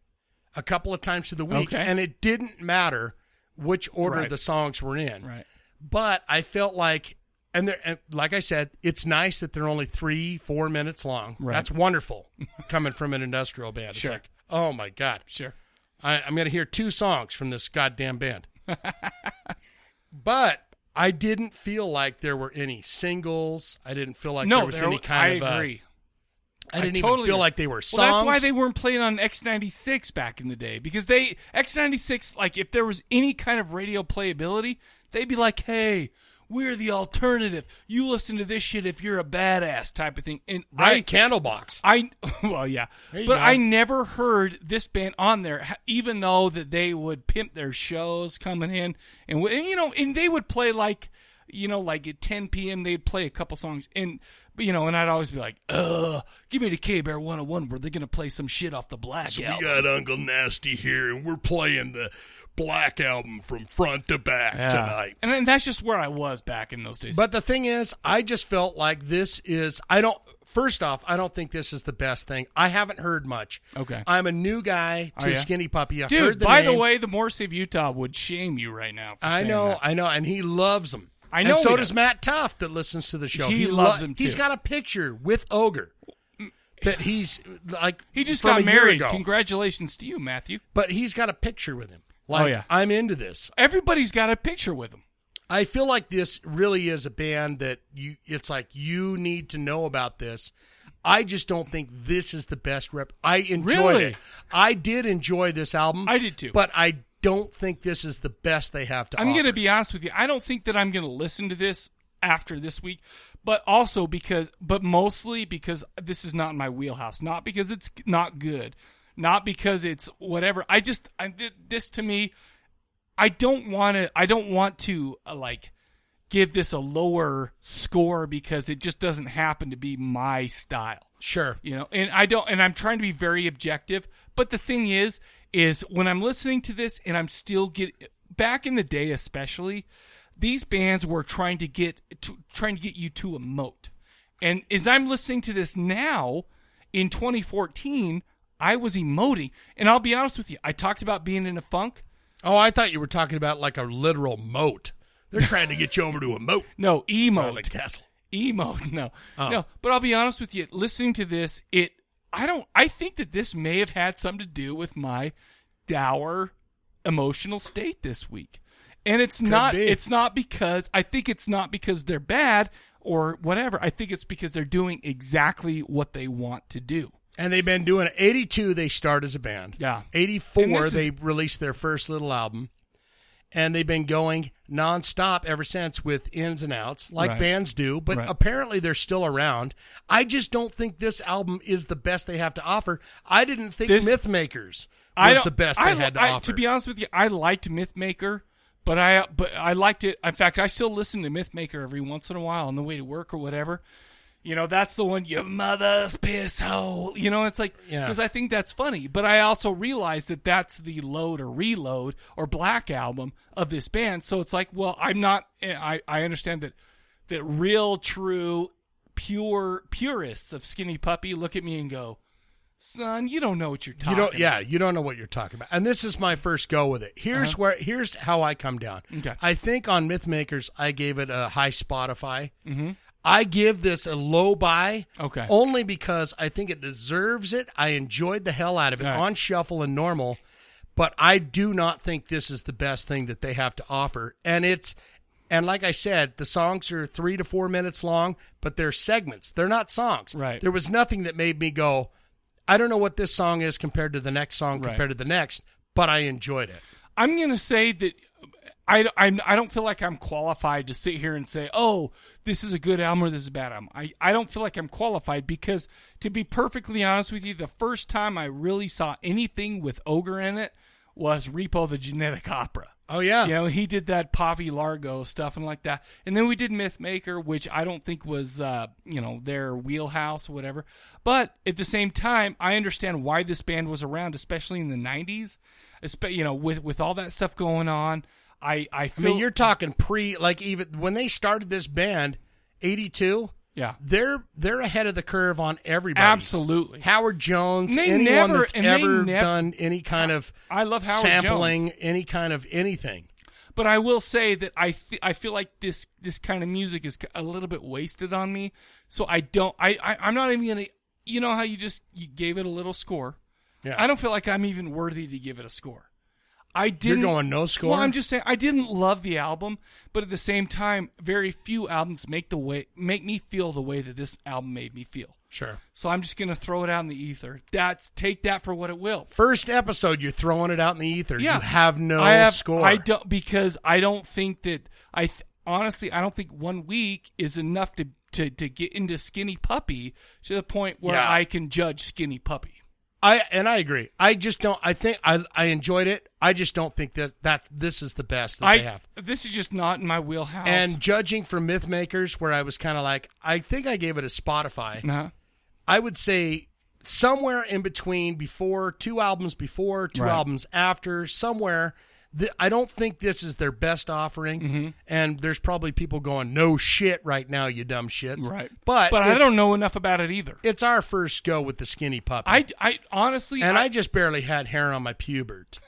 Speaker 2: a couple of times through the week,
Speaker 1: Okay.
Speaker 2: and it didn't matter which order
Speaker 1: Right.
Speaker 2: the songs were in.
Speaker 1: Right.
Speaker 2: But I felt like, and there, and like I said, it's nice that they're only three, four minutes long.
Speaker 1: Right.
Speaker 2: That's wonderful coming from an industrial band. It's
Speaker 1: Sure.
Speaker 2: like, oh my god,
Speaker 1: sure.
Speaker 2: I, I'm going to hear two songs from this goddamn band. but I didn't feel like there were any singles. I didn't feel like
Speaker 1: no,
Speaker 2: there was
Speaker 1: there-
Speaker 2: any kind
Speaker 1: I
Speaker 2: of. uh,
Speaker 1: agree.
Speaker 2: I didn't even
Speaker 1: totally
Speaker 2: feel
Speaker 1: agree.
Speaker 2: like they were songs.
Speaker 1: Well, that's why they weren't playing on X96 back in the day because they X96 like if there was any kind of radio playability, they'd be like, "Hey, we're the alternative. You listen to this shit if you're a badass type of thing." And
Speaker 2: right
Speaker 1: I
Speaker 2: Candlebox.
Speaker 1: I well, yeah,
Speaker 2: There you
Speaker 1: but
Speaker 2: go.
Speaker 1: I never heard this band on there, ha- even though that they would pimp their shows coming in, and, w- and you know, and they would play like, you know, like at 10 p.m. they'd play a couple songs, and but, you know, and I'd always be like, "Uh, give me the K Bear 101 where they're gonna play some shit off the black
Speaker 11: So
Speaker 1: album."
Speaker 11: we got um, Uncle Nasty here, and we're playing the Black album from front to back
Speaker 1: Yeah.
Speaker 11: tonight.
Speaker 1: and, and that's just where I was back in those days.
Speaker 2: But the thing is, I just felt like this is. I don't. First off, I don't think this is the best thing. I haven't heard much.
Speaker 1: Okay.
Speaker 2: I'm a new guy to
Speaker 1: Are ya?
Speaker 2: Skinny Puppy. I've
Speaker 1: Oh, Dude,
Speaker 2: heard the
Speaker 1: by the
Speaker 2: name.
Speaker 1: way, the Morse of Utah would shame you right now. For
Speaker 2: I
Speaker 1: saying
Speaker 2: know,
Speaker 1: that.
Speaker 2: I know, and he loves them.
Speaker 1: I
Speaker 2: And
Speaker 1: know
Speaker 2: so
Speaker 1: he
Speaker 2: does
Speaker 1: does.
Speaker 2: Matt Tuff that listens to the show.
Speaker 1: He loves
Speaker 2: him
Speaker 1: him, too.
Speaker 2: He's got a picture with Ogre that he's like.
Speaker 1: He just
Speaker 2: from a
Speaker 1: got
Speaker 2: year
Speaker 1: married.
Speaker 2: ago.
Speaker 1: Congratulations to you, Matthew.
Speaker 2: but he's got a picture with him.
Speaker 1: Oh,
Speaker 2: Like,
Speaker 1: yeah.
Speaker 2: I'm into this.
Speaker 1: Everybody's got a picture with him.
Speaker 2: I feel like this really is a band that you. It's like you need to know about this. I just don't think this is the best rep. I enjoyed
Speaker 1: Really?
Speaker 2: it. I did enjoy this album. I did
Speaker 1: too.
Speaker 2: But I don't think this is the best they have to
Speaker 1: I'm
Speaker 2: offer.
Speaker 1: going to be honest with you. I don't think that I'm going to listen to this after this week, but also because, but mostly because this is not in my wheelhouse. Not because it's not good, not because it's whatever. I just I, th- this to me I don't want to. I don't want to uh, like give this a lower score because it just doesn't happen to be my style.
Speaker 2: Sure.
Speaker 1: You know, and I don't. And I'm trying to be very objective. But the thing is, is when I'm listening to this, and I'm still get back in the day, especially these bands were trying to get to, trying to get you to emote. And as I'm listening to this now, in 2014, I was emoting. And I'll be honest with you, I talked about being in a funk.
Speaker 2: Oh, I thought you were talking about like a literal moat. They're trying to get you over to a moat.
Speaker 1: No, emote.
Speaker 2: Around the castle.
Speaker 1: Emote. No,
Speaker 2: Oh.
Speaker 1: no. But I'll be honest with you, listening to this, it. I don't. I think that this may have had something to do with my dour emotional state this week, and it's not.
Speaker 2: be.
Speaker 1: It's not because I think it's not because they're bad or whatever. I think it's because they're doing exactly what they want to do.
Speaker 2: And they've been doing it. 82, they start as a band.
Speaker 1: Yeah.
Speaker 2: 84,
Speaker 1: And this is-
Speaker 2: they released their first little album. And they've been going nonstop ever since with ins and outs, like
Speaker 1: Right.
Speaker 2: bands do. But
Speaker 1: Right.
Speaker 2: apparently they're still around. I just don't think this album is the best they have to offer. I didn't think
Speaker 1: This-
Speaker 2: Mythmakers
Speaker 1: I
Speaker 2: was
Speaker 1: don't-
Speaker 2: the best
Speaker 1: I
Speaker 2: they had to
Speaker 1: I-
Speaker 2: offer.
Speaker 1: be honest with you, I liked Mythmaker, but I but I liked it. In fact, I still listen to Mythmaker every once in a while on the way to work or whatever. You know, that's the one your mother's piss hole. You know, it's like
Speaker 2: Yeah.
Speaker 1: because I think that's funny, but I also realize that that's the load or reload or black album of this band. So it's like, well, I'm not. I I understand that that real true pure purists of Skinny Puppy look at me and go, son, you don't know what you're talking.
Speaker 2: you don't
Speaker 1: about."
Speaker 2: yeah you don't know what you're talking about and this is my first go with it here's
Speaker 1: Uh-huh.
Speaker 2: where here's how i come down
Speaker 1: Okay.
Speaker 2: i think on mythmakers i gave it a high spotify
Speaker 1: Mhm.
Speaker 2: i give this a low buy
Speaker 1: Okay.
Speaker 2: only because i think it deserves it i enjoyed the hell out of it on shuffle and normal but i do not think this is the best thing that they have to offer and it's and like I said, the songs are three to four minutes long, but they're segments. They're not songs. Right. There was nothing that made me go, I don't know what this song is compared to the next song
Speaker 1: Right.
Speaker 2: compared to the next, but I enjoyed it.
Speaker 1: I'm going to say that I, I'm, I don't feel like I'm qualified to sit here and say, oh, this is a good album or this is a bad album. I, I don't feel like I'm qualified because, to be perfectly honest with you, the first time I really saw anything with Ogre in it was Repo the Genetic Opera.
Speaker 2: Oh, yeah.
Speaker 1: You know, he did that Pavi Largo stuff and like that. And then we did Mythmaker, which I don't think was, uh, you know, their wheelhouse or whatever. But at the same time, I understand why this band was around, especially in the 90s, espe- you know, with, with all that stuff going on. I, I
Speaker 2: I
Speaker 1: feel.
Speaker 2: mean, you're talking pre, like even when they started this band, '82.
Speaker 1: Yeah.
Speaker 2: they're they're ahead of the curve on everybody.
Speaker 1: Absolutely.
Speaker 2: Howard Jones,
Speaker 1: And they
Speaker 2: anyone
Speaker 1: never-
Speaker 2: that's
Speaker 1: and they
Speaker 2: ever
Speaker 1: nev-
Speaker 2: done any kind of
Speaker 1: I love Howard
Speaker 2: sampling, any kind of anything.
Speaker 1: but I will say that I th- I feel like this this kind of music is a little bit wasted on me. So I don't I, I I'm not even gonna you know how you just you gave it a little score.
Speaker 2: Yeah.
Speaker 1: I don't feel like I'm even worthy to give it a score. I
Speaker 2: You're
Speaker 1: didn't.
Speaker 2: going no score?
Speaker 1: Well, I'm just saying I didn't love the album, but at the same time, very few albums make the way make me feel the way that this album made me feel.
Speaker 2: Sure.
Speaker 1: So I'm just gonna throw it out in the ether. That's take that for what it will.
Speaker 2: First episode, you're throwing it out in the ether.
Speaker 1: Yeah.
Speaker 2: You have no
Speaker 1: I have-
Speaker 2: score.
Speaker 1: I don't because I don't think that I th- honestly I don't think one week is enough to to to get into Skinny Puppy to the point where
Speaker 2: Yeah.
Speaker 1: I can judge Skinny Puppy.
Speaker 2: I and I agree. I just don't. I think I I enjoyed it. I just don't think that that's this is the best that
Speaker 1: I
Speaker 2: they have.
Speaker 1: this is just not in my wheelhouse.
Speaker 2: And judging from Mythmakers, where I was kind of like, I think I gave it a Spotify.
Speaker 1: Uh-huh.
Speaker 2: I would say somewhere in between, before two albums before, two
Speaker 1: Right.
Speaker 2: albums after, somewhere. Th- I don't think this is their best offering,
Speaker 1: Mm-hmm.
Speaker 2: and there's probably people going, "No shit, right now, you dumb shits."
Speaker 1: Right.
Speaker 2: but
Speaker 1: But I
Speaker 2: it's-
Speaker 1: don't know enough about it either.
Speaker 2: It's our first go with the skinny puppy.
Speaker 1: I, I honestly
Speaker 2: and I, just barely had hair on my pubert.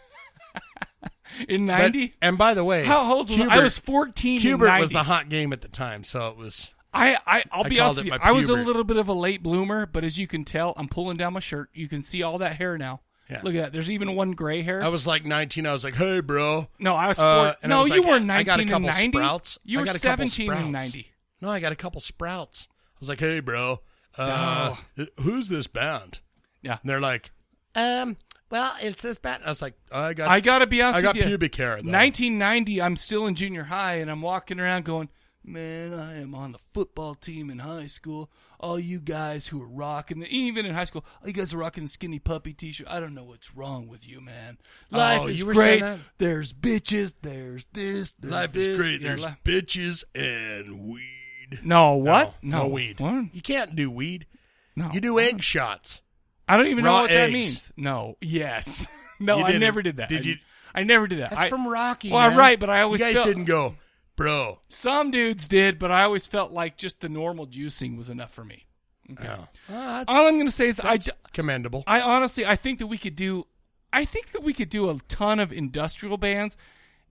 Speaker 1: in
Speaker 2: But-
Speaker 1: '90
Speaker 2: and by the way,
Speaker 1: How old was I? I was 14 in
Speaker 2: Hubert
Speaker 1: 90.
Speaker 2: was the hot game at the time, so it was.
Speaker 1: I, I I'll
Speaker 2: I
Speaker 1: be
Speaker 2: called
Speaker 1: honest with
Speaker 2: it
Speaker 1: you.
Speaker 2: my
Speaker 1: I was a
Speaker 2: pubert.
Speaker 1: little bit of a late bloomer, but as you can tell, I'm pulling down my shirt. You can see all that hair now.
Speaker 2: Yeah.
Speaker 1: Look at that. There's even one gray hair.
Speaker 2: I was like 19. I was like, "Hey, bro."
Speaker 1: No, I was
Speaker 2: Uh,
Speaker 1: four-
Speaker 2: and I
Speaker 1: no,
Speaker 2: was
Speaker 1: you
Speaker 2: like,
Speaker 1: were
Speaker 2: I got a
Speaker 1: 19 and
Speaker 2: couple
Speaker 1: 90?
Speaker 2: sprouts.
Speaker 1: You
Speaker 2: I
Speaker 1: were
Speaker 2: got a couple
Speaker 1: 17 and
Speaker 2: sprouts.
Speaker 1: 90.
Speaker 2: No, I got a couple sprouts. I was like, "Hey, bro, uh, who's this band?"
Speaker 1: Yeah,
Speaker 2: and they're like, Um. Well, it's this bad. Oh, I was like, "I got."
Speaker 1: I gotta be honest.
Speaker 2: I got
Speaker 1: with you.
Speaker 2: pubic hair. Though.
Speaker 1: 1990. I'm still in junior high, and I'm walking around going, Man, I am on the football team in high school. All you guys who are rocking, the, even in high school, all you guys are rocking the skinny puppy T-shirt. I don't know what's wrong with you, man. Life
Speaker 11: Oh,
Speaker 1: is
Speaker 11: you were saying
Speaker 1: great.
Speaker 11: that?
Speaker 1: There's bitches. There's this. There's
Speaker 11: Life
Speaker 1: this.
Speaker 11: is great.
Speaker 1: Yeah,
Speaker 11: There's
Speaker 1: li-
Speaker 11: bitches and weed.
Speaker 1: no what?
Speaker 2: No, weed. You can't do weed.
Speaker 1: No.
Speaker 2: You do egg shots.
Speaker 1: I don't even know
Speaker 2: Raw
Speaker 1: what that
Speaker 2: eggs.
Speaker 1: means. No. Yes. No,
Speaker 2: You
Speaker 1: I
Speaker 2: didn't.
Speaker 1: never did that.
Speaker 2: Did
Speaker 1: I,
Speaker 2: you-
Speaker 1: I never did that.
Speaker 2: That's
Speaker 1: I-
Speaker 2: from Rocky,
Speaker 1: Well,
Speaker 2: man.
Speaker 1: right, but I
Speaker 2: You
Speaker 1: always
Speaker 2: guys
Speaker 1: felt-
Speaker 2: didn't go, bro.
Speaker 1: Some dudes did, but I always felt like just the normal juicing was enough for me. Okay.
Speaker 2: Oh.
Speaker 1: All I'm going to say is I d-
Speaker 2: commendable.
Speaker 1: I honestly I think that we could do I think that we could do a ton of industrial bands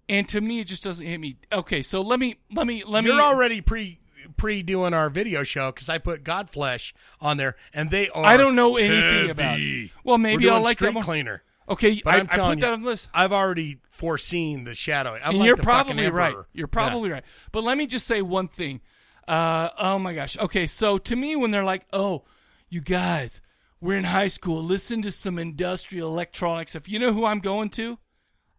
Speaker 1: and to me it just doesn't hit me. Okay, so let me let me let
Speaker 2: You're
Speaker 1: me
Speaker 2: already pre pre doing our video show because I put Godflesh on there, and they are.
Speaker 1: I don't know anything about
Speaker 2: heavy.
Speaker 1: it. Well, maybe
Speaker 2: We're doing
Speaker 1: I'll like that
Speaker 2: street
Speaker 1: more.
Speaker 2: cleaner.
Speaker 1: Okay,
Speaker 2: but
Speaker 1: I-
Speaker 2: am
Speaker 1: I put
Speaker 2: telling you,
Speaker 1: that on the list.
Speaker 2: I've already foreseen the shadow. I'm
Speaker 1: And
Speaker 2: like
Speaker 1: you're
Speaker 2: the fucking
Speaker 1: probably right.
Speaker 2: emperor.
Speaker 1: You're probably right. But let me just say one thing. Uh, oh my gosh. Okay, so to me, when they're like, "Oh, you guys, we're in high school. Listen to some industrial electronics stuff." You know who I'm going to?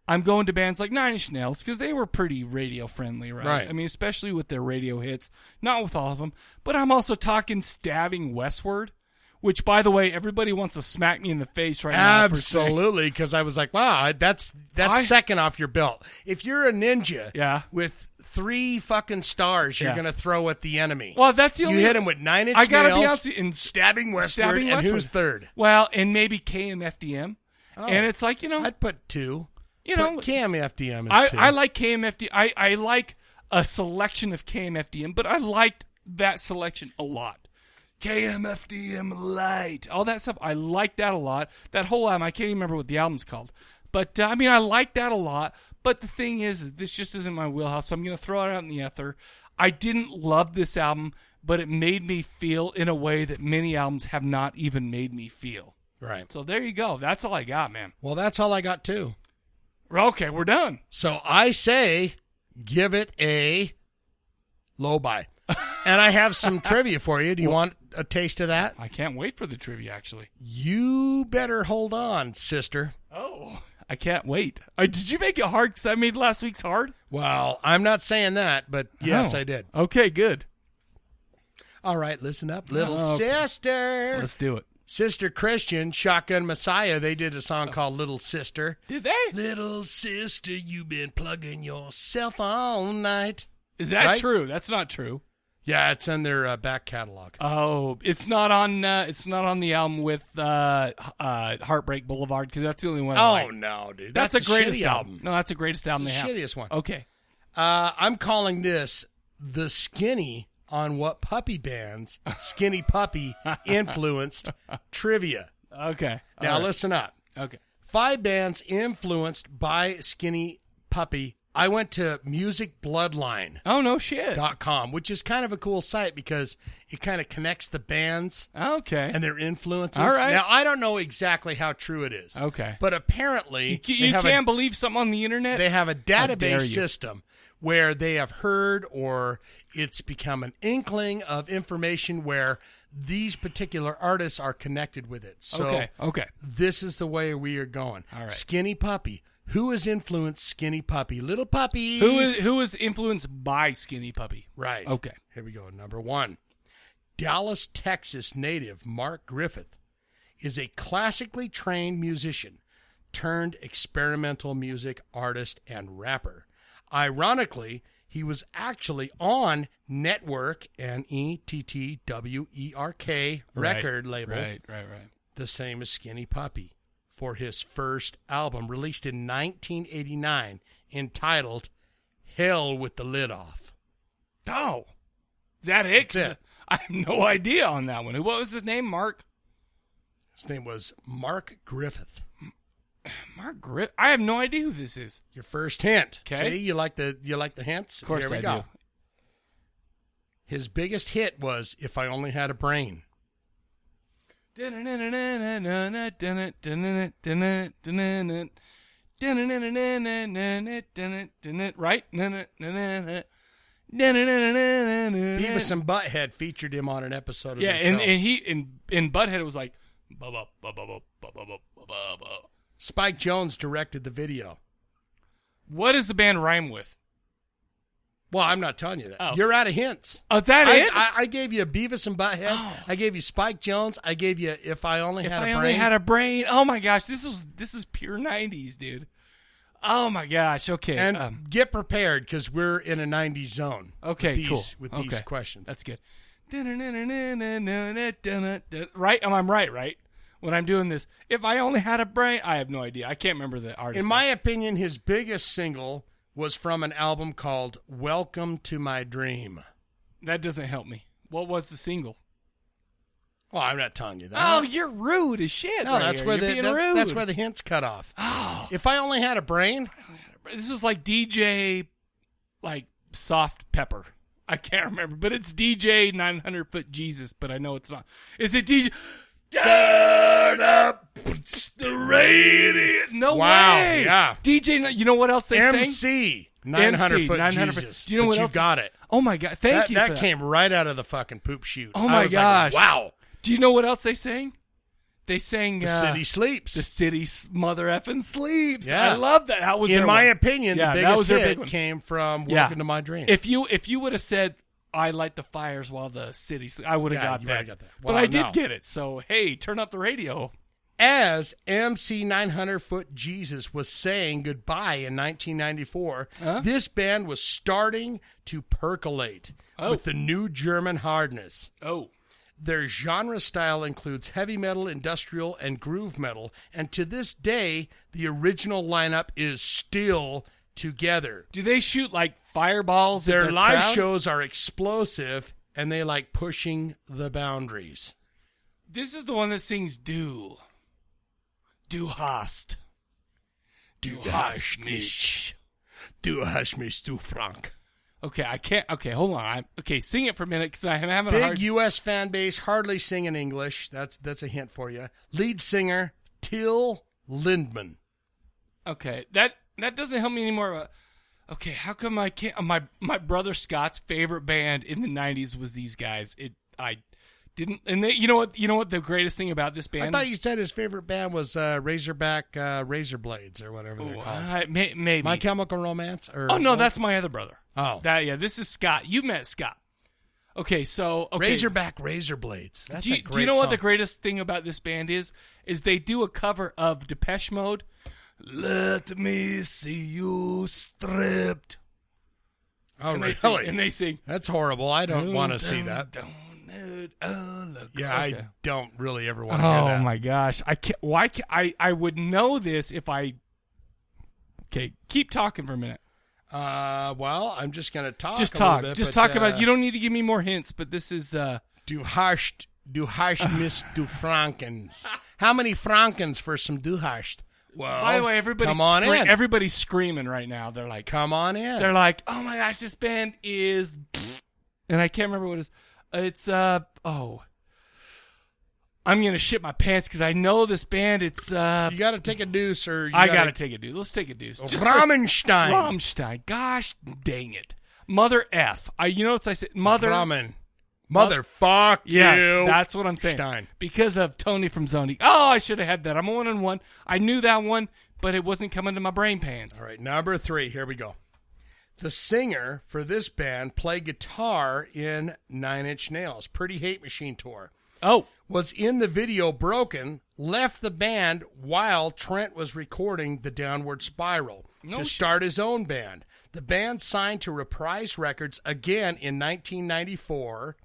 Speaker 1: I'm going to bands like Nine Inch Nails because they were pretty radio friendly, right?
Speaker 2: Right.
Speaker 1: I mean, especially with their radio hits. Not with all of them, but I'm also talking stabbing westward. Which, by the way, everybody wants to smack me in the face right now. for saying-
Speaker 2: Absolutely, because I was like, wow, I- that's that's
Speaker 1: I-
Speaker 2: second off your belt. If you're a ninja,
Speaker 1: Yeah.
Speaker 2: with three fucking stars, you're
Speaker 1: Yeah.
Speaker 2: gonna throw at the enemy.
Speaker 1: Well, that's the
Speaker 2: you
Speaker 1: only.
Speaker 2: hit him with nine inch
Speaker 1: I gotta be
Speaker 2: nails,
Speaker 1: honest, with you, and
Speaker 2: stabbing westward,
Speaker 1: stabbing
Speaker 2: and
Speaker 1: westward.
Speaker 2: who's third?
Speaker 1: Well, and maybe KMFDM,
Speaker 2: Oh.
Speaker 1: and it's like you know,
Speaker 2: I'd put two.
Speaker 1: You know,
Speaker 2: Put Cam FDM is
Speaker 1: I,
Speaker 2: two.
Speaker 1: I like KMFD. I, I like a selection of KMFDM, but I liked that selection a lot. KMFDM Light, all that stuff. I liked that a lot. That whole album, I can't even remember what the album's called. But uh, I mean, I liked that a lot. But the thing is, is this just isn't my wheelhouse, so I'm going to throw it out in the ether. I didn't love this album, but it made me feel in a way that many albums have not even made me feel.
Speaker 2: Right.
Speaker 1: So there you go. That's all I got, man.
Speaker 2: Well, that's all I got too.
Speaker 1: Okay, we're done.
Speaker 2: So I say, give it a low buy, and I have some trivia for you. Do you want a taste of that?
Speaker 1: I can't wait for the trivia, actually.
Speaker 2: You better hold on, sister.
Speaker 1: Oh. I can't wait. Uh, did you make it hard? Because I made last week's hard.
Speaker 2: Well, I'm not saying that, but yes,
Speaker 1: Oh.
Speaker 2: I did.
Speaker 1: Okay, good.
Speaker 2: All right, listen up, little
Speaker 1: Oh, okay.
Speaker 2: sister.
Speaker 1: Let's do it.
Speaker 2: Sister Christian, Shotgun Messiah, they did a song called Little Sister.
Speaker 1: Did they?
Speaker 2: Little sister, you've been plugging yourself all night.
Speaker 1: Is that
Speaker 2: Right?
Speaker 1: true? That's not true.
Speaker 2: Yeah, it's in their uh, back catalog.
Speaker 1: Oh, it's not on. Uh, it's not on the album with uh, h- uh, Heartbreak Boulevard because that's the only one. I
Speaker 2: Oh,
Speaker 1: like.
Speaker 2: no, dude.
Speaker 1: That's,
Speaker 2: That's
Speaker 1: the
Speaker 2: a
Speaker 1: greatest
Speaker 2: shitty
Speaker 1: album.
Speaker 2: album.
Speaker 1: No, that's the greatest album.
Speaker 2: It's the
Speaker 1: they have.
Speaker 2: shittiest one.
Speaker 1: Okay.
Speaker 2: Uh, I'm calling this the skinny on what puppy bands Skinny Puppy influenced trivia.
Speaker 1: Okay.
Speaker 2: Now
Speaker 1: All right.
Speaker 2: listen up.
Speaker 1: Okay.
Speaker 2: Five bands influenced by Skinny Puppy. I went to musicbloodline.
Speaker 1: Oh no shit.
Speaker 2: Dot com, which is kind of a cool site because it kind of connects the bands.
Speaker 1: Okay.
Speaker 2: And their influences.
Speaker 1: All right.
Speaker 2: Now I don't know exactly how true it is.
Speaker 1: Okay.
Speaker 2: But apparently
Speaker 1: You, ca-
Speaker 2: they
Speaker 1: you
Speaker 2: have a-
Speaker 1: can't believe something on the internet.
Speaker 2: they have a
Speaker 1: How dare
Speaker 2: database
Speaker 1: you.
Speaker 2: system where they have heard or it's become an inkling of information where these particular artists are connected with it. So
Speaker 1: Okay, okay.
Speaker 2: This is the way we are going.
Speaker 1: All right.
Speaker 2: Skinny Puppy. Who has influenced Skinny Puppy? Little Puppy.
Speaker 1: Who is who is influenced by Skinny Puppy?
Speaker 2: Right.
Speaker 1: Okay.
Speaker 2: Here we go. Number one Dallas, Texas native Mark Griffith is a classically trained musician turned experimental music artist and rapper. Ironically, he was actually on Network, N E T T W E R K
Speaker 1: Right,
Speaker 2: record label.
Speaker 1: right, right, right.
Speaker 2: The same as Skinny Puppy for his first album released in 1989 entitled Hell with the Lid Off.
Speaker 1: Oh, is that it? 'Cause I have no idea on that one. What was his name? Mark.
Speaker 2: His name was Mark Griffith.
Speaker 1: Mark Griffith. I have no idea who this is.
Speaker 2: Your first hint.
Speaker 1: 'Kay.
Speaker 2: See, you like the you like the hints.
Speaker 1: Of course
Speaker 2: Here we
Speaker 1: I
Speaker 2: go.
Speaker 1: do.
Speaker 2: His biggest hit was "If I Only Had a Brain."
Speaker 1: Right?
Speaker 2: Beavis and Butthead featured him on an episode of
Speaker 1: Yeah,
Speaker 2: their
Speaker 1: and,
Speaker 2: show.
Speaker 1: and he and and Butthead was like, "Ba, ba, ba, ba, ba, ba, ba, ba, ba, ba."
Speaker 2: Spike Jones directed the video.
Speaker 1: what does the band rhyme with?
Speaker 2: Well, I'm not telling you that.
Speaker 1: Oh.
Speaker 2: You're out of hints.
Speaker 1: Oh, is that
Speaker 2: I,
Speaker 1: it? Oh.
Speaker 2: I, I gave you Beavis and Butthead. I gave you Spike Jones. I gave you If I Only
Speaker 1: if
Speaker 2: Had a
Speaker 1: I
Speaker 2: Brain.
Speaker 1: only had a brain. Oh my gosh, this is this is pure '90s, dude. Oh my gosh. Okay.
Speaker 2: And
Speaker 1: um,
Speaker 2: get prepared because we're in a 90s zone.
Speaker 1: Okay,
Speaker 2: with these,
Speaker 1: cool.
Speaker 2: With
Speaker 1: Okay.
Speaker 2: these questions.
Speaker 1: That's good. right? Um, I'm right, right? When I'm doing this, if I only had a brain, I have no idea. I can't remember the artist.
Speaker 2: In my opinion, his biggest single was from an album called Welcome to My Dream.
Speaker 1: that doesn't help me. What was the single?
Speaker 2: Well, I'm not telling you that.
Speaker 1: Oh, you're rude as shit.
Speaker 2: No,
Speaker 1: right
Speaker 2: that's
Speaker 1: here.
Speaker 2: where
Speaker 1: You're
Speaker 2: the
Speaker 1: being
Speaker 2: that-
Speaker 1: rude. Oh.
Speaker 2: that's where the hints cut off. If I only had a brain,
Speaker 1: this is like DJ, like soft pepper. I can't remember, but it's DJ 900 foot Jesus. But I know it's not. Is it DJ? Turn up the radio. No
Speaker 2: Wow,
Speaker 1: way.
Speaker 2: yeah.
Speaker 1: DJ. n- You know what else they sang?
Speaker 2: MC 900
Speaker 1: MC,
Speaker 2: foot
Speaker 1: 900 foot.
Speaker 2: Jesus.
Speaker 1: Do you know
Speaker 2: But
Speaker 1: what
Speaker 2: you
Speaker 1: else?
Speaker 2: got it.
Speaker 1: Oh my god! Thank
Speaker 2: that,
Speaker 1: you.
Speaker 2: That
Speaker 1: for
Speaker 2: came right out of the fucking poop chute.
Speaker 1: Oh
Speaker 2: I
Speaker 1: my
Speaker 2: was
Speaker 1: gosh!
Speaker 2: Like, wow.
Speaker 1: Do you know what else they sang? They sang
Speaker 2: The
Speaker 1: uh,
Speaker 2: city sleeps.
Speaker 1: The city s- mother effing sleeps.
Speaker 2: Yeah.
Speaker 1: I love that. That was
Speaker 2: in
Speaker 1: their
Speaker 2: my
Speaker 1: one.
Speaker 2: opinion,
Speaker 1: Yeah,
Speaker 2: the
Speaker 1: that
Speaker 2: biggest
Speaker 1: was their
Speaker 2: hit
Speaker 1: big one.
Speaker 2: came from
Speaker 1: Yeah.
Speaker 2: Welcome to My Dream.
Speaker 1: If you if you would have said I light the fires while the city sleeps, I would have
Speaker 2: Yeah,
Speaker 1: got,
Speaker 2: you
Speaker 1: that.
Speaker 2: would've got that.
Speaker 1: but
Speaker 2: Wow,
Speaker 1: I did
Speaker 2: no.
Speaker 1: get it. So hey, turn up the radio.
Speaker 2: as MC 900 Foot Jesus was saying goodbye in 1994, this band was starting to percolate with the new German hardness.
Speaker 1: Oh.
Speaker 2: Their genre style includes heavy metal, industrial, and groove metal, and to this day, the original lineup is still together.
Speaker 1: Do they shoot like fireballs? at
Speaker 2: Their,
Speaker 1: their
Speaker 2: live
Speaker 1: crowd?
Speaker 2: shows are explosive, and they like pushing the boundaries.
Speaker 1: This is the one that sings "Du, Du hast, Du hast nicht."
Speaker 2: Du hast mich, du Frank.
Speaker 1: Okay, I can't. Okay, hold on. I'm, okay, sing it for a minute because I'm having
Speaker 2: Big
Speaker 1: a hard.
Speaker 2: U.S. fan base hardly sing in English. That's that's a hint for you. Lead singer Till Lindman.
Speaker 1: Okay, that that doesn't help me anymore. Uh, Okay, how come I can't? uh, My my brother Scott's favorite band in the '90s was these guys. It I didn't, and they, you know what? You know what the greatest thing about this band?
Speaker 2: I thought you said his favorite band was uh, Razorback uh, Razorblades or whatever they're called.
Speaker 1: I- may, maybe
Speaker 2: My Chemical Romance or
Speaker 1: Oh no, that's my other brother.
Speaker 2: Oh.
Speaker 1: that yeah. This is Scott. You met Scott. Okay, so okay.
Speaker 2: Razorback Razorblades. That's
Speaker 1: do you,
Speaker 2: a great
Speaker 1: do you know what the
Speaker 2: song.
Speaker 1: greatest thing about this band is? Is they do a cover of Depeche Mode. Let me see you stripped.
Speaker 2: Oh
Speaker 1: and
Speaker 2: really?
Speaker 1: They sing, and they sing.
Speaker 2: That's horrible. I don't want to see that. yeah,
Speaker 1: Okay.
Speaker 2: I don't really ever want to hear
Speaker 1: Oh
Speaker 2: that.
Speaker 1: my gosh! I can't. Why? Can't, I I would know this if I. Okay, keep talking for a minute.
Speaker 2: Uh, well, I'm just gonna talk.
Speaker 1: just
Speaker 2: a
Speaker 1: talk.
Speaker 2: little bit,
Speaker 1: just
Speaker 2: but,
Speaker 1: talk
Speaker 2: uh,
Speaker 1: about. You don't need to give me more hints, but this is. uh
Speaker 2: Du hast, du hast Miss Du Frankens. How many Frankens for some Du hast? Well,
Speaker 1: By the way, everybody's
Speaker 2: come on
Speaker 1: scre-
Speaker 2: in.
Speaker 1: everybody's screaming right now. They're like,
Speaker 2: come on in.
Speaker 1: They're like, oh my gosh, this band is, and I can't remember what it is. It's uh oh, I'm gonna shit my pants because I know this band. It's uh,
Speaker 2: you gotta take a deuce or you
Speaker 1: I
Speaker 2: gotta-
Speaker 1: gotta, take a deuce. Let's take a deuce.
Speaker 2: Oh,
Speaker 1: for-
Speaker 2: Rammstein.
Speaker 1: Rammstein. Gosh dang it, mother f. I you know what I said? Mother
Speaker 2: Ramen. Mother fuck
Speaker 1: Yes,
Speaker 2: you.
Speaker 1: that's what I'm saying.
Speaker 2: Stein.
Speaker 1: Because of Tony from Zony. Oh, I should have had that. I'm a one on one. I knew that one, but it wasn't coming to my brain pans.
Speaker 2: All right, number three. Here we go. The singer for this band played guitar in Nine Inch Nails, Pretty Hate Machine tour.
Speaker 1: Oh,
Speaker 2: was in the video Broken. Left the band while Trent was recording the Downward Spiral
Speaker 1: No
Speaker 2: to
Speaker 1: shit.
Speaker 2: start his own band. The band signed to Reprise Records again in 1994,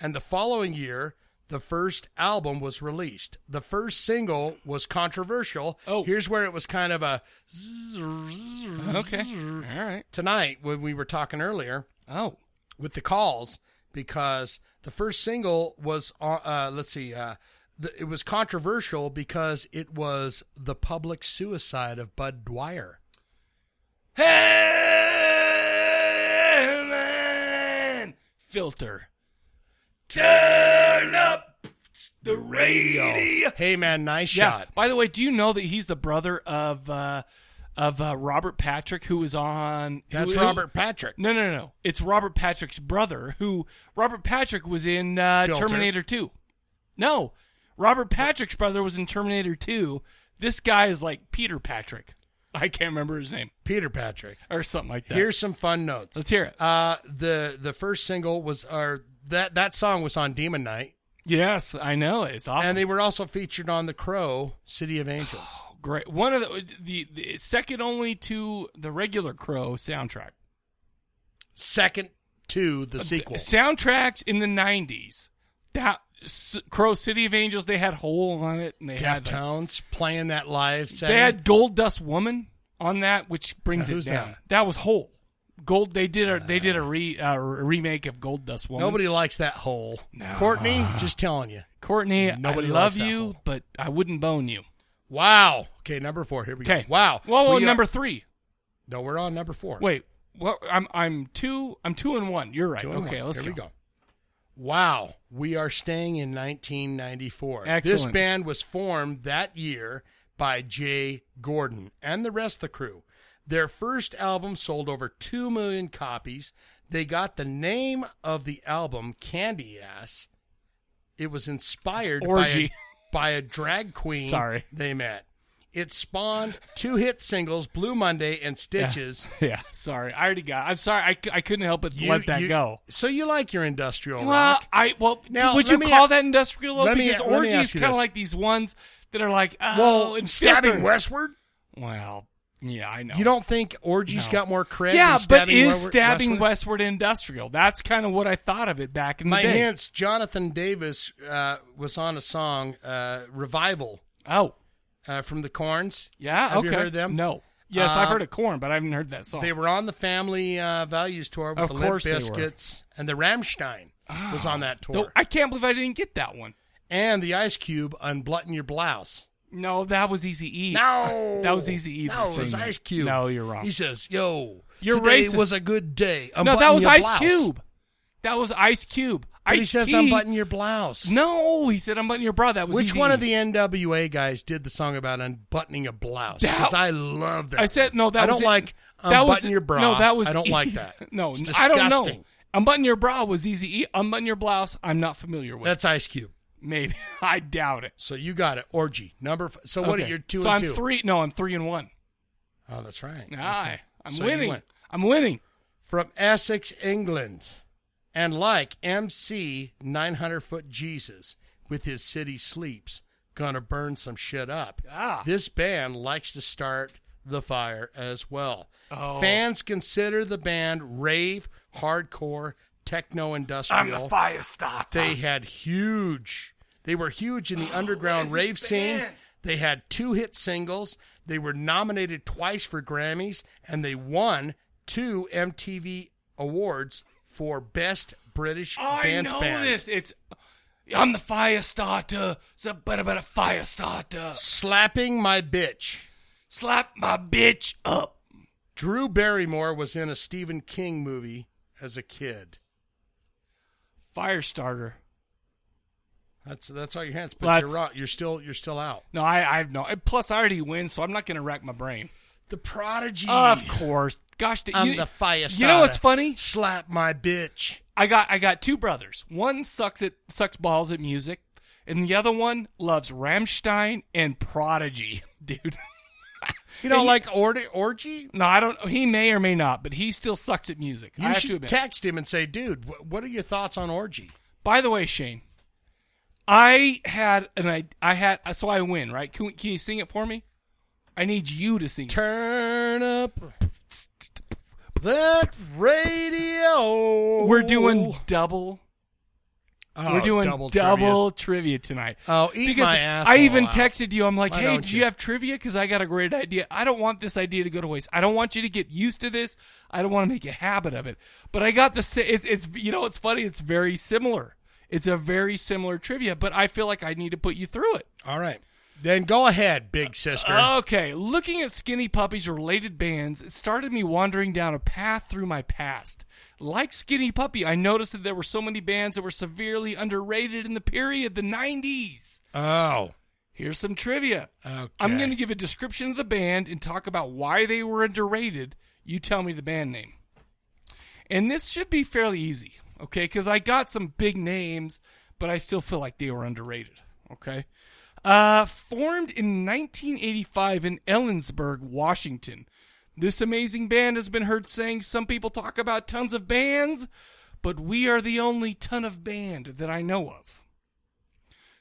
Speaker 2: and the following year. The first album was released. The first single was controversial. Oh, here's where it was kind of a
Speaker 1: Okay. All right.
Speaker 2: Tonight, when we were talking earlier.
Speaker 1: Oh.
Speaker 2: With the calls, because the first single was, uh, uh, let's see, uh, the, it was controversial because it was the public suicide of Bud Dwyer.
Speaker 1: Heaven filter. Turn up the radio.
Speaker 2: Hey man, nice shot.
Speaker 1: By the way, do you know that he's the brother of uh, of uh, Robert Patrick, who was on? who-
Speaker 2: That's
Speaker 1: who-
Speaker 2: Robert Patrick.
Speaker 1: No, no, no. It's Robert Patrick's brother, who Robert Patrick was in uh,
Speaker 2: Filter.
Speaker 1: Terminator Two. No, Robert Patrick's brother was in Terminator Two. This guy is like Peter Patrick. I can't remember his name.
Speaker 2: Peter Patrick.
Speaker 1: Or something like that.
Speaker 2: Here's some fun notes.
Speaker 1: Let's hear it.
Speaker 2: Uh, the the first single was or that that song was on Demon Night.
Speaker 1: Yes, I know it's awesome.
Speaker 2: And they were also featured on The Crow, City of Angels.
Speaker 1: Oh, Great. One of the, the, the second only to the regular Crow soundtrack. Uh,
Speaker 2: Second to the sequel.
Speaker 1: soundtracks in the 90s. That S- Crow City of Angels, they had Hole on it and they had like,
Speaker 2: Deftones playing that live. Segment.
Speaker 1: They had Gold Dust Woman on that, which brings
Speaker 2: Now,
Speaker 1: it
Speaker 2: who's
Speaker 1: down.
Speaker 2: that?
Speaker 1: That? was Hole. Gold. They did a they did a re uh, remake of Gold Dust Woman.
Speaker 2: Nobody likes that hole. Courtney, just telling you.
Speaker 1: Courtney,
Speaker 2: Ah. Nobody
Speaker 1: I love
Speaker 2: likes that
Speaker 1: you, but I wouldn't bone you.
Speaker 2: Wow. Okay, number four. Here we
Speaker 1: Okay.
Speaker 2: go. Wow.
Speaker 1: Whoa, whoa,
Speaker 2: We are-
Speaker 1: number three.
Speaker 2: No, we're on number four.
Speaker 1: Wait. Well, I'm I'm two. I'm two and one. You're right.
Speaker 2: Two and
Speaker 1: okay,
Speaker 2: one.
Speaker 1: let's
Speaker 2: Here we
Speaker 1: go.
Speaker 2: go. Wow. We are staying in 1994. This
Speaker 1: Excellent.
Speaker 2: band was formed that year by Jay Gordon and the rest of the crew. Their first album sold over 2 million copies. They got the name of the album, Candy Ass. It was inspired
Speaker 1: Orgy.
Speaker 2: By, a, by a drag queen
Speaker 1: Sorry.
Speaker 2: they met. It spawned two hit singles, Blue Monday and Stitches.
Speaker 1: Yeah. Sorry, I already got. I'm sorry. I, c- I couldn't help but
Speaker 2: You-
Speaker 1: let that
Speaker 2: you-
Speaker 1: go.
Speaker 2: So you like your industrial
Speaker 1: Well,
Speaker 2: rock?
Speaker 1: I well.
Speaker 2: Now,
Speaker 1: would
Speaker 2: let
Speaker 1: you
Speaker 2: me
Speaker 1: call
Speaker 2: a-
Speaker 1: that industrial? though?
Speaker 2: let me-
Speaker 1: because
Speaker 2: let me
Speaker 1: orgy
Speaker 2: ask
Speaker 1: is
Speaker 2: you
Speaker 1: kind of
Speaker 2: this.
Speaker 1: like these ones that are like oh,
Speaker 2: Well,
Speaker 1: and
Speaker 2: stabbing
Speaker 1: filter.
Speaker 2: westward.
Speaker 1: Well, yeah, I know.
Speaker 2: You don't think orgies
Speaker 1: No.
Speaker 2: got more cred?
Speaker 1: Yeah,
Speaker 2: than
Speaker 1: but
Speaker 2: stabbing
Speaker 1: is
Speaker 2: westward-
Speaker 1: stabbing westward? industrial? That's kind of what I thought of it back in
Speaker 2: My
Speaker 1: the day.
Speaker 2: hints. Jonathan Davis uh, was on a song uh, revival.
Speaker 1: Oh,
Speaker 2: uh, from the Corns.
Speaker 1: Yeah,
Speaker 2: Have you
Speaker 1: okay.
Speaker 2: heard them?
Speaker 1: No. Yes, I've
Speaker 2: Um,
Speaker 1: heard of corn, but I haven't heard that song.
Speaker 2: They were on the Family uh, Values tour with
Speaker 1: Of
Speaker 2: the Limp
Speaker 1: course they were. Ah.
Speaker 2: Biscuits, and the Ramstein was on that tour.
Speaker 1: Though I can't believe I didn't get that one.
Speaker 2: And the Ice Cube unbutton your blouse.
Speaker 1: No, that was Easy E.
Speaker 2: No,
Speaker 1: that was Easy E.
Speaker 2: No, it was Ice Cube.
Speaker 1: No, you're wrong.
Speaker 2: He says, "Yo,
Speaker 1: You're
Speaker 2: today
Speaker 1: racist.
Speaker 2: was a good day."
Speaker 1: no, that
Speaker 2: Unbutton
Speaker 1: was
Speaker 2: your
Speaker 1: Ice
Speaker 2: blouse.
Speaker 1: Cube. That was Ice Cube.
Speaker 2: But he
Speaker 1: Ice
Speaker 2: says,
Speaker 1: T.
Speaker 2: "Unbutton your blouse."
Speaker 1: No, he said, "Unbutton your bra." That was E.
Speaker 2: Which
Speaker 1: Eazy-E.
Speaker 2: one of the NWA guys did the song about unbuttoning a blouse? Because I love that.
Speaker 1: I said no. That
Speaker 2: I don't
Speaker 1: was it.
Speaker 2: like
Speaker 1: That was-
Speaker 2: unbutton your bra.
Speaker 1: No, that was
Speaker 2: I don't
Speaker 1: E.
Speaker 2: like that.
Speaker 1: no,
Speaker 2: It's
Speaker 1: n- I don't know.
Speaker 2: disgusting.
Speaker 1: Unbutton your bra was easy. E. Unbutton your blouse. I'm not familiar with.
Speaker 2: That's Ice Cube.
Speaker 1: Maybe I doubt it.
Speaker 2: So you got it. Orgy number. F- so what are
Speaker 1: Okay.
Speaker 2: your two
Speaker 1: So
Speaker 2: and
Speaker 1: I'm
Speaker 2: two?
Speaker 1: three. No, I'm three and one.
Speaker 2: Oh, that's right.
Speaker 1: Aye,
Speaker 2: Okay.
Speaker 1: I'm
Speaker 2: So you
Speaker 1: winning.
Speaker 2: win.
Speaker 1: I'm winning.
Speaker 2: From Essex, England, and like MC 900 Foot Jesus with his City Sleeps, gonna burn some shit up.
Speaker 1: Ah.
Speaker 2: This band likes to start the fire as well.
Speaker 1: Oh.
Speaker 2: Fans consider the band rave, hardcore, techno industrial.
Speaker 1: I'm the fire starter.
Speaker 2: They had huge. They were huge in the underground
Speaker 1: what is
Speaker 2: rave
Speaker 1: this
Speaker 2: scene.
Speaker 1: band?
Speaker 2: They had two hit singles. They were nominated twice for Grammys, and they won two MTV awards for Best British
Speaker 1: I
Speaker 2: Dance
Speaker 1: know
Speaker 2: Band.
Speaker 1: this. It's I'm the fire starter. It's a better, better fire starter.
Speaker 2: Slapping my bitch.
Speaker 1: Slap my bitch up.
Speaker 2: Drew Barrymore was in a Stephen King movie as a kid.
Speaker 1: Fire starter.
Speaker 2: That's that's all your hands, but
Speaker 1: Well,
Speaker 2: you're
Speaker 1: that's-
Speaker 2: wrong. You're still you're still out.
Speaker 1: No, I, I have no. Plus, I already win, so I'm not going to rack my brain.
Speaker 2: The Prodigy.
Speaker 1: Of course. Gosh, d-
Speaker 2: I'm
Speaker 1: you,
Speaker 2: the fire
Speaker 1: You know what's
Speaker 2: starter.
Speaker 1: funny?
Speaker 2: Slap my bitch.
Speaker 1: I got I got two brothers. One sucks at sucks balls at music, and the other one loves Ramstein and Prodigy, dude.
Speaker 2: You don't
Speaker 1: And
Speaker 2: like or- orgy?
Speaker 1: No, I don't. He may or may not, but he still sucks at music.
Speaker 2: You
Speaker 1: I have
Speaker 2: should
Speaker 1: to admit.
Speaker 2: text him and say, "Dude, wh- what are your thoughts on orgy?"
Speaker 1: By the way, Shane, I had an I, I had so I win right. Can, we- can you sing it for me? I need you to sing.
Speaker 2: Turn up that radio.
Speaker 1: We're doing double.
Speaker 2: Oh,
Speaker 1: We're doing
Speaker 2: double
Speaker 1: double, trivia tonight.
Speaker 2: Oh, eat
Speaker 1: because
Speaker 2: my
Speaker 1: I
Speaker 2: asshole
Speaker 1: even
Speaker 2: out.
Speaker 1: texted you. I'm like,
Speaker 2: Why
Speaker 1: hey,
Speaker 2: don't
Speaker 1: do you?
Speaker 2: you?"
Speaker 1: have trivia? Because I got a great idea. I don't want this idea to go to waste. I don't want you to get used to this. I don't want to make a habit of it. But I got the. sa- It's, it's you know, it's funny. It's very similar. It's a very similar trivia, but I feel like I need to put you through it. Oh,
Speaker 2: All right, then go ahead, big sister.
Speaker 1: Okay, looking at Skinny Puppy's related bands, it started me wandering down a path through my past. Like Skinny Puppy, I noticed that there were so many bands that were severely underrated in the period, the 90s.
Speaker 2: oh,
Speaker 1: Here's some trivia. I'm going to give a description of the band and talk about why they were underrated. You tell me the band name. And this should be fairly easy, okay? Because I got some big names, but I still feel like they were underrated, okay? Uh, formed in 1985 in Ellensburg, Washington. This amazing band has been heard saying some people talk about tons of bands, but we are the only ton of band that I know of.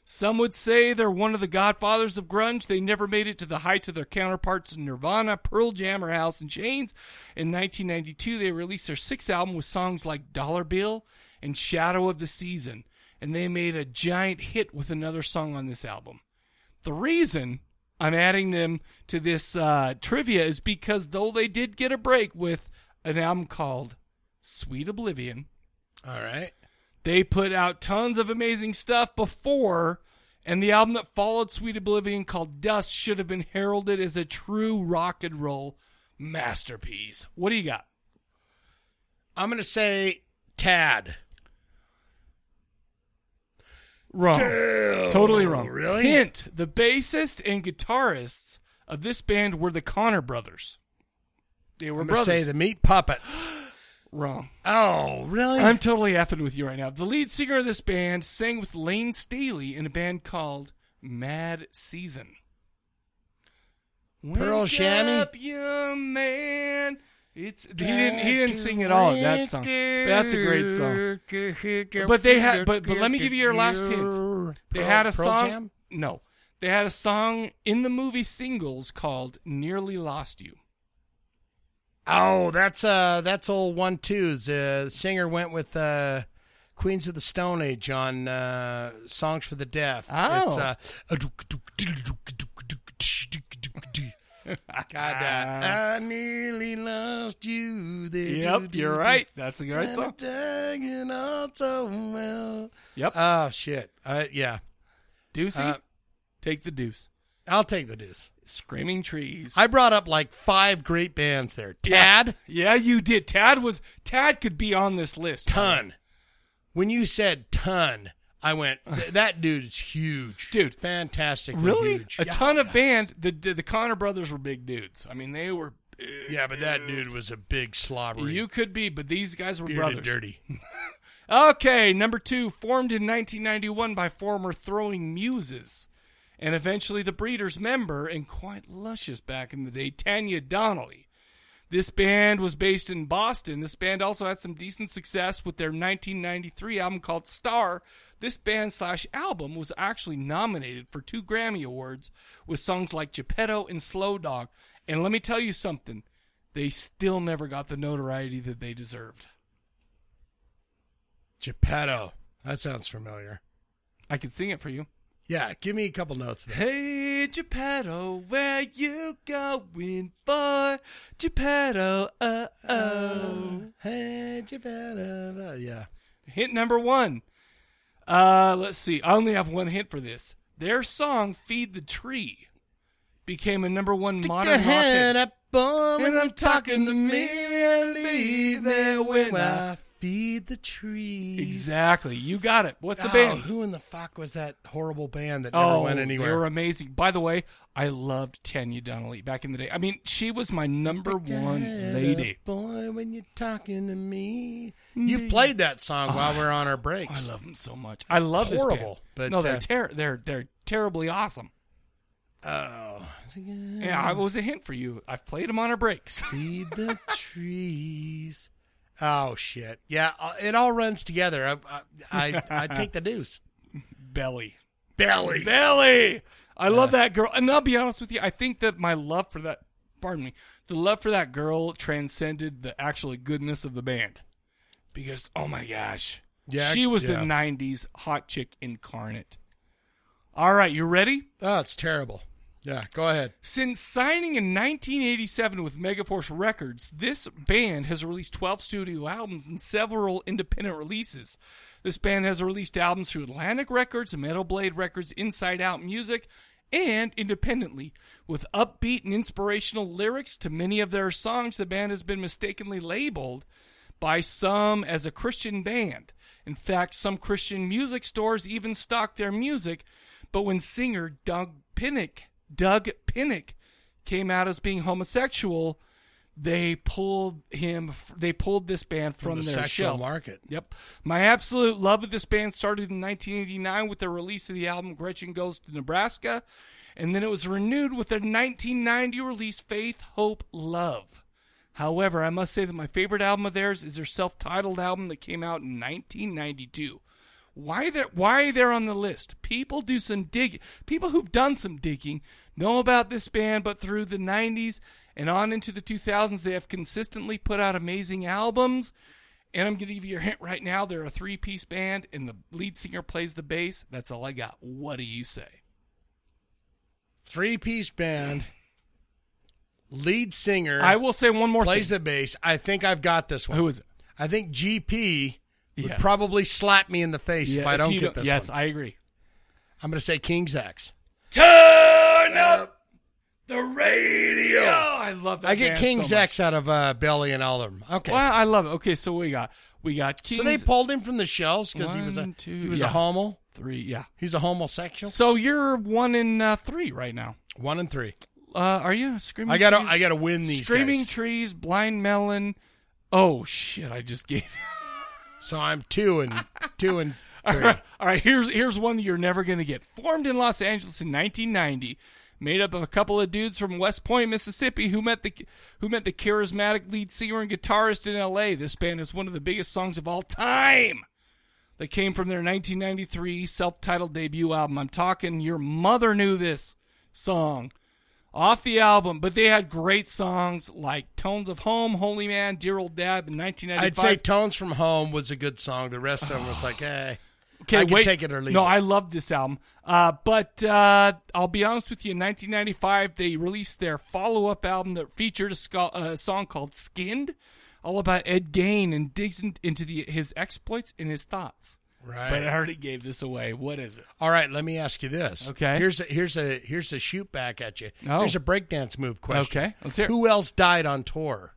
Speaker 1: Some would say they're one of the godfathers of grunge. They never made it to the heights of their counterparts in Nirvana, Pearl Jam, or Alice in Chains. In 1992, they released their sixth album with songs like Dollar Bill and Shadow of the Season, and they made a giant hit with another song on this album. The reason I'm adding them to this uh, trivia is because though they did get a break with an album called Sweet Oblivion,
Speaker 2: All right.
Speaker 1: they put out tons of amazing stuff before, and the album that followed Sweet Oblivion called Dust should have been heralded as a true rock and roll masterpiece. What do you got?
Speaker 2: I'm going to say Tad.
Speaker 1: Wrong.
Speaker 2: Damn.
Speaker 1: Totally wrong.
Speaker 2: Really?
Speaker 1: Hint the bassist and guitarists of this band were the Connor brothers. They were
Speaker 2: I'm going to
Speaker 1: brothers.
Speaker 2: say the Meat Puppets.
Speaker 1: Wrong.
Speaker 2: Oh, really?
Speaker 1: I'm totally effing with you right now. The lead singer of this band sang with Lane Staley in a band called Mad Season.
Speaker 2: Pearl
Speaker 1: Wake
Speaker 2: Chamois?
Speaker 1: up, young man. It's he didn't he didn't sing at all in that song. But that's a great song. But they had but but let me give you your last hint. They
Speaker 2: Pearl-
Speaker 1: had a
Speaker 2: Pearl
Speaker 1: song.
Speaker 2: Jam?
Speaker 1: No, they had a song in the movie singles called "Nearly Lost You."
Speaker 2: Oh, that's uh, that's old one twos. Uh, the singer went with uh, Queens of the Stone Age on uh, Songs for the Deaf. uh,
Speaker 1: Oh.
Speaker 2: It's, uh, God, uh, I nearly lost you. There,
Speaker 1: Yep,
Speaker 2: do, do,
Speaker 1: you're
Speaker 2: do.
Speaker 1: right. That's a great
Speaker 2: When
Speaker 1: song.
Speaker 2: I'm tagging on so well.
Speaker 1: Yep.
Speaker 2: Oh shit. Uh, yeah.
Speaker 1: Deucey,
Speaker 2: Uh,
Speaker 1: take the deuce.
Speaker 2: I'll take the deuce.
Speaker 1: Screaming trees.
Speaker 2: I brought up like five great bands there. Tad.
Speaker 1: Yeah, you did. Tad was Tad could be on this list.
Speaker 2: Ton. When you said ton, I went. "Th- that dude is huge,
Speaker 1: dude.
Speaker 2: Fantastically
Speaker 1: Really?
Speaker 2: huge.
Speaker 1: A ton of band. The, the the Connor brothers were big dudes. I mean, they were.
Speaker 2: Yeah, but that dude was a big slobbery.
Speaker 1: You could be, but these guys were
Speaker 2: bearded
Speaker 1: brothers.
Speaker 2: dirty.
Speaker 1: Okay, number two, formed in 1991 by former Throwing Muses, and eventually the Breeders' member and quite luscious back in the day, Tanya Donnelly. This band was based in Boston. This band also had some decent success with their 1993 album called Star. This band slash album was actually nominated for two Grammy Awards with songs like Geppetto and Slow Dog. And let me tell you something, they still never got the notoriety that they deserved.
Speaker 2: Geppetto. That sounds familiar.
Speaker 1: I can sing it for you.
Speaker 2: Yeah, give me a couple notes. There.
Speaker 1: Hey Geppetto, where you going, boy? Geppetto, uh oh.
Speaker 2: Hey Geppetto, yeah.
Speaker 1: Hint number one. Uh, let's see. I only have one hint for this. Their song "Feed the Tree" became a number one modern
Speaker 2: your
Speaker 1: rock
Speaker 2: head
Speaker 1: hit.
Speaker 2: up, boy, when
Speaker 1: And
Speaker 2: I'm talking to me.
Speaker 1: me, leave there when I-
Speaker 2: feed the trees.
Speaker 1: Exactly. You got it. What's the
Speaker 2: Oh,
Speaker 1: band? Oh,
Speaker 2: Who in the fuck was that horrible band that never went anywhere?
Speaker 1: They were amazing. By the way, I loved Tanya Donnelly back in the day. I mean, she was my number one
Speaker 2: Head
Speaker 1: lady.
Speaker 2: up, boy, when you're talking to me. You played that song while we're on our breaks.
Speaker 1: Oh, I love them so much. I love this band.
Speaker 2: horrible, but
Speaker 1: no, they're
Speaker 2: uh,
Speaker 1: ter- they're they're terribly awesome.
Speaker 2: Oh,
Speaker 1: Yeah, it was a hint for you. I've played them on our breaks.
Speaker 2: feed the trees. Oh shit! Yeah, uh, it all runs together. I I, I, I take the deuce.
Speaker 1: Belly.
Speaker 2: Belly.
Speaker 1: Belly. I love that girl. And I'll be honest with you, I think that my love for that pardon me, the love for that girl transcended the actual goodness of the band. Because oh my gosh.
Speaker 2: Yeah,
Speaker 1: she was
Speaker 2: yeah.
Speaker 1: the nineties hot chick incarnate. All right, you ready?
Speaker 2: Oh, it's terrible. Yeah, go ahead.
Speaker 1: Since signing in 1987 with Megaforce Records, this band has released 12 studio albums and several independent releases. This band has released albums through Atlantic Records, Metal Blade Records, Inside Out Music, and independently. With upbeat and inspirational lyrics to many of their songs, the band has been mistakenly labeled by some as a Christian band. In fact, some Christian music stores even stock their music, but when singer Doug Pinnick, Doug Pinnick, came out as being homosexual, They pulled him. f- They pulled this band
Speaker 2: From
Speaker 1: from,
Speaker 2: the
Speaker 1: their
Speaker 2: sexual
Speaker 1: shelves.
Speaker 2: market.
Speaker 1: Yep. My absolute love of this band started in 1989 with the release of the album Gretchen Goes to Nebraska, and then it was renewed with their 1990 release Faith, Hope, Love. However, I must say that my favorite album of theirs is their self-titled album that came out in 1992. Why they're why they're on the list? People do some dig. People who've done some digging know about this band, but through the 90s and on into the 2000s, they have consistently put out amazing albums. And I'm going to give you a hint right now. They're a three-piece band, and the lead singer plays the bass. That's all I got. What do you say?
Speaker 2: Three piece band. Lead singer.
Speaker 1: I will say one more
Speaker 2: Plays
Speaker 1: thing.
Speaker 2: the bass. I think I've got this one.
Speaker 1: Who is it?
Speaker 2: I think GP would
Speaker 1: Yes.
Speaker 2: probably slap me in the face
Speaker 1: Yeah,
Speaker 2: if I
Speaker 1: if
Speaker 2: don't
Speaker 1: you
Speaker 2: get this
Speaker 1: yes,
Speaker 2: one.
Speaker 1: I agree.
Speaker 2: I'm going to say King's X.
Speaker 1: Turn up the radio. I love that.
Speaker 2: I get
Speaker 1: band
Speaker 2: King's
Speaker 1: so much.
Speaker 2: X out of uh, Belly and all of them. Okay.
Speaker 1: Well, I love it. Okay, so we got we got King's
Speaker 2: so they pulled him from the shelves because he was a
Speaker 1: One, two,
Speaker 2: he was a
Speaker 1: yeah.
Speaker 2: homo.
Speaker 1: Three, yeah.
Speaker 2: He's a homosexual.
Speaker 1: So you're one in uh, three right now.
Speaker 2: One and three.
Speaker 1: Uh, are you screaming?
Speaker 2: I gotta-
Speaker 1: trees,
Speaker 2: I gotta win these
Speaker 1: Screaming
Speaker 2: guys.
Speaker 1: trees, blind melon. Oh shit! I just gave.
Speaker 2: so I'm two and two and.
Speaker 1: All right, all right, here's here's one that you're never gonna get. Formed in Los Angeles in 1990, made up of a couple of dudes from West Point, Mississippi, who met the who met the charismatic lead singer and guitarist in L.A. This band is one of the biggest songs of all time. that came from their 1993 self-titled debut album. I'm talking your mother knew this song off the album, but they had great songs like Tones of Home, Holy Man, Dear Old Dad in
Speaker 2: I'd
Speaker 1: 1995.
Speaker 2: say "Tones from Home" was a good song. The rest of them was like, eh.
Speaker 1: Okay,
Speaker 2: I can
Speaker 1: wait.
Speaker 2: take it or leave
Speaker 1: no,
Speaker 2: it.
Speaker 1: I love this album. Uh, but uh, I'll be honest with you. In 1995, they released their follow-up album that featured a, sco- a song called "Skinned," all about Ed Gain and digs in- into the, his exploits and his thoughts.
Speaker 2: Right.
Speaker 1: But I already gave this away. What is it?
Speaker 2: All right, let me ask you this.
Speaker 1: Okay.
Speaker 2: Here's a here's a here's a shoot back at you.
Speaker 1: Oh.
Speaker 2: Here's a breakdance move question.
Speaker 1: Okay, let's hear it.
Speaker 2: Who else died on tour?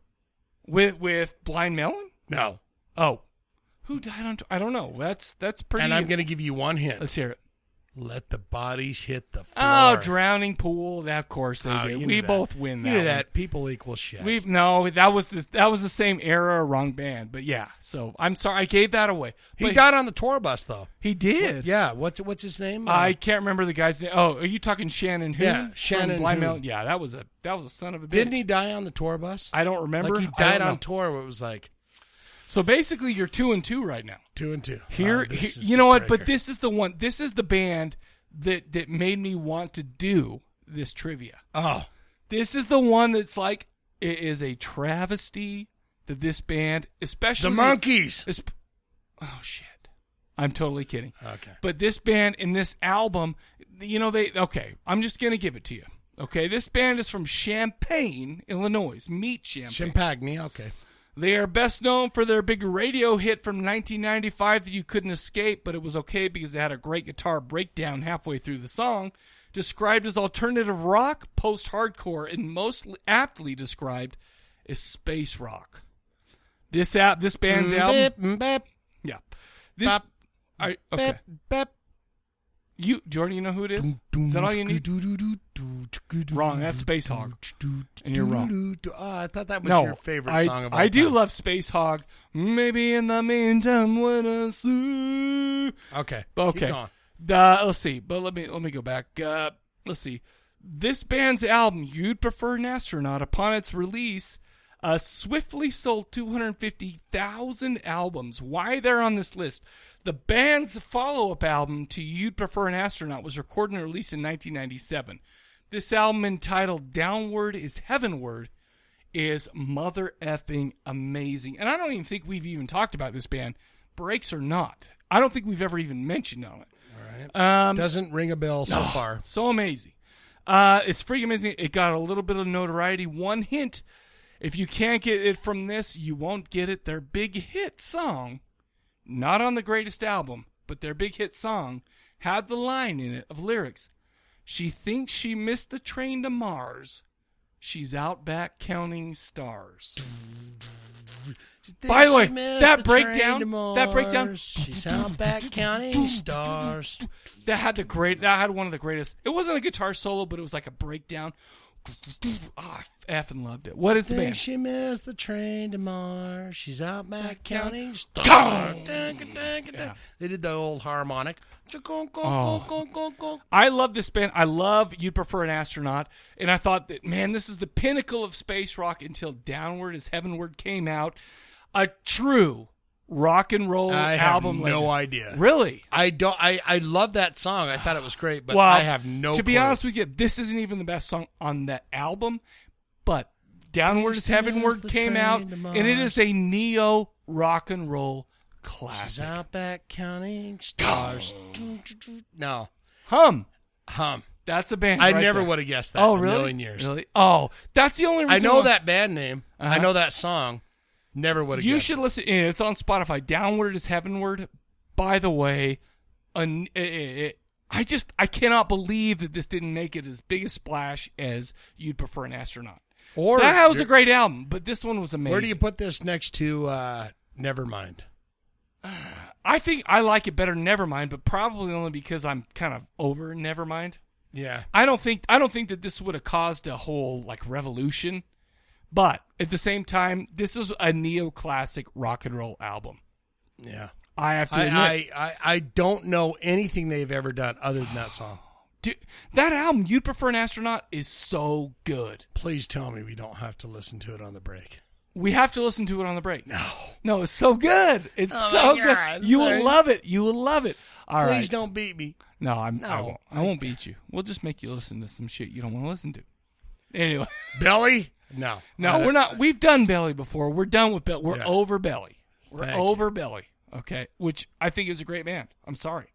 Speaker 1: With with Blind Melon?
Speaker 2: No.
Speaker 1: Oh. Who died on? T- I don't know. That's that's pretty.
Speaker 2: And I'm going to give you one hint.
Speaker 1: Let's hear it.
Speaker 2: Let the bodies hit the floor.
Speaker 1: Oh, drowning pool. That, of course they
Speaker 2: Oh, you
Speaker 1: did.
Speaker 2: knew
Speaker 1: We
Speaker 2: that.
Speaker 1: both win. That
Speaker 2: You knew
Speaker 1: one.
Speaker 2: that. People equal shit.
Speaker 1: We no, that was the that was the same era, wrong band. But yeah, so I'm sorry I gave that away.
Speaker 2: he
Speaker 1: But
Speaker 2: died on the tour bus though.
Speaker 1: He did.
Speaker 2: What- yeah. What's what's his name? Uh,
Speaker 1: I can't remember the guy's name. Oh, are you talking Shannon? Who?
Speaker 2: Yeah,
Speaker 1: from
Speaker 2: Shannon
Speaker 1: Blind
Speaker 2: Who.
Speaker 1: Melon? Yeah, that was a that was a son of a.
Speaker 2: Didn't
Speaker 1: bitch.
Speaker 2: he die on the tour bus?
Speaker 1: I don't remember.
Speaker 2: Like he
Speaker 1: I don't
Speaker 2: died on
Speaker 1: know.
Speaker 2: tour. Where it was like
Speaker 1: So basically, you're two and two right now.
Speaker 2: two and two.
Speaker 1: Here,
Speaker 2: Oh, this
Speaker 1: he-
Speaker 2: is
Speaker 1: you
Speaker 2: a
Speaker 1: know what?
Speaker 2: breaker.
Speaker 1: But this is the one. This is the band that that made me want to do this trivia.
Speaker 2: Oh,
Speaker 1: this is the one that's like it is a travesty that this band, especially
Speaker 2: The Monkees.
Speaker 1: es- oh shit! I'm totally kidding.
Speaker 2: Okay.
Speaker 1: But this band and this album, you know, they okay. I'm just gonna give it to you. Okay, this band is from Champaign, Illinois. Meet Champaign.
Speaker 2: Champagne. Okay.
Speaker 1: They are best known for their big radio hit from 1995 that you couldn't escape, but it was okay because they had a great guitar breakdown halfway through the song. Described as alternative rock, post hardcore, and most aptly described as space rock. This app, this band's
Speaker 2: Mm,
Speaker 1: album,
Speaker 2: bip, mm, bip.
Speaker 1: yeah. This,
Speaker 2: Bop.
Speaker 1: I, okay. You, Jordan, you know who it is? Is that all you need? Wrong. That's Space Hog, and you're wrong.
Speaker 2: Oh, I thought that was
Speaker 1: no,
Speaker 2: your favorite
Speaker 1: I,
Speaker 2: song of all
Speaker 1: I do
Speaker 2: time.
Speaker 1: love Space Hog. Maybe in the meantime, when I see.
Speaker 2: Okay.
Speaker 1: Okay.
Speaker 2: Keep going.
Speaker 1: Uh, let's see. But let me let me go back. Uh, let's see. This band's album, "You'd Prefer an Astronaut," upon its release, uh, swiftly sold 250,000 albums. Why they're on this list? The band's follow-up album to "You'd Prefer an Astronaut" was recorded and released in 1997. This album, entitled "Downward Is Heavenward," is mother effing amazing. And I don't even think we've even talked about this band, breaks or not. I don't think we've ever even mentioned on it. All right. Um, Oh,
Speaker 2: Doesn't ring a bell so far.
Speaker 1: So amazing. Uh, it's freaking amazing. It got a little bit of notoriety. One hint if you can't get it from this, you won't get it. Their big hit song, not on the greatest album, but their big hit song had the line in it of lyrics She thinks she missed the train to Mars. She's out back counting stars. By the way,
Speaker 2: She missed
Speaker 1: that
Speaker 2: the train
Speaker 1: breakdown,
Speaker 2: to
Speaker 1: that breakdown,
Speaker 2: Mars. She's out back counting stars.
Speaker 1: that had the great. That had one of the greatest. It wasn't a guitar solo, but it was like a breakdown. Ah, I effing loved it. What is the
Speaker 2: Think
Speaker 1: band?
Speaker 2: She missed the train tomorrow. She's out back county.
Speaker 1: Dun,
Speaker 2: They did the old harmonic.
Speaker 1: Oh. I love this band. I love You'd Prefer an Astronaut. And I thought that, man, this is the pinnacle of space rock until Downward is Heavenward came out. A true rock and roll
Speaker 2: I have
Speaker 1: album.
Speaker 2: no
Speaker 1: legend.
Speaker 2: idea.
Speaker 1: Really?
Speaker 2: I don't. I I love that song. I thought it was great, but
Speaker 1: well,
Speaker 2: I have no.
Speaker 1: To be
Speaker 2: clue.
Speaker 1: honest with you, this isn't even the best song on that album, but Downward is Heavenward
Speaker 2: the
Speaker 1: came
Speaker 2: train
Speaker 1: out,
Speaker 2: to
Speaker 1: and it is a neo rock and roll classic.
Speaker 2: out back counting stars. No.
Speaker 1: Hum.
Speaker 2: Hum.
Speaker 1: That's a band.
Speaker 2: I
Speaker 1: right
Speaker 2: never
Speaker 1: there.
Speaker 2: would have guessed that.
Speaker 1: Oh,
Speaker 2: in
Speaker 1: really?
Speaker 2: A million years.
Speaker 1: Really? Oh, that's the only
Speaker 2: I
Speaker 1: reason
Speaker 2: know
Speaker 1: why-
Speaker 2: that band name. I
Speaker 1: Uh-huh.
Speaker 2: know that song. Never would have.
Speaker 1: You
Speaker 2: guessed.
Speaker 1: should listen. and It's on Spotify. Downward is heavenward. By the way, an, eh, eh, eh, I just I cannot believe that this didn't make it as big a splash as you'd prefer an astronaut.
Speaker 2: Or
Speaker 1: that was a great album, but this one was amazing.
Speaker 2: Where do you put this next to? uh Nevermind.
Speaker 1: I think I like it better. than Nevermind, but probably only because I'm kind of over Nevermind.
Speaker 2: Yeah.
Speaker 1: I don't think I don't think that this would have caused a whole like revolution, but at the same time, this is a neoclassic rock and roll album.
Speaker 2: Yeah.
Speaker 1: I have to
Speaker 2: I,
Speaker 1: admit,
Speaker 2: I, I I don't know anything they've ever done other than that song.
Speaker 1: Dude, that album you'd prefer an astronaut is so good.
Speaker 2: Please tell me we don't have to listen to it on the break.
Speaker 1: We have to listen to it on the break. No, no, it's so good. It's so
Speaker 2: Oh,
Speaker 1: good. You will love it. You will love it. All
Speaker 2: Please
Speaker 1: right.
Speaker 2: don't beat me.
Speaker 1: No, I'm, I
Speaker 2: No.
Speaker 1: won't. I won't beat you. We'll just make you listen to some shit you don't want to listen to. Anyway,
Speaker 2: Belly? No,
Speaker 1: no, we're not. We've done belly before. We're done with belly. We're
Speaker 2: Yeah.
Speaker 1: over belly. We're
Speaker 2: Thank you.
Speaker 1: over belly. Okay, which I think is a great band. I'm sorry.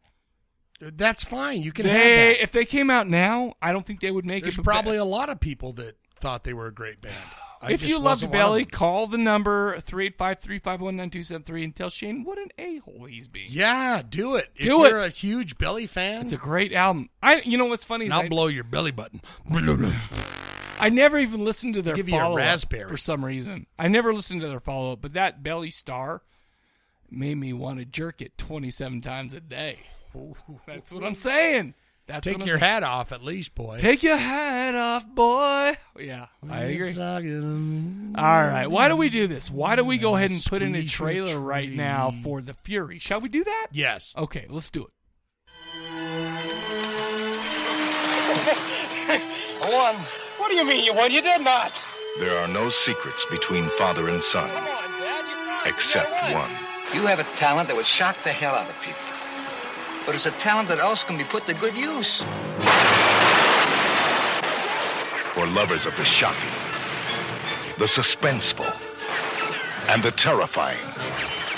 Speaker 2: That's fine. You can
Speaker 1: They-
Speaker 2: have that.
Speaker 1: If they came out now, I don't think they would make
Speaker 2: There's
Speaker 1: it. but-
Speaker 2: probably a lot of people that thought they were a great band. I
Speaker 1: if
Speaker 2: just
Speaker 1: you
Speaker 2: wasn't
Speaker 1: loved
Speaker 2: one of
Speaker 1: Belly,
Speaker 2: them.
Speaker 1: call the number 385 351 9273 and tell Shane what an a hole he's being.
Speaker 2: yeah, do it.
Speaker 1: Do it.
Speaker 2: if You're a huge Belly fan.
Speaker 1: It's a great album. I, You know what's funny?
Speaker 2: and
Speaker 1: is
Speaker 2: I'll
Speaker 1: I-
Speaker 2: blow your belly button.
Speaker 1: I never even listened to their
Speaker 2: Give you a
Speaker 1: follow
Speaker 2: raspberry.
Speaker 1: up for some reason. I never listened to their follow up, but that Belly Star made me want to jerk it 27 times a day. That's what I'm saying. That's
Speaker 2: Take
Speaker 1: what I'm
Speaker 2: your
Speaker 1: saying.
Speaker 2: hat off at least, boy.
Speaker 1: Take your hat off, boy. Yeah, I agree. All right. Why do we do this? Why do we go ahead and put in a
Speaker 2: Squeeze your
Speaker 1: trailer right now for The Fury? Shall we do that?
Speaker 2: Yes.
Speaker 1: Okay, let's do it.
Speaker 12: One. What do you mean you won? You did not.
Speaker 13: There are no secrets between father and son. Except one.
Speaker 14: You have a talent that would shock the hell out of people. But it's a talent that also can be put to good use.
Speaker 13: For lovers of the shocking, the suspenseful, and the terrifying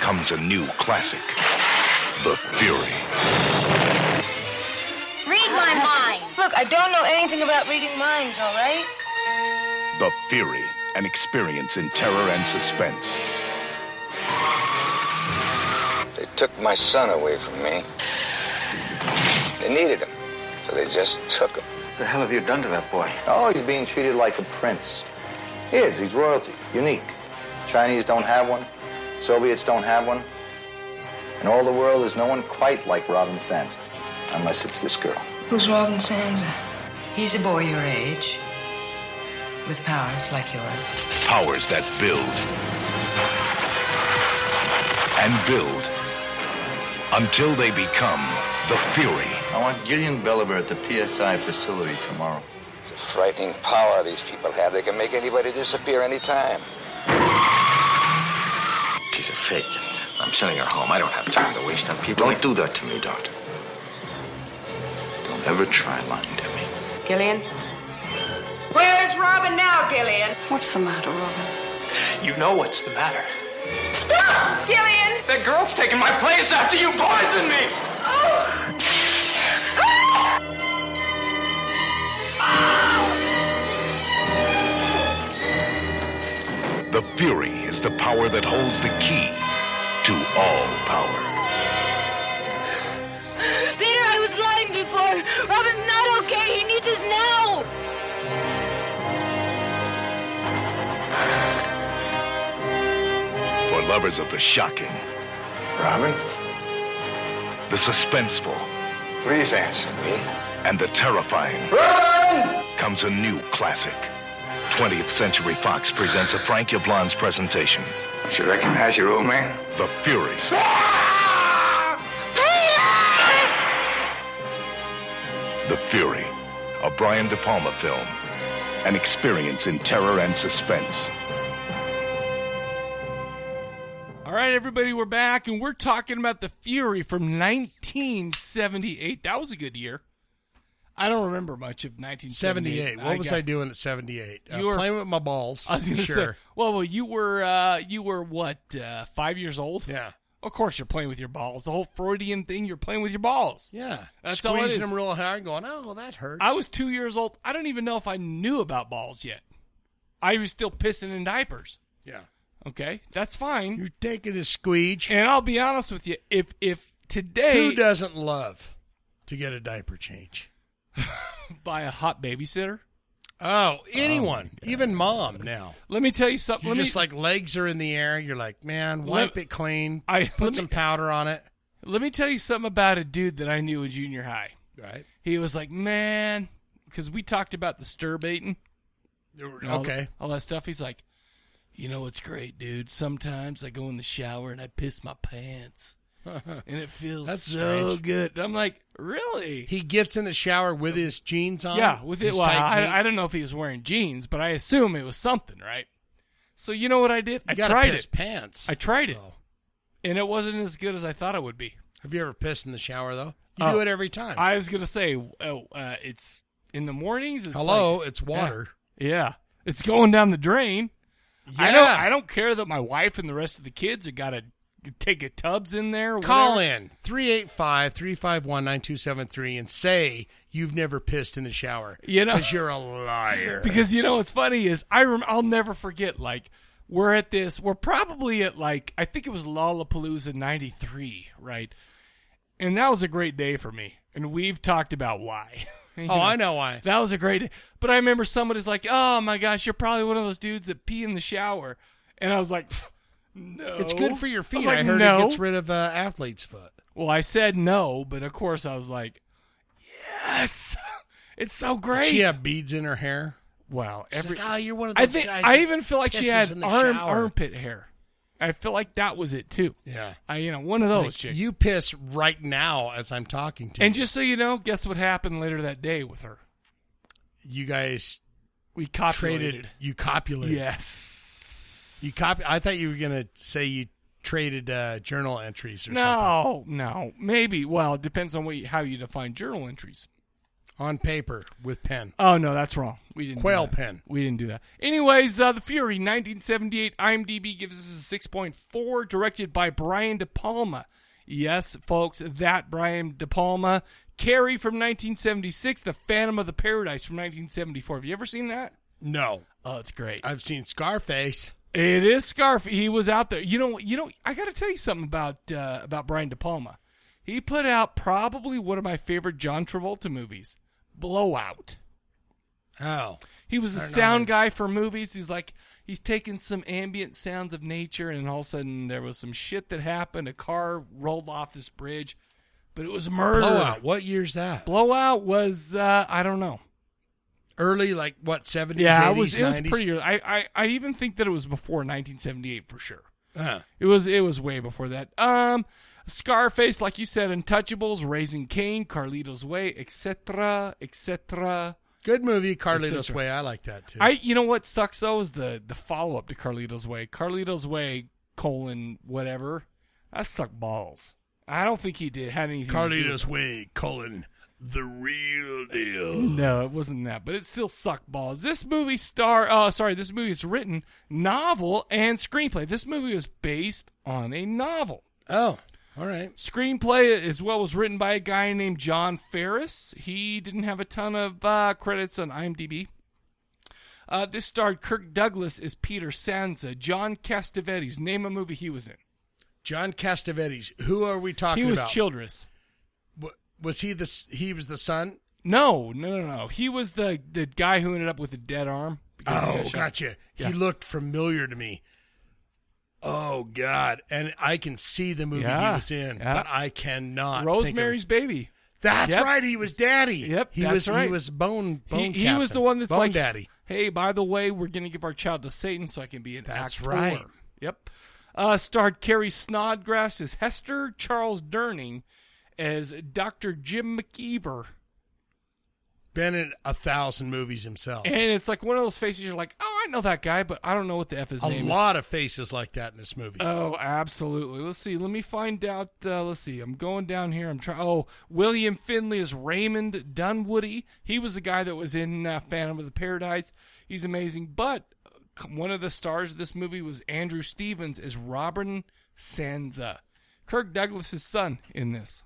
Speaker 13: comes a new classic The Fury.
Speaker 15: Read my mind. Look, I don't know anything about reading minds, all right?
Speaker 13: The Fury, an experience in terror and suspense.
Speaker 16: They took my son away from me. They needed him, so they just took him.
Speaker 14: What the hell have you done to that boy? Oh, he's being treated like a prince. He is. He's royalty, unique. Chinese don't have one. Soviets don't have one. In all the world, there's no one quite like Robin Sands, unless it's this girl.
Speaker 15: Who's Robin Sansa? He's a boy your age, with powers like yours.
Speaker 13: Powers that build and build until they become The Fury.
Speaker 14: I want Gillian Belliver at the PSI facility tomorrow.
Speaker 16: It's a frightening power these people have. They can make anybody disappear anytime.
Speaker 14: She's a fake. I'm sending her home. I don't have time to waste on people. Don't do that to me, Doctor. Don't ever try lying to me.
Speaker 15: Gillian? Where's Robin now, Gillian? What's the matter, Robin?
Speaker 12: You know what's the matter.
Speaker 15: Stop, Gillian!
Speaker 12: That girl's taking my place after you poisoned me!
Speaker 13: The Fury is the power that holds the key to all power.
Speaker 15: Peter, I was lying before. Robin's not okay. He needs us now.
Speaker 13: For lovers of the shocking. Robin? The suspenseful. Please answer me. And the terrifying.
Speaker 12: Run!
Speaker 13: comes a new classic. 20th Century Fox presents a Frank Yablon's presentation.
Speaker 16: You reckon that's your old man?
Speaker 13: The Fury. The Fury, a Brian De Palma film. An experience in terror and suspense.
Speaker 1: All right, everybody, we're back, and we're talking about the Fury from 1978. That was a good year. I don't remember much of 1978.
Speaker 2: 78. What was I doing at 78? Uh, playing with my balls.
Speaker 1: I was gonna
Speaker 2: sure.
Speaker 1: say. Well, well, you were uh, you were what uh, five years old?
Speaker 2: Yeah.
Speaker 1: Of course, you're playing with your balls. The whole Freudian thing. You're playing with your balls.
Speaker 2: Yeah.
Speaker 1: That's all it
Speaker 2: Squeezing
Speaker 1: is.
Speaker 2: them real hard, going, oh, well, that hurts.
Speaker 1: I was two years old. I don't even know if I knew about balls yet. I was still pissing in diapers.
Speaker 2: Yeah.
Speaker 1: Okay, that's fine.
Speaker 2: You're taking a squeege.
Speaker 1: And I'll be honest with you, if if today
Speaker 2: Who doesn't love to get a diaper change?
Speaker 1: by a hot babysitter,
Speaker 2: Oh, anyone, even mom now.
Speaker 1: let me tell you something.
Speaker 2: You're
Speaker 1: let me-
Speaker 2: just like legs are in the air. You're like, man,
Speaker 1: Let-
Speaker 2: wipe it clean.
Speaker 1: I- let
Speaker 2: put some
Speaker 1: me-
Speaker 2: powder on it.
Speaker 1: Let me tell you something about a dude that I knew in junior high.
Speaker 2: Right.
Speaker 1: He was like, man, because we talked about the stir baiting. and all-
Speaker 2: Okay.
Speaker 1: All, that stuff. He's like, you know what's great, dude? Sometimes I go in the shower and I piss my pants. and it feels
Speaker 2: That's
Speaker 1: so
Speaker 2: strange.
Speaker 1: good. I'm like, really?
Speaker 2: He gets in the shower with his jeans on.
Speaker 1: yeah, with it.
Speaker 2: his
Speaker 1: Well,
Speaker 2: tight jeans.
Speaker 1: I, I don't know if he was wearing jeans, but I assume it was something, right? So you know what I did?
Speaker 2: You
Speaker 1: I
Speaker 2: gotta
Speaker 1: tried
Speaker 2: piss
Speaker 1: it.
Speaker 2: pants. Oh.
Speaker 1: I tried it, and it wasn't as good as I thought it would be.
Speaker 2: Have you ever pissed in the shower though? You do
Speaker 1: Oh.
Speaker 2: it every time.
Speaker 1: I was gonna say, oh, uh, it's in the mornings. It's
Speaker 2: Hello,
Speaker 1: like-
Speaker 2: it's water.
Speaker 1: Yeah, Yeah. it's going down the drain. I don't.
Speaker 2: Yeah.
Speaker 1: I don't care that my wife and the rest of the kids have got to take a tubs in there. or
Speaker 2: Call
Speaker 1: whatever.
Speaker 2: in 385 351 9273 and say you've never pissed in the shower.
Speaker 1: You know-
Speaker 2: because you're a liar.
Speaker 1: because you know what's funny is I rem- I'll never forget. Like we're at this. We're probably at like I think it was Lollapalooza '93, right? And that was a great day for me. And we've talked about why. You
Speaker 2: Oh, I know why.
Speaker 1: That was a great day. But I remember somebody's like, "Oh my gosh, you're probably one of those dudes that pee in the shower," and I was like, "Pff, "No,
Speaker 2: it's good for
Speaker 1: I,
Speaker 2: your
Speaker 1: was
Speaker 2: feet.
Speaker 1: like,
Speaker 2: I heard
Speaker 1: no.
Speaker 2: it gets rid of uh, athlete's foot.
Speaker 1: Well, I said no, but of course I was like, "Yes, it's so great."
Speaker 2: She had beads in her hair.
Speaker 1: Wow,
Speaker 2: She's
Speaker 1: every
Speaker 2: like, oh, you're one of
Speaker 1: I
Speaker 2: those
Speaker 1: think
Speaker 2: guys
Speaker 1: I
Speaker 2: that
Speaker 1: even feel like she
Speaker 2: pisses
Speaker 1: had
Speaker 2: in the
Speaker 1: arm
Speaker 2: shower.
Speaker 1: armpit hair. I feel like that was it too.
Speaker 2: Yeah.
Speaker 1: I you know one of
Speaker 2: It's
Speaker 1: those
Speaker 2: like,
Speaker 1: chicks.
Speaker 2: You piss right now as I'm talking to
Speaker 1: and
Speaker 2: you.
Speaker 1: just so you know, guess what happened later that day with her?
Speaker 2: you guys
Speaker 1: we copulated.
Speaker 2: traded. You copulated.
Speaker 1: Yes.
Speaker 2: You copy. I thought you were gonna say you traded uh, journal entries or something
Speaker 1: No, no, maybe. Well, it depends on what you, how you define journal entries.
Speaker 2: on paper with pen.
Speaker 1: Oh no, that's wrong. We didn't do
Speaker 2: Quail
Speaker 1: that.
Speaker 2: pen.
Speaker 1: We didn't do that. Anyways, uh, The Fury, 1978, IMDb gives us a 6.4, directed by Brian De Palma. Yes, folks, that Brian De Palma. Carrie from 1976, The Phantom of the Paradise from 1974. Have you ever seen that?
Speaker 2: No.
Speaker 1: Oh, it's great.
Speaker 2: I've seen Scarface.
Speaker 1: It is Scarf. He was out there. You know, you know. I got to tell you something about uh, about Brian De Palma. He put out probably one of my favorite John Travolta movies, Blowout.
Speaker 2: Oh.
Speaker 1: He was a
Speaker 2: I don't know.
Speaker 1: sound guy for movies. He's like he's taking some ambient sounds of nature, and all of a sudden there was some shit that happened. A car rolled off this bridge, but it was murder.
Speaker 2: Blowout. What year's that?
Speaker 1: Blowout was uh, I don't know.
Speaker 2: Early, like what? Seventies.
Speaker 1: yeah,
Speaker 2: 80s,
Speaker 1: it was. It
Speaker 2: 90s?
Speaker 1: was pretty. early. I, I I even think that it was before 1978 for sure.
Speaker 2: Uh,
Speaker 1: It was it was way before that. Um, Scarface, like you said, Untouchables, Raising Cain, Carlito's Way, etc., etc.
Speaker 2: good movie, Carlito's
Speaker 1: Etc.
Speaker 2: Way. I like that too.
Speaker 1: I you know what sucks though is the the follow up to Carlito's Way, Carlito's Way colon whatever. That sucked balls. I don't think he did had anything. to do with
Speaker 11: Carlito's Way, Cullen, the real deal.
Speaker 1: No, it wasn't that, but it still sucked balls. This movie star, uh, sorry, this movie is written novel and screenplay. This movie was based on a novel.
Speaker 2: Oh, all right.
Speaker 1: Screenplay as well was written by a guy named John Ferris. He didn't have a ton of uh, credits on IMDb. Uh, this starred Kirk Douglas as Peter Sansa, John Castavetes. Name a movie he was in.
Speaker 2: John Castavetes. Who are we talking
Speaker 1: He was
Speaker 2: about?
Speaker 1: Childress.
Speaker 2: W- Was he the? s- He was the son.
Speaker 1: No, no, no, no. He was the the guy who ended up with a dead arm. because he
Speaker 2: Oh,
Speaker 1: got shot.
Speaker 2: gotcha.
Speaker 1: Yeah.
Speaker 2: He looked familiar to me. Oh God! And I can see the movie
Speaker 1: Yeah.
Speaker 2: he was in,
Speaker 1: Yeah.
Speaker 2: but I cannot. think of-
Speaker 1: Rosemary's Baby.
Speaker 2: That's
Speaker 1: Yep.
Speaker 2: right. He was daddy.
Speaker 1: Yep,
Speaker 2: He
Speaker 1: that's
Speaker 2: was
Speaker 1: right.
Speaker 2: he was bone
Speaker 1: He-
Speaker 2: bone.
Speaker 1: He, was
Speaker 2: captain.
Speaker 1: the one that's
Speaker 2: bone
Speaker 1: like,
Speaker 2: daddy.
Speaker 1: Hey, by the way, we're gonna give our child to Satan so I can be an
Speaker 2: That's
Speaker 1: actor.
Speaker 2: right.
Speaker 1: Yep. Uh, starred Carrie Snodgrass as Hester, Charles Durning as Dr. Jim McKeever.
Speaker 2: Been in a thousand movies himself.
Speaker 1: And it's like one of those faces you're like, oh, I know that guy, but I don't know what the F his
Speaker 2: a
Speaker 1: name is.
Speaker 2: lot of faces like that in this movie.
Speaker 1: Oh, absolutely. Let's see. Let me find out. Uh, let's see. I'm going down here. I'm trying. Oh, William Finley is Raymond Dunwoody. He was the guy that was in uh, Phantom of the Paradise. He's amazing. But uh, one of the stars of this movie was Andrew Stevens as Robin Sansa, Kirk Douglas's son in this.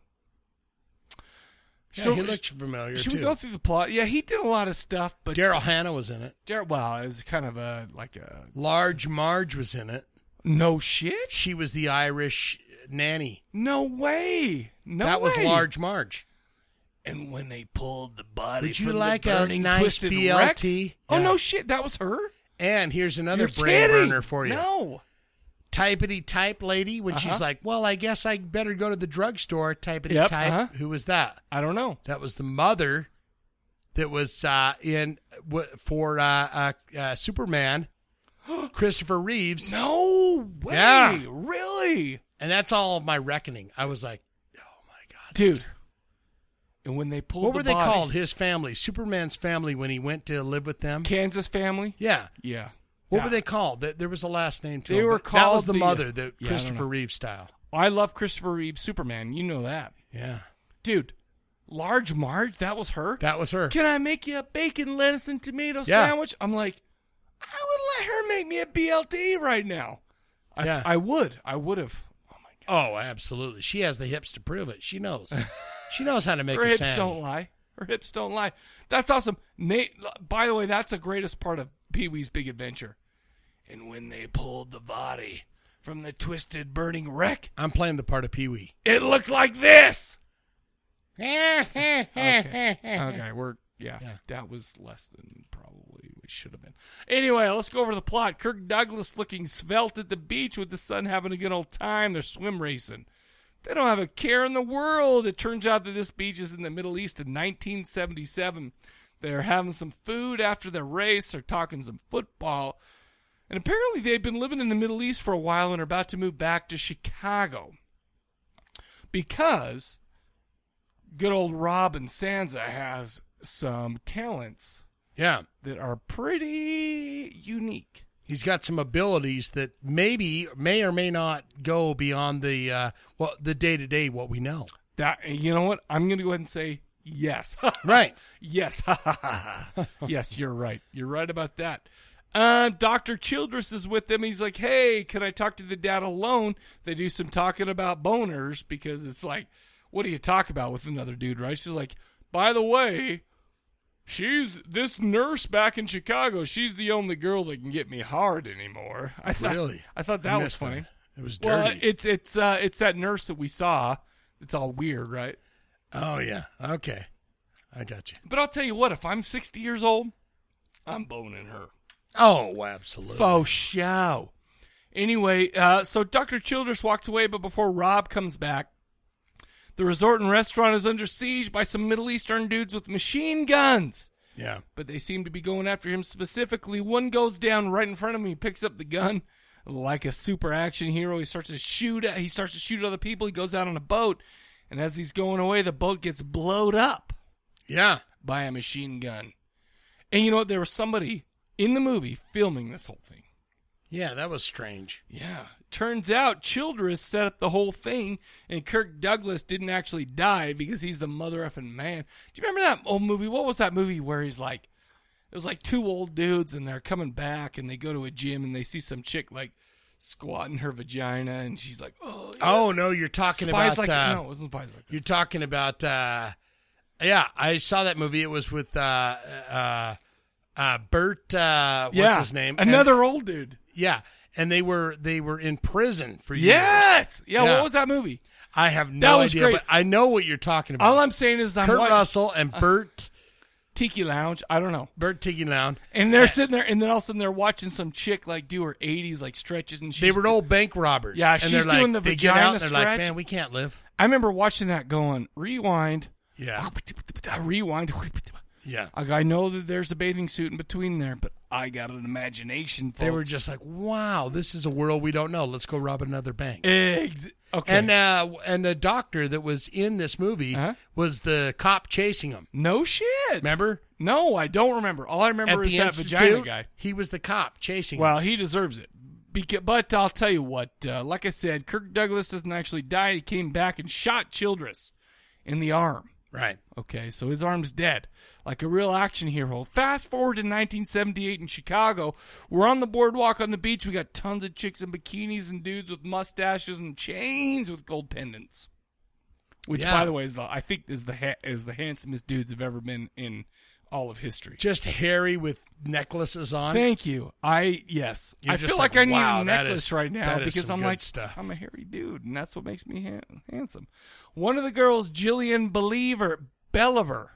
Speaker 2: Yeah, he looked familiar,
Speaker 1: Should we
Speaker 2: too.
Speaker 1: go through the plot? Yeah, he did a lot of stuff, but
Speaker 2: Daryl Hannah was in it.
Speaker 1: Dar- well, it was kind of a uh, like a
Speaker 2: Large Marge was in it.
Speaker 1: No shit.
Speaker 2: She was the Irish nanny.
Speaker 1: No way. No
Speaker 2: that was
Speaker 1: way.
Speaker 2: Large Marge.
Speaker 1: And when they pulled the body,
Speaker 2: Would you
Speaker 1: from the
Speaker 2: like a
Speaker 1: burning,
Speaker 2: nice
Speaker 1: twisted
Speaker 2: BLT?
Speaker 1: wreck- Oh
Speaker 2: Yeah.
Speaker 1: no, shit, that was her.
Speaker 2: And here's
Speaker 1: You're
Speaker 2: another brain
Speaker 1: kidding.
Speaker 2: burner for you.
Speaker 1: No.
Speaker 2: Typity type lady when
Speaker 1: Uh-huh.
Speaker 2: she's like, "Well, I guess I better go to the drugstore." Typity
Speaker 1: Yep,
Speaker 2: type.
Speaker 1: uh-huh.
Speaker 2: Who was that?
Speaker 1: I don't know.
Speaker 2: That was the mother that was uh, in w- for uh, uh, uh, Superman. Christopher Reeves.
Speaker 1: No way.
Speaker 2: Yeah.
Speaker 1: Really?
Speaker 2: And that's all of my reckoning. I was like,
Speaker 1: dude. And when they pulled,
Speaker 2: what were
Speaker 1: the
Speaker 2: they
Speaker 1: body-
Speaker 2: called? His family, Superman's family, when he went to live with them,
Speaker 1: Kansas family.
Speaker 2: Yeah,
Speaker 1: Yeah.
Speaker 2: What
Speaker 1: Yeah.
Speaker 2: were they called? Th- There was a last name to
Speaker 1: They
Speaker 2: them,
Speaker 1: were
Speaker 2: but That
Speaker 1: called
Speaker 2: was the,
Speaker 1: the-
Speaker 2: mother, the
Speaker 1: Yeah, I don't
Speaker 2: Christopher
Speaker 1: know.
Speaker 2: Reeve style.
Speaker 1: I love Christopher Reeve Superman. You know that.
Speaker 2: Yeah.
Speaker 1: Dude, Large Marge, that was her?
Speaker 2: That was her.
Speaker 1: Can I make you a bacon, lettuce, and tomato
Speaker 2: Yeah.
Speaker 1: sandwich? I'm like, I would let her make me a BLT right now. I,
Speaker 2: Yeah.
Speaker 1: I would. I would have.
Speaker 2: Oh, absolutely. She has the hips to prove it. She knows. she knows how to make
Speaker 1: Her
Speaker 2: a
Speaker 1: hips
Speaker 2: sandwich.
Speaker 1: don't lie. Her hips don't lie. That's awesome. Nate, by the way, that's the greatest part of Pee Wee's Big Adventure. And when they pulled the body from the twisted, burning wreck,
Speaker 2: I'm playing the part of Pee Wee.
Speaker 1: it looked like this.
Speaker 2: okay.
Speaker 1: okay, we're yeah, That was less than probably we should have been. Anyway, let's go over the plot. Kirk Douglas looking svelte at the beach with the son having a good old time. They're swim racing. They don't have a care in the world. It turns out that this beach is in the Middle East in 1977. They're having some food after the race. They're talking some football. And apparently, they've been living in the Middle East for a while and are about to move back to Chicago. Because good old Robin Sansa has some talents.
Speaker 2: Yeah.
Speaker 1: That are pretty unique.
Speaker 2: He's got some abilities that maybe may or may not go beyond the uh, well the day to day what we know.
Speaker 1: That you know what? I'm gonna go ahead and say yes.
Speaker 2: right.
Speaker 1: Yes. yes, you're right. You're right about that. Uh, Dr. Childress is with them. He's like, hey, can I talk to the dad alone? They do some talking about boners because it's like, what do you talk about with another dude, right? She's like, by the way, she's this nurse back in Chicago. She's the only girl that can get me hard anymore. I thought,
Speaker 2: Really?
Speaker 1: I thought
Speaker 2: I
Speaker 1: that was
Speaker 2: missed
Speaker 1: funny.
Speaker 2: that. It was
Speaker 1: Well,
Speaker 2: dirty.
Speaker 1: it's it's uh, it's that nurse that we saw. It's all weird, right?
Speaker 2: Oh yeah. Okay. I got you.
Speaker 1: But I'll tell you what, if I'm 60 years old, I'm boning her.
Speaker 2: Oh, absolutely.
Speaker 1: Faux show. Anyway, uh, so Dr. Childress walks away, but before Rob comes back, the resort and restaurant is under siege by some Middle Eastern dudes with machine guns.
Speaker 2: Yeah.
Speaker 1: But they seem to be going after him specifically. One goes down right in front of him. He picks up the gun like a super action hero. He starts to shoot at he starts to shoot at other people. He goes out on a boat, and as he's going away, the boat gets blowed up.
Speaker 2: Yeah.
Speaker 1: By a machine gun. And you know what? There was somebody in the movie filming this whole thing.
Speaker 2: Yeah, that was strange.
Speaker 1: Yeah. Turns out Childress set up the whole thing, and Kirk Douglas didn't actually die because he's the mother effing man. Do you remember that old movie? What was that movie where he's like, it was like two old dudes and they're coming back and they go to a gym and they see some chick like squatting her vagina and she's like, oh, yeah.
Speaker 2: Oh no, you're talking
Speaker 1: Spies
Speaker 2: about
Speaker 1: like
Speaker 2: uh,
Speaker 1: no, it wasn't spies like
Speaker 2: You're talking about uh yeah, I saw that movie. It was with uh uh uh Bert uh what's
Speaker 1: Yeah,
Speaker 2: his name?
Speaker 1: another old dude.
Speaker 2: Yeah. And they were they were in prison for years.
Speaker 1: Yes! Yeah, what was that movie?
Speaker 2: I have no
Speaker 1: That was
Speaker 2: idea,
Speaker 1: great.
Speaker 2: but I know what you're talking about.
Speaker 1: All I'm saying is I'm
Speaker 2: Kurt
Speaker 1: white. Uh,
Speaker 2: Russell and Bert
Speaker 1: Tiki Lounge. I don't know.
Speaker 2: Bert Tiki Lounge.
Speaker 1: And they're sitting there, and then all of a sudden they're watching some chick like do her '80s like stretches, and she's
Speaker 2: They were old bank robbers.
Speaker 1: Yeah,
Speaker 2: and
Speaker 1: she's
Speaker 2: they're
Speaker 1: doing
Speaker 2: like,
Speaker 1: the
Speaker 2: they get out
Speaker 1: vagina
Speaker 2: and they're
Speaker 1: stretch.
Speaker 2: like, Man, we can't live.
Speaker 1: I remember watching that, going rewind.
Speaker 2: Yeah.
Speaker 1: I rewind.
Speaker 2: Yeah.
Speaker 1: Like, I know that there's a bathing suit in between there, but I got an imagination.
Speaker 2: They were
Speaker 1: folks.
Speaker 2: just like, "Wow, this is a world we don't know. Let's go rob another bank."
Speaker 1: Ex- okay. Uh-huh.
Speaker 2: And uh, and the doctor that was in this movie was the cop chasing him.
Speaker 1: No shit.
Speaker 2: Remember?
Speaker 1: No, I don't remember. All I remember
Speaker 2: At
Speaker 1: is
Speaker 2: the
Speaker 1: that
Speaker 2: institute,
Speaker 1: vagina guy.
Speaker 2: He was the cop chasing.
Speaker 1: Well,
Speaker 2: him.
Speaker 1: he deserves it. Beca- but I'll tell you what, uh, like I said, Kirk Douglas doesn't actually die. He came back and shot Childress in the arm.
Speaker 2: Right.
Speaker 1: Okay, so his arm's dead. Like a real action hero. Fast forward to 1978 in Chicago. We're on the boardwalk on the beach. We got tons of chicks in bikinis and dudes with mustaches and chains with gold pendants. Which,
Speaker 2: Yeah.
Speaker 1: by the way, is the I think is the ha- is the handsomest dudes have ever been in all of history.
Speaker 2: just hairy with necklaces on.
Speaker 1: Thank you. I yes.
Speaker 2: You're
Speaker 1: I
Speaker 2: just
Speaker 1: feel
Speaker 2: like,
Speaker 1: like, I need
Speaker 2: wow,
Speaker 1: a
Speaker 2: that
Speaker 1: necklace
Speaker 2: is-
Speaker 1: right now
Speaker 2: that is
Speaker 1: because I'm
Speaker 2: some good
Speaker 1: like
Speaker 2: stuff.
Speaker 1: I'm a hairy dude, and that's what makes me ha- handsome. One of the girls, Jillian Believer, Believer,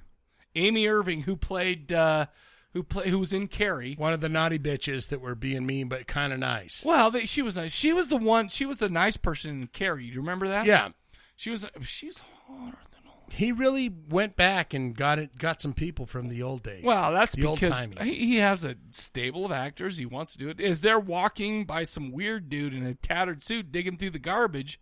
Speaker 1: Amy Irving, who played uh, who play who was in Carrie.
Speaker 2: One of the naughty bitches that were being mean but kind of nice.
Speaker 1: Well, they, she was nice. She was the one. She was the nice person in Carrie. You remember that?
Speaker 2: Yeah.
Speaker 1: She was. She's hotter
Speaker 2: He really went back and got it. Got some people from the old days.
Speaker 1: Well, that's
Speaker 2: the old
Speaker 1: because
Speaker 2: timies.
Speaker 1: he, he has a stable of actors. He wants to do it. Is there walking by some weird dude in a tattered suit digging through the garbage?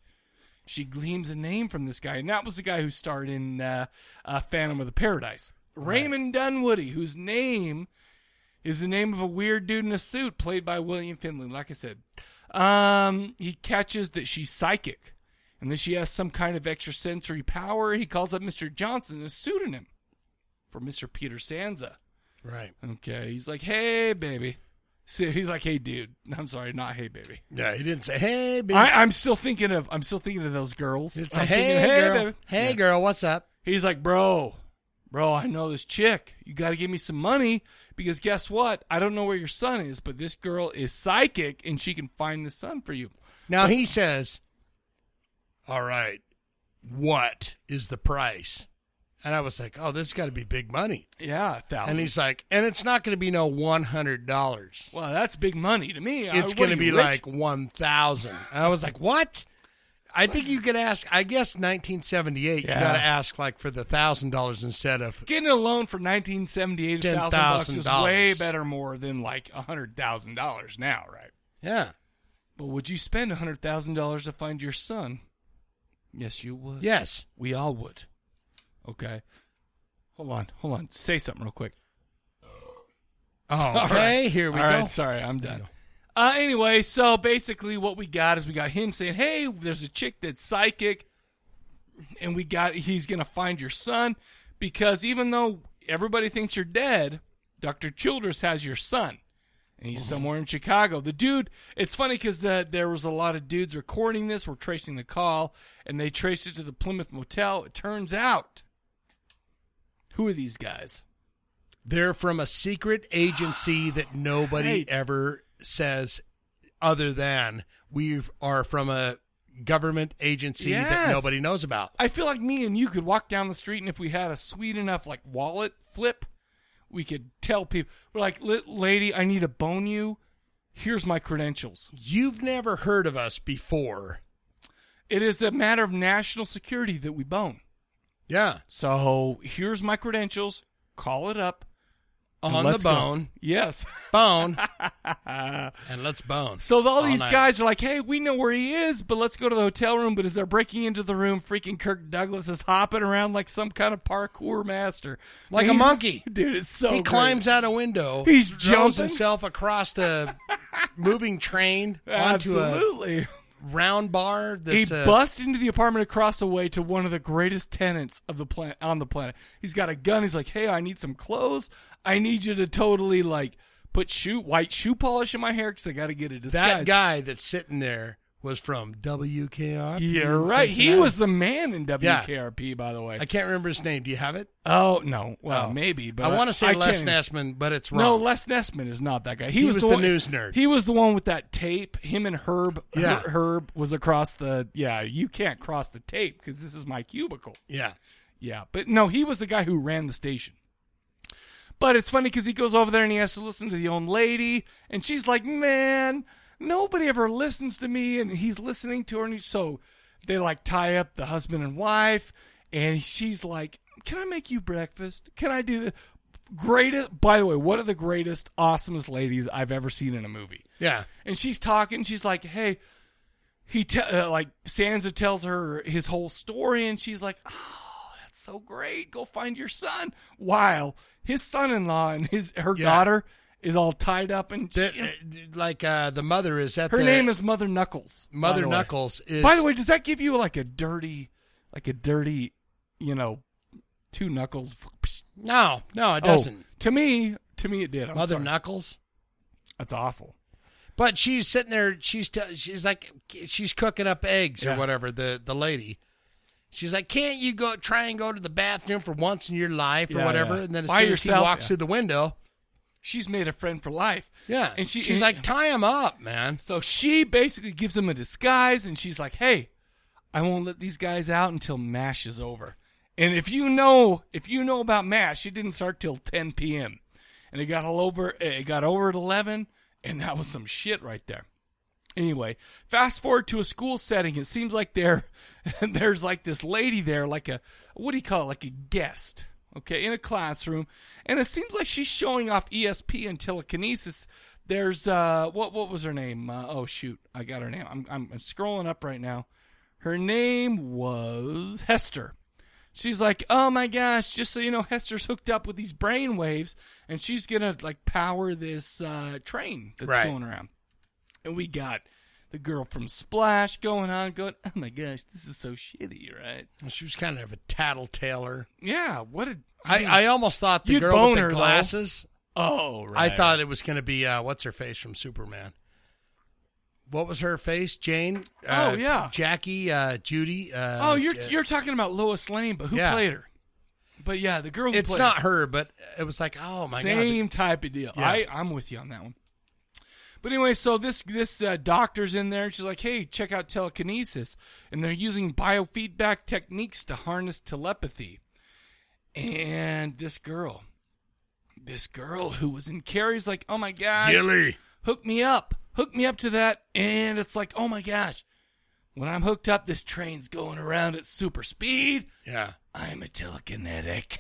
Speaker 1: She gleams a name from this guy, and that was the guy who starred in uh, uh, Phantom of the Paradise. Raymond Dunwoody, whose name is the name of a weird dude in a suit played by William Finley. Like I said, um, he catches that she's psychic, and then she has some kind of extrasensory power. He calls up Mr. Johnson, a pseudonym for Mr. Peter Sansa.
Speaker 2: Right.
Speaker 1: Okay. He's like, hey, baby. See, he's like, hey, dude. I'm sorry, not hey, baby.
Speaker 2: Yeah, he didn't say, "Hey, baby."
Speaker 1: I, I'm still thinking of. I'm still thinking of those girls.
Speaker 2: It's
Speaker 1: I'm
Speaker 2: a, "Hey,
Speaker 1: thinking,
Speaker 2: girl. Hey, girl, what's up?
Speaker 1: He's like, bro, bro. I know this chick. You got to give me some money because guess what? I don't know where your son is, but this girl is psychic and she can find the son for you.
Speaker 2: Now he says, "All right, what is the price?" And I was like, "Oh, this has got to be big money."
Speaker 1: Yeah, a thousand.
Speaker 2: And he's like, "And it's not going to be no one hundred dollars.
Speaker 1: Well, that's big money to me. I-
Speaker 2: It's
Speaker 1: what
Speaker 2: going
Speaker 1: are
Speaker 2: to
Speaker 1: you,
Speaker 2: be
Speaker 1: rich?
Speaker 2: like one thousand. And I was like, "What?" I think you could ask. I guess nineteen seventy eight.
Speaker 1: Yeah.
Speaker 2: You got to ask like for the thousand dollars instead of
Speaker 1: Getting a loan for nineteen seventy eight thousand bucks is
Speaker 2: $10,000.
Speaker 1: way better more than like hundred thousand dollars now, right?
Speaker 2: Yeah.
Speaker 1: But would you spend hundred thousand dollars to find your son? Yes, you would.
Speaker 2: Yes.
Speaker 1: we all would. Okay, hold on, hold on. Say something real quick.
Speaker 2: Oh,
Speaker 1: All
Speaker 2: okay.
Speaker 1: right.
Speaker 2: Here we
Speaker 1: All
Speaker 2: go.
Speaker 1: right, sorry, I'm done. Uh, anyway, so basically, what we got is we got him saying, "Hey, there's a chick that's psychic," and we got he's gonna find your son because even though everybody thinks you're dead, Doctor Childress has your son, and he's somewhere in Chicago. The dude, it's funny because the, there was a lot of dudes recording this. We're tracing the call, and they traced it to the Plymouth Motel. It turns out, who are these guys?
Speaker 2: They're from a secret agency that nobody
Speaker 1: Right.
Speaker 2: ever says other than we are from a government agency
Speaker 1: Yes.
Speaker 2: that nobody knows about.
Speaker 1: I feel like me and you could walk down the street, and if we had a sweet enough like wallet flip, we could tell people. We're like, "Li- lady, I need to bone you. Here's my credentials.
Speaker 2: You've never heard of us before.
Speaker 1: It is a matter of national security that we bone.
Speaker 2: Yeah.
Speaker 1: So here's my credentials. Call it up and
Speaker 2: On the
Speaker 1: let's go.
Speaker 2: bone.
Speaker 1: Yes,
Speaker 2: bone. and let's bone.
Speaker 1: Uh, So all these
Speaker 2: night.
Speaker 1: guys are like, "Hey, we know where he is, but let's go to the hotel room." But as they're breaking into the room, freaking Kirk Douglas is hopping around like some kind of parkour master,
Speaker 2: like a
Speaker 1: He's-
Speaker 2: monkey,
Speaker 1: dude. It's so
Speaker 2: he
Speaker 1: great.
Speaker 2: climbs out a window.
Speaker 1: He's
Speaker 2: throws
Speaker 1: jumping.
Speaker 2: himself across a moving train onto
Speaker 1: Absolutely.
Speaker 2: a round bar. That's
Speaker 1: he
Speaker 2: a-
Speaker 1: busts into the apartment across the way to one of the greatest tenants of the planet on the planet. He's got a gun. He's like, "Hey, I need some clothes. I need you to totally like put shoe white shoe polish in my hair because I got to get a disguise."
Speaker 2: that guy that's sitting there was from WKRP.
Speaker 1: You're
Speaker 2: in
Speaker 1: right. He
Speaker 2: Cincinnati.
Speaker 1: was the man in
Speaker 2: Yeah.
Speaker 1: WKRP, by the way.
Speaker 2: I can't remember his name. Do you have it?
Speaker 1: Oh no! Well,
Speaker 2: Oh.
Speaker 1: maybe, but
Speaker 2: I want to say Les
Speaker 1: can't-
Speaker 2: Nessman, but it's wrong.
Speaker 1: No, Les Nessman is not that guy. He,
Speaker 2: He
Speaker 1: was,
Speaker 2: was
Speaker 1: the,
Speaker 2: the
Speaker 1: one-
Speaker 2: news nerd.
Speaker 1: He was the one with that tape. Him and Herb.
Speaker 2: Yeah.
Speaker 1: Her- Herb was across the. Yeah, you can't cross the tape because this is my cubicle.
Speaker 2: Yeah.
Speaker 1: Yeah, but no, he was the guy who ran the station. But it's funny because he goes over there and he has to listen to the old lady, and she's like, "Man, nobody ever listens to me," and he's listening to her, and he's so they like tie up the husband and wife, and she's like, Can I make you breakfast? Can I do the greatest? By the way, one of the greatest, awesomest ladies I've ever seen in a movie.
Speaker 2: Yeah.
Speaker 1: And she's talking. She's like, "Hey." He te- uh, like Sansa tells her his whole story, and she's like, oh, that's so great. Go find your son. While his son-in-law and his her
Speaker 2: Yeah.
Speaker 1: daughter is all tied up and
Speaker 2: The-
Speaker 1: she-
Speaker 2: uh, like uh, the mother is at
Speaker 1: her
Speaker 2: the-
Speaker 1: name is Mother Knuckles. by
Speaker 2: Mother
Speaker 1: the way.
Speaker 2: Knuckles is-
Speaker 1: By the way, does that give you like a dirty, like a dirty, you know, two knuckles?
Speaker 2: No, no, it
Speaker 1: Oh,
Speaker 2: doesn't.
Speaker 1: to me, to me, it did. I'm
Speaker 2: Mother
Speaker 1: sorry.
Speaker 2: Knuckles.
Speaker 1: That's awful.
Speaker 2: But she's sitting there. She's t- she's like she's cooking up eggs
Speaker 1: Yeah.
Speaker 2: or whatever. The the lady. She's like, can't you go try and go to the bathroom for once in your life or
Speaker 1: Yeah,
Speaker 2: whatever?
Speaker 1: yeah.
Speaker 2: And then as
Speaker 1: By
Speaker 2: soon as
Speaker 1: yourself,
Speaker 2: he walks
Speaker 1: yeah.
Speaker 2: through the window,
Speaker 1: She's made a friend for life.
Speaker 2: Yeah,
Speaker 1: and she,
Speaker 2: she's like, tie him up, man.
Speaker 1: So she basically gives him a disguise, and she's like, "Hey, I won't let these guys out until Mash is over." And if you know, if you know about Mash, it didn't start till 10 p.m. and it got all over. It got over at 11, and that was some shit right there. Anyway, fast forward to a school setting. It seems like there, there's like this lady there, like a what do you call it, like a guest, okay, in a classroom, and it seems like she's showing off ESP and telekinesis. There's uh, what what was her name? Uh, oh shoot, I got her name. I'm I'm I'm scrolling up right now. Her name was Hester. She's like, oh my gosh, just so you know, Hester's hooked up with these brain waves, and she's gonna like power this uh, train that's
Speaker 2: Right.
Speaker 1: going around. And we got the girl from Splash going on, going, oh my gosh, this is so shitty, right?
Speaker 2: she was kind of a tattletailer.
Speaker 1: Yeah, what a.
Speaker 2: I, I almost thought the
Speaker 1: You'd
Speaker 2: girl
Speaker 1: bone
Speaker 2: with
Speaker 1: her,
Speaker 2: the
Speaker 1: though.
Speaker 2: glasses.
Speaker 1: Oh, right.
Speaker 2: I thought it was going to be uh, what's her face from Superman. What was her face? Jane.
Speaker 1: Oh,
Speaker 2: uh,
Speaker 1: yeah.
Speaker 2: Jackie. Uh, Judy. Uh,
Speaker 1: oh, you're
Speaker 2: uh,
Speaker 1: you're talking about Lois Lane, but who
Speaker 2: yeah.
Speaker 1: played her? But yeah, the girl. Who
Speaker 2: It's
Speaker 1: played
Speaker 2: not her, but it was like, oh my god,
Speaker 1: same type of deal.
Speaker 2: Yeah.
Speaker 1: I I'm with you on that one. But anyway, so this this uh, doctor's in there, and she's like, "Hey, check out telekinesis," and they're using biofeedback techniques to harness telepathy. And this girl, this girl who was in Carrie's, like, "Oh my gosh,
Speaker 11: Gilly.
Speaker 1: hook me up, hook me up to that," and it's like, "Oh my gosh." When I'm hooked up, this train's going around at super speed.
Speaker 2: Yeah.
Speaker 1: I'm a telekinetic.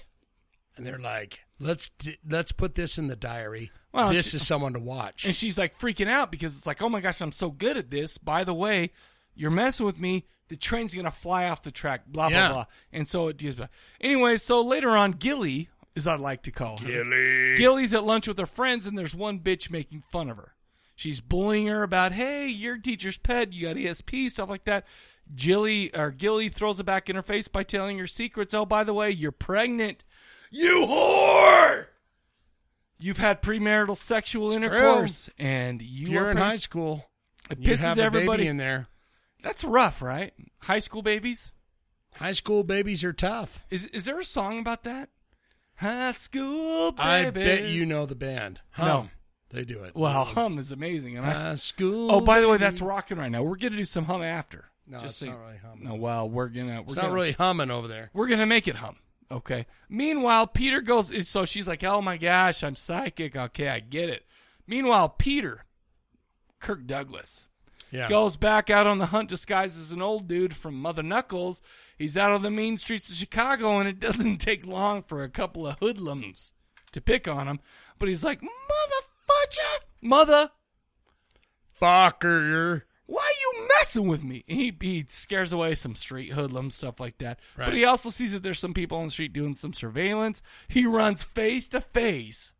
Speaker 2: And they're like, let's d- let's put this in the diary.
Speaker 1: Well,
Speaker 2: this
Speaker 1: she-
Speaker 2: is someone to watch.
Speaker 1: And she's like freaking out because it's like, oh my gosh, I'm so good at this. By the way, you're messing with me. The train's gonna fly off the track. Blah blah
Speaker 11: Yeah.
Speaker 1: blah. And so it deals. Anyway, so later on, Gilly, as I like to call her,
Speaker 11: Gilly.
Speaker 1: Gilly's at lunch with her friends, and there's one bitch making fun of her. She's bullying her about, hey, you're teacher's pet. You got ESP stuff like that. Gilly or Gilly throws it back in her face by telling her secrets. Oh, by the way, you're pregnant. You whore. You've had premarital sexual intercourse, and you
Speaker 2: if you're
Speaker 1: are
Speaker 2: in
Speaker 1: preg-
Speaker 2: high school.
Speaker 1: It
Speaker 2: you
Speaker 1: pisses
Speaker 2: have a baby
Speaker 1: everybody-
Speaker 2: in there.
Speaker 1: That's rough, right? High school babies.
Speaker 2: High school babies are tough.
Speaker 1: Is is there a song about that? High school
Speaker 2: I
Speaker 1: babies.
Speaker 2: bet you know the band. Hum.
Speaker 1: No.
Speaker 2: they do it.
Speaker 1: Well, hum is amazing, and I,
Speaker 2: High school
Speaker 1: Oh, by the way,
Speaker 2: baby.
Speaker 1: that's rocking right now. We're gonna do some hum after.
Speaker 2: No, it's
Speaker 1: so
Speaker 2: not
Speaker 1: you-
Speaker 2: really humming.
Speaker 1: No, well, we're gonna. We're
Speaker 2: it's
Speaker 1: gonna,
Speaker 2: not really humming over there.
Speaker 1: We're gonna make it hum. Okay. Meanwhile, Peter goes. So she's like, "Oh my gosh, I'm psychic." Okay, I get it. Meanwhile, Peter, Kirk Douglas,
Speaker 2: Yeah.
Speaker 1: goes back out on the hunt disguised as an old dude from Mother Knuckles. He's out on the mean streets of Chicago, and it doesn't take long for a couple of hoodlums to pick on him. But he's like, "Motherfucker, mother
Speaker 2: fucker,
Speaker 1: why you messing with me?" And he he scares away some street hoodlums, stuff like that. But
Speaker 2: Right.
Speaker 1: he also sees that there's some people on the street doing some surveillance. He runs face to face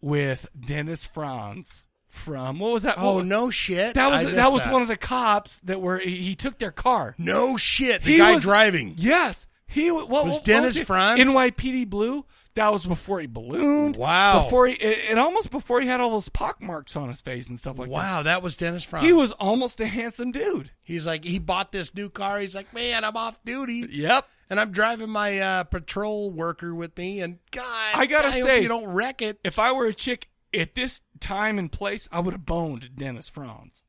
Speaker 1: with Dennis Franz from um, what was that?
Speaker 2: Oh,
Speaker 1: what-
Speaker 2: no shit.
Speaker 1: That was
Speaker 2: I
Speaker 1: that,
Speaker 2: missed
Speaker 1: was
Speaker 2: that.
Speaker 1: one of the cops that were he, he took their car.
Speaker 2: No shit, the guy driving.
Speaker 1: Yes, he w- what
Speaker 2: Was
Speaker 1: what-
Speaker 2: Dennis
Speaker 1: what
Speaker 2: Franz?
Speaker 1: NYPD Blue. That was before he ballooned.
Speaker 2: Wow.
Speaker 1: Before he and almost before he had all those pock marks on his face and stuff like that.
Speaker 2: Wow, that was Dennis Franz.
Speaker 1: He was almost a handsome dude.
Speaker 2: He's like, he bought this new car. He's like, man, I'm off duty.
Speaker 1: Yep.
Speaker 2: And I'm driving my uh, patrol worker with me. And God,
Speaker 1: I gotta
Speaker 2: hope
Speaker 1: say,
Speaker 2: you don't wreck it.
Speaker 1: If I were a chick at this time and place, I would have boned Dennis Franz.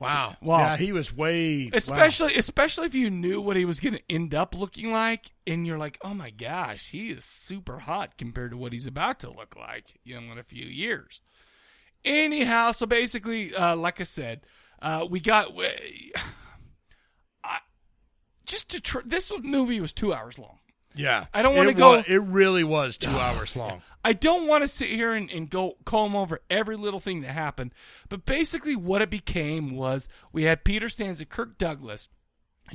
Speaker 2: Wow.
Speaker 1: Wow.
Speaker 2: Yeah, he was way.
Speaker 1: Especially, especially if you knew what he was going to end up looking like, and you're like, "Oh my gosh, he is super hot compared to what he's about to look like, you know, in a few years." Anyhow, so basically, uh, like I said, uh, we got. I, just to tr- this movie was two hours long.
Speaker 2: Yeah.
Speaker 1: I don't want to
Speaker 2: It
Speaker 1: go.
Speaker 2: wa- it really was two hours long.
Speaker 1: I don't want to sit here and, and go comb over every little thing that happened. But basically, what it became was we had Peter Sands Kirk Douglas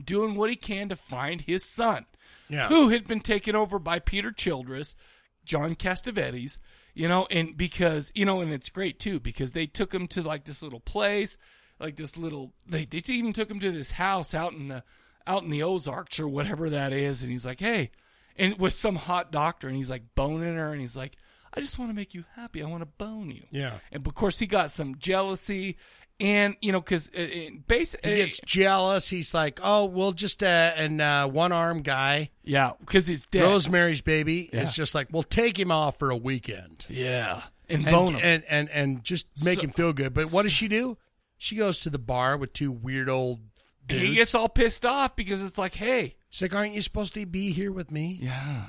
Speaker 1: doing what he can to find his son,
Speaker 2: Yeah.
Speaker 1: who had been taken over by Peter Childress, John Castavetes, you know, and because you know, and it's great too because they took him to like this little place, like this little they they even took him to this house out in the out in the Ozarks or whatever that is, and he's like, hey, and with some hot doctor, and he's like boning her, and he's like, I just want to make you happy, I want to bone you,
Speaker 2: Yeah.
Speaker 1: and of course he got some jealousy. And you know, uh, because basically
Speaker 2: He gets jealous. He's like, "Oh, well, just uh, an uh, one-arm guy."
Speaker 1: Yeah, because he's dead.
Speaker 2: Rosemary's Baby
Speaker 1: Yeah.
Speaker 2: is just like, "We'll take him off for a weekend."
Speaker 1: Yeah. And
Speaker 2: and and
Speaker 1: bone him.
Speaker 2: and, and, just make
Speaker 1: So-
Speaker 2: him feel good. But what does she do? She goes to the bar with two weird old. Dudes.
Speaker 1: he gets all pissed off because it's like, hey,
Speaker 2: He's like, "Aren't you supposed to be here with me?"
Speaker 1: Yeah.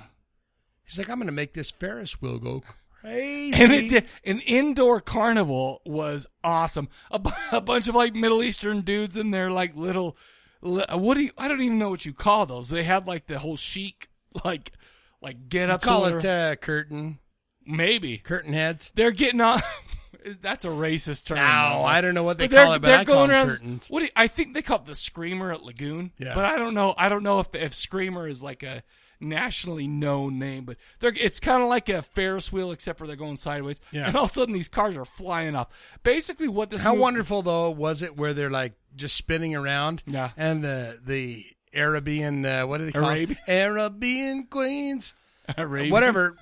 Speaker 2: He's like, "I'm going to make this Ferris wheel go crazy."
Speaker 1: and it did, an indoor carnival was awesome. A, bu- a bunch of like Middle Eastern dudes in their like little, li- what do you, I don't even know what you call those. They had like the whole chic like like get up.
Speaker 2: call it uh, curtain.
Speaker 1: Maybe
Speaker 2: curtain heads.
Speaker 1: They're getting on. That's a racist term.
Speaker 2: No,
Speaker 1: though.
Speaker 2: I don't know what they
Speaker 1: But they're-
Speaker 2: call it, but
Speaker 1: they're
Speaker 2: I call
Speaker 1: going
Speaker 2: them
Speaker 1: around-
Speaker 2: curtains.
Speaker 1: What do you- I think they call it the screamer at Lagoon.
Speaker 2: Yeah.
Speaker 1: But I don't know. I don't know if the, if screamer is like a nationally known name, but they're it's kind of like a Ferris wheel except for they're going sideways.
Speaker 2: Yeah.
Speaker 1: And all of a sudden these cars are flying off. Basically, what this
Speaker 2: How
Speaker 1: movie-
Speaker 2: wonderful though was it where they're like just spinning around? Yeah. And the the Arabian uh, what do they call
Speaker 1: Arabian?
Speaker 2: it? Arabian queens,
Speaker 1: Arabian.
Speaker 2: whatever.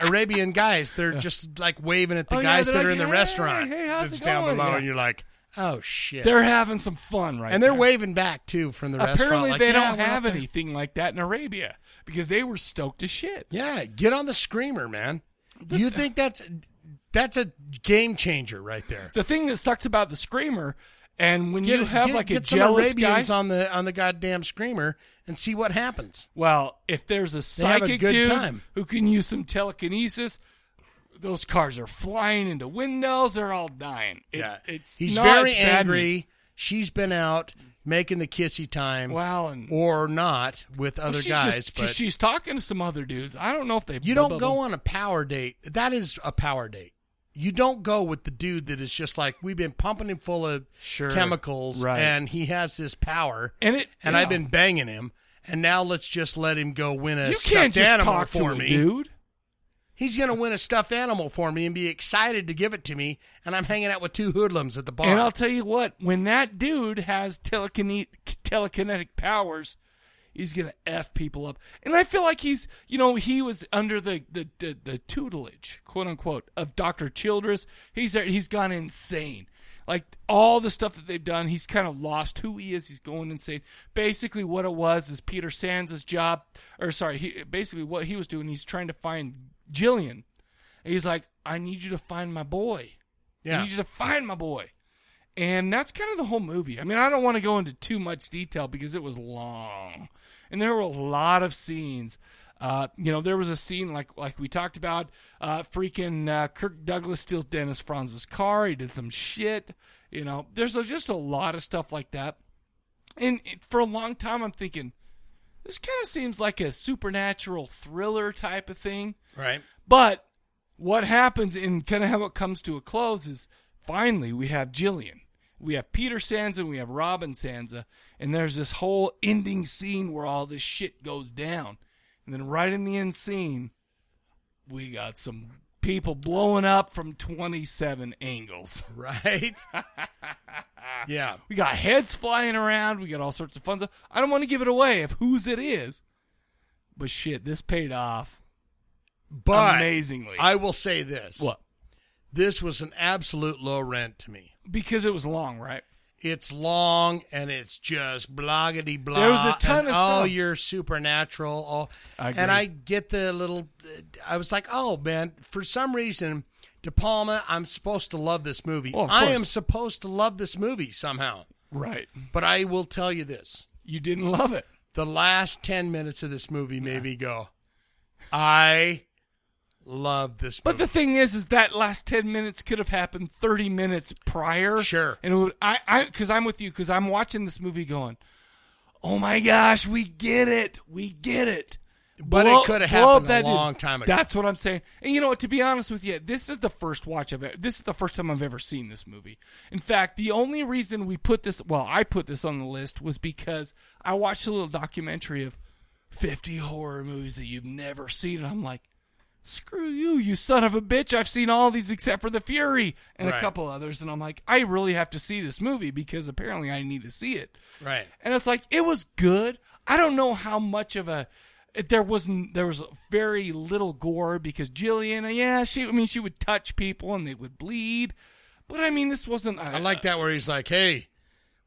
Speaker 2: Arabian guys, they're just like waving at the
Speaker 1: Oh, yeah,
Speaker 2: guys
Speaker 1: they're
Speaker 2: that are
Speaker 1: like,
Speaker 2: in the
Speaker 1: "Hey,
Speaker 2: restaurant
Speaker 1: hey, how's
Speaker 2: that's
Speaker 1: it
Speaker 2: down
Speaker 1: going?"
Speaker 2: below,
Speaker 1: Yeah.
Speaker 2: and you're like, oh shit,
Speaker 1: They're having some fun right
Speaker 2: and they're
Speaker 1: there.
Speaker 2: waving back too from the restaurant.
Speaker 1: Apparently,
Speaker 2: like,
Speaker 1: they
Speaker 2: "Yeah,
Speaker 1: don't
Speaker 2: we're up
Speaker 1: have
Speaker 2: there."
Speaker 1: anything like that in Arabia because they were stoked as shit.
Speaker 2: Yeah, get on the screamer, man. You think that's that's a game changer right there?
Speaker 1: The thing that sucks about the screamer, and when you have
Speaker 2: get,
Speaker 1: like a
Speaker 2: get some
Speaker 1: jealous guy
Speaker 2: Arabians on the on the goddamn screamer and see what happens.
Speaker 1: Well, if there's a
Speaker 2: They have a
Speaker 1: psychic
Speaker 2: good
Speaker 1: dude
Speaker 2: time.
Speaker 1: who can use some telekinesis, those cars are flying into windows. They're all dying. It-
Speaker 2: Yeah.
Speaker 1: it's
Speaker 2: He's
Speaker 1: not-
Speaker 2: very
Speaker 1: it's bad news.
Speaker 2: angry. She's been out making the kissy time,
Speaker 1: Well, and-
Speaker 2: or not with
Speaker 1: Well,
Speaker 2: other
Speaker 1: she's
Speaker 2: guys.
Speaker 1: just-
Speaker 2: but
Speaker 1: she's talking to some other dudes. I don't know if they.
Speaker 2: you don't go on a power date. That is a power date. You don't go with the dude that is just like we've been pumping him full of chemicals,
Speaker 1: Right.
Speaker 2: and he has this power,
Speaker 1: And it-
Speaker 2: and I've
Speaker 1: yeah.
Speaker 2: been banging him, and now let's just let him go win a
Speaker 1: You
Speaker 2: stuffed
Speaker 1: can't just
Speaker 2: animal
Speaker 1: talk to
Speaker 2: for
Speaker 1: a
Speaker 2: me,
Speaker 1: dude.
Speaker 2: He's gonna win a stuffed animal for me and be excited to give it to me, and I'm hanging out with two hoodlums at the bar.
Speaker 1: And I'll tell you what, when that dude has telekine- telekinetic powers, he's gonna f people up. And I feel like he's, you know, he was under the the, the, the tutelage, quote unquote, of Doctor Childress. He's there, he's gone insane. Like all the stuff that they've done, he's kind of lost who he is. He's going insane. Basically, what it was is Peter Sands' job, or sorry, he, basically what he was doing, he's trying to find Jillian. And he's like, I need you to find my boy.
Speaker 2: Yeah.
Speaker 1: I need you to find my boy. And that's kind of the whole movie. I mean, I don't want to go into too much detail because it was long. And there were a lot of scenes. Uh, you know, there was a scene like like we talked about. Uh, freaking uh, Kirk Douglas steals Dennis Franz's car. He did some shit. You know, there's a, just a lot of stuff like that. And it, for a long time, I'm thinking this kind of seems like a supernatural thriller type of thing.
Speaker 2: Right.
Speaker 1: But what happens and kind of how it comes to a close is finally we have Jillian. We have Peter Sansa and we have Robin Sansa, and there's this whole ending scene where all this shit goes down. And then right in the end scene, we got some people blowing up from 27 angles.
Speaker 2: Right? yeah.
Speaker 1: We got heads flying around. We got all sorts of fun stuff. I don't want to give it away of whose it is, but shit, this paid off.
Speaker 2: But
Speaker 1: amazingly,
Speaker 2: I will say this.
Speaker 1: What?
Speaker 2: This was an absolute low rent to me.
Speaker 1: Because it was long, right?
Speaker 2: It's long and it's just bloggity blah.
Speaker 1: There was a ton
Speaker 2: and,
Speaker 1: of
Speaker 2: Oh,
Speaker 1: stuff.
Speaker 2: you're supernatural. Oh,
Speaker 1: I agree.
Speaker 2: and I get the little. I was like, oh man, for some reason, De Palma. I'm supposed to love this movie.
Speaker 1: Well, of
Speaker 2: I am
Speaker 1: course.
Speaker 2: supposed to love this movie somehow.
Speaker 1: Right.
Speaker 2: But I will tell you this:
Speaker 1: you didn't love it.
Speaker 2: The last ten minutes of this movie made me go, I love this.
Speaker 1: But the thing is, is that last ten minutes could have happened thirty minutes prior. Sure. And it would, I, I, because I'm with you, because I'm watching this movie going, oh my gosh, we get it, we get it.
Speaker 2: But
Speaker 1: Blow-
Speaker 2: it could have
Speaker 1: blow up
Speaker 2: happened
Speaker 1: that
Speaker 2: a
Speaker 1: dude.
Speaker 2: long time ago.
Speaker 1: That's what I'm saying. And you know what? To be honest with you, this is the first watch of it. This is the first time I've ever seen this movie. In fact, the only reason we put this, well, I put this on the list was because I watched a little documentary of 50 horror movies that you've never seen. And I'm like, screw you, you son of a bitch. I've seen all these except for The Fury and a
Speaker 2: Right.
Speaker 1: couple others. And I'm like, I really have to see this movie because apparently I need to see it.
Speaker 2: Right.
Speaker 1: And it's like it was good. I don't know how much of a there wasn't there was very little gore because Jillian, yeah, she I mean she would touch people and they would bleed. But I mean this wasn't a,
Speaker 2: I like that where he's like, "Hey,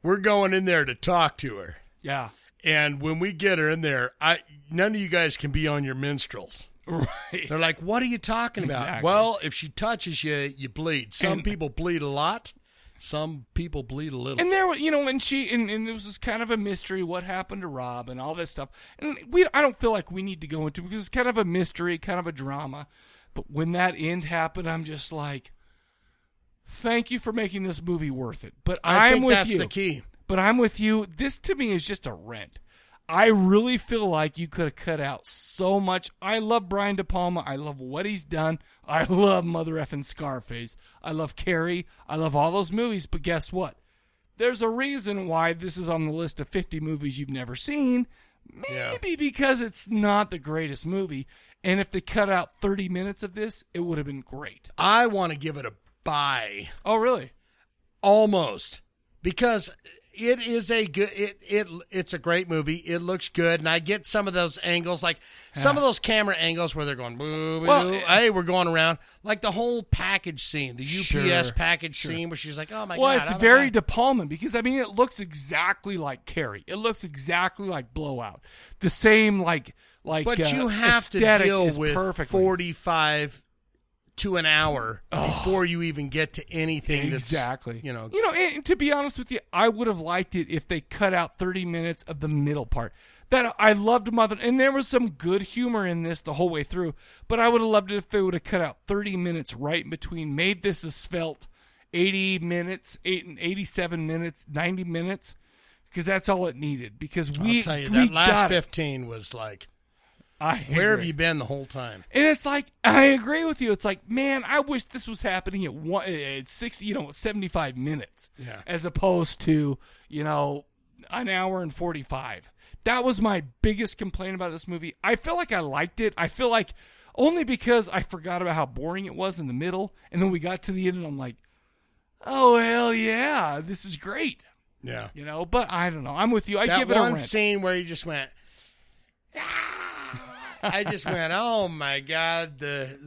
Speaker 2: we're going in there to talk to her."
Speaker 1: Yeah.
Speaker 2: And when we get her in there, I none of you guys can be on your minstrels.
Speaker 1: Right.
Speaker 2: They're like, "What are you talking about?"
Speaker 11: Exactly.
Speaker 2: Well, if she touches you, you bleed. Some
Speaker 1: And-
Speaker 2: people bleed a lot. Some people bleed a little.
Speaker 1: And there, were- you know, and she, and, and it was just kind of a mystery what happened to Rob and all this stuff. And we, I don't feel like we need to go into it because it's kind of a mystery, kind of a drama. But when that end happened, I'm just like, thank you for making this movie worth it. But
Speaker 2: I
Speaker 1: am
Speaker 2: think
Speaker 1: with
Speaker 2: that's
Speaker 1: you.
Speaker 2: the key.
Speaker 1: But I'm with you. This to me is just a rent. I really feel like you could have cut out so much. I love Brian De Palma. I love what he's done. I love Mother effing Scarface. I love Carrie. I love all those movies. But guess what? There's a reason why this is on the list of 50 movies you've never seen. Maybe because it's not the greatest movie. And if they cut out 30 minutes of this, it would have been great.
Speaker 2: I want to give it a buy.
Speaker 1: Oh, really?
Speaker 2: Almost. Because it is a good it it it's a great movie. It looks good and I get some of those angles like some of those camera angles where they're going boo boo.
Speaker 1: eh
Speaker 11: Well,
Speaker 2: hey, we're going around like the whole package scene, the UPS
Speaker 1: Sure,
Speaker 2: package
Speaker 1: sure.
Speaker 2: scene where she's like, "Oh my
Speaker 1: well,
Speaker 2: god."
Speaker 1: it's
Speaker 2: I don't
Speaker 1: very
Speaker 2: know."
Speaker 1: De Palma because I mean it looks exactly like Carrie. It looks exactly like Blowout. The same like like.
Speaker 2: But
Speaker 1: uh,
Speaker 2: you have to
Speaker 1: aesthetic
Speaker 2: deal
Speaker 1: is
Speaker 2: with
Speaker 1: perfect.
Speaker 2: 45 to an hour
Speaker 1: Oh.
Speaker 2: before you even get to anything
Speaker 1: Exactly.
Speaker 2: that's, you know,
Speaker 1: You know, and to be honest with you, I would have liked it if they cut out 30 minutes of the middle part. That I loved Mother, and there was some good humor in this the whole way through. But I would have loved it if they would have cut out 30 minutes right in between, made this a svelte 80 minutes, eight and 87 minutes, 90 minutes, because that's all it needed. Because we
Speaker 2: I'll tell you
Speaker 1: we
Speaker 2: that last
Speaker 1: got it.
Speaker 2: 15 was like
Speaker 1: I
Speaker 2: Where have
Speaker 1: agree.
Speaker 2: you been the whole time?
Speaker 1: And it's like I agree with you. It's like, man, I wish this was happening at one at sixty, you know, seventy five minutes,
Speaker 2: Yeah.
Speaker 1: as opposed to you know an hour and forty five. That was my biggest complaint about this movie. I feel like I liked it. I feel like only because I forgot about how boring it was in the middle, and then we got to the end, and I'm like, oh hell yeah, this is great.
Speaker 2: Yeah.
Speaker 1: you know. But I don't know. I'm with you. I
Speaker 2: that
Speaker 1: give it a
Speaker 2: one
Speaker 1: rent.
Speaker 2: scene where you just went. "Ah." I just went, oh my god, the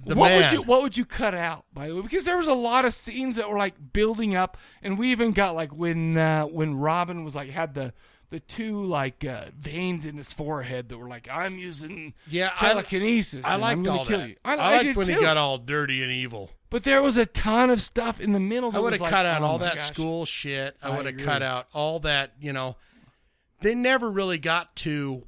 Speaker 2: the, the
Speaker 1: what
Speaker 2: man.
Speaker 1: would you what would you cut out by the way because there was a lot of scenes that were like building up and we even got like when uh, when robin was like had the the two like uh, veins in his forehead that were like i'm using
Speaker 2: yeah I-
Speaker 1: telekinesis
Speaker 2: I,
Speaker 1: and I'm
Speaker 2: liked
Speaker 1: gonna
Speaker 2: all
Speaker 1: kill
Speaker 2: that.
Speaker 1: you.
Speaker 2: I,
Speaker 1: I
Speaker 2: liked
Speaker 1: did
Speaker 2: when he
Speaker 1: too.
Speaker 2: got all dirty and evil.
Speaker 1: but there was a ton of stuff in the middle that
Speaker 2: I would
Speaker 1: was
Speaker 2: have
Speaker 1: like,
Speaker 2: cut out
Speaker 1: oh
Speaker 2: all
Speaker 1: my
Speaker 2: that
Speaker 1: gosh.
Speaker 2: school shit. I
Speaker 1: I
Speaker 2: would have
Speaker 1: agree.
Speaker 2: cut out all that. You know, they never really got to.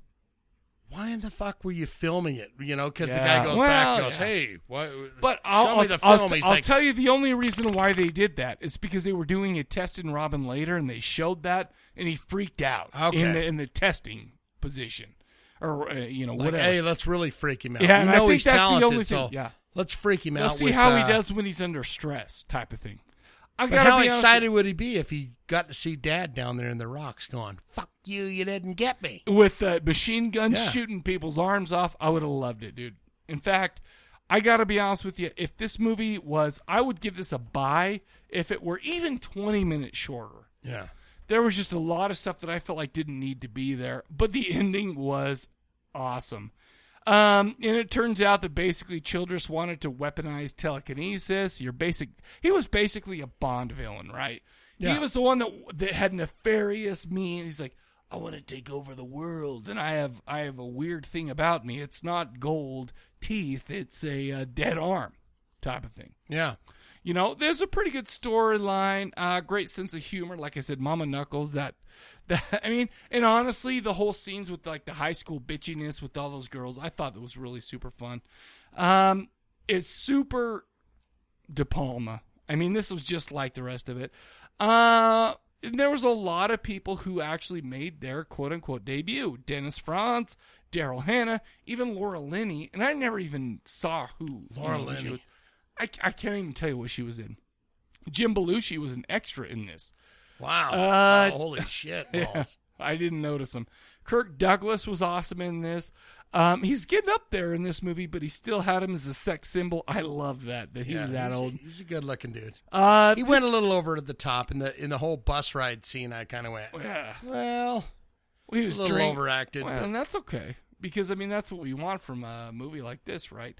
Speaker 2: Why in the fuck were you filming it? You know, because the
Speaker 1: Yeah.
Speaker 2: guy goes
Speaker 1: Well,
Speaker 2: back and goes,
Speaker 1: yeah.
Speaker 2: "Hey, what?"
Speaker 1: But
Speaker 2: show
Speaker 1: I'll,
Speaker 2: me
Speaker 1: I'll-
Speaker 2: the
Speaker 1: I'll-
Speaker 2: film." He's
Speaker 1: I'll
Speaker 2: like,
Speaker 1: tell you the only reason why they did that is because they were doing a test in Robin later, and they showed that, and he freaked out
Speaker 2: Okay.
Speaker 1: in the in the testing position, or uh, you know
Speaker 2: Like,
Speaker 1: whatever.
Speaker 2: hey, let's really freak him out.
Speaker 1: Yeah,
Speaker 2: We
Speaker 1: and I
Speaker 2: know
Speaker 1: think
Speaker 2: he's
Speaker 1: that's
Speaker 2: talented,
Speaker 1: the only
Speaker 2: so
Speaker 1: thing. Yeah,
Speaker 2: let's freak him
Speaker 1: Let's
Speaker 2: out
Speaker 1: see
Speaker 2: with,
Speaker 1: how
Speaker 2: uh,
Speaker 1: he does when he's under stress, type of thing. I
Speaker 2: But
Speaker 1: gotta
Speaker 2: how
Speaker 1: be honest with
Speaker 2: excited would he be if he got to see Dad down there in the rocks going, "Fuck you, you didn't get me."
Speaker 1: with uh, machine guns
Speaker 2: Yeah.
Speaker 1: shooting people's arms off, I would have loved it, dude. In fact, I got to be honest with you. If this movie was, I would give this a buy if it were even 20 minutes shorter.
Speaker 2: Yeah.
Speaker 1: There was just a lot of stuff that I felt like didn't need to be there, but the ending was awesome. Um, and it turns out that basically Childress wanted to weaponize telekinesis. Your basic, he was basically a Bond villain, right? He
Speaker 11: Yeah.
Speaker 1: was the one that that had nefarious means. He's like, I want to take over the world, and I have I have a weird thing about me. It's not gold teeth; it's a uh, dead arm type of thing.
Speaker 2: Yeah.
Speaker 1: You know, there's a pretty good storyline, uh, great sense of humor. Like I said, Mama Knuckles. That, that I mean, and honestly, the whole scenes with like the high school bitchiness with all those girls, I thought that was really super fun. Um, it's super De Palma. I mean, this was just like the rest of it. Uh, And there was a lot of people who actually made their quote unquote debut. Dennis Franz, Daryl Hannah, even Laura Linney. And I never even saw who
Speaker 2: Laura
Speaker 1: who She
Speaker 2: Linney.
Speaker 1: was. I, I can't even tell you what she was in. Jim Belushi was an extra in this. Uh,
Speaker 2: Wow. Oh, holy shit,
Speaker 1: yeah,
Speaker 2: balls.
Speaker 1: I didn't notice him. Kirk Douglas was awesome in this. Um, he's getting up there in this movie, but he still had him as a sex symbol. I love that, that he
Speaker 2: Yeah,
Speaker 1: was that
Speaker 2: he's-
Speaker 1: old.
Speaker 2: He's a good looking dude.
Speaker 1: Uh,
Speaker 2: he went a little over to the top in the in the whole bus ride scene. I kind of went,
Speaker 1: Yeah.
Speaker 2: well,
Speaker 1: Well, he
Speaker 2: it's
Speaker 1: was
Speaker 2: a little
Speaker 1: drink-
Speaker 2: overacted.
Speaker 1: Well,
Speaker 2: but-
Speaker 1: and that's okay because I mean that's what we want from a movie like this, right?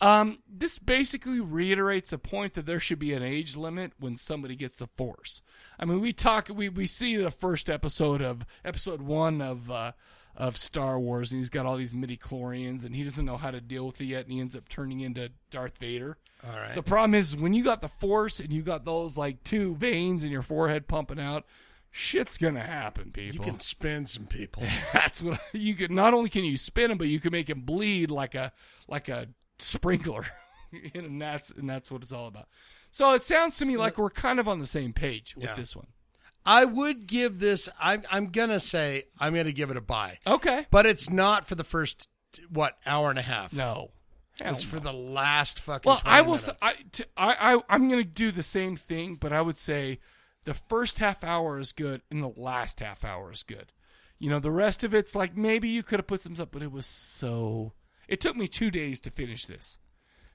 Speaker 1: Um, this basically reiterates a point that there should be an age limit when somebody gets the force. I mean, we talk, we we see the first episode of episode one of uh, of Star Wars, and he's got all these midi chlorians, and he doesn't know how to deal with it yet, and he ends up turning into Darth Vader.
Speaker 2: All right.
Speaker 1: The problem is when you got the force and you got those like two veins in your forehead pumping out, shit's gonna happen, people.
Speaker 2: You can spin some people.
Speaker 1: That's what you could. Not only can you spin him, but you can make him bleed like a like a sprinkler, and that's and that's what it's all about. So it sounds to me like we're kind of on the same page with
Speaker 2: Yeah.
Speaker 1: this one.
Speaker 2: I would give this. I'm I'm gonna say I'm gonna give it a buy.
Speaker 1: Okay,
Speaker 2: but it's not for the first what hour and a half.
Speaker 1: No, Hell
Speaker 2: it's
Speaker 1: no.
Speaker 2: for the last fucking.
Speaker 1: Well,
Speaker 2: 20
Speaker 1: I will.
Speaker 2: minutes.
Speaker 1: Say, I, t- I I I'm gonna do the same thing, but I would say the first half hour is good, and the last half hour is good. You know, the rest of it's like maybe you could have put some stuff, but it was so. It took me two days to finish this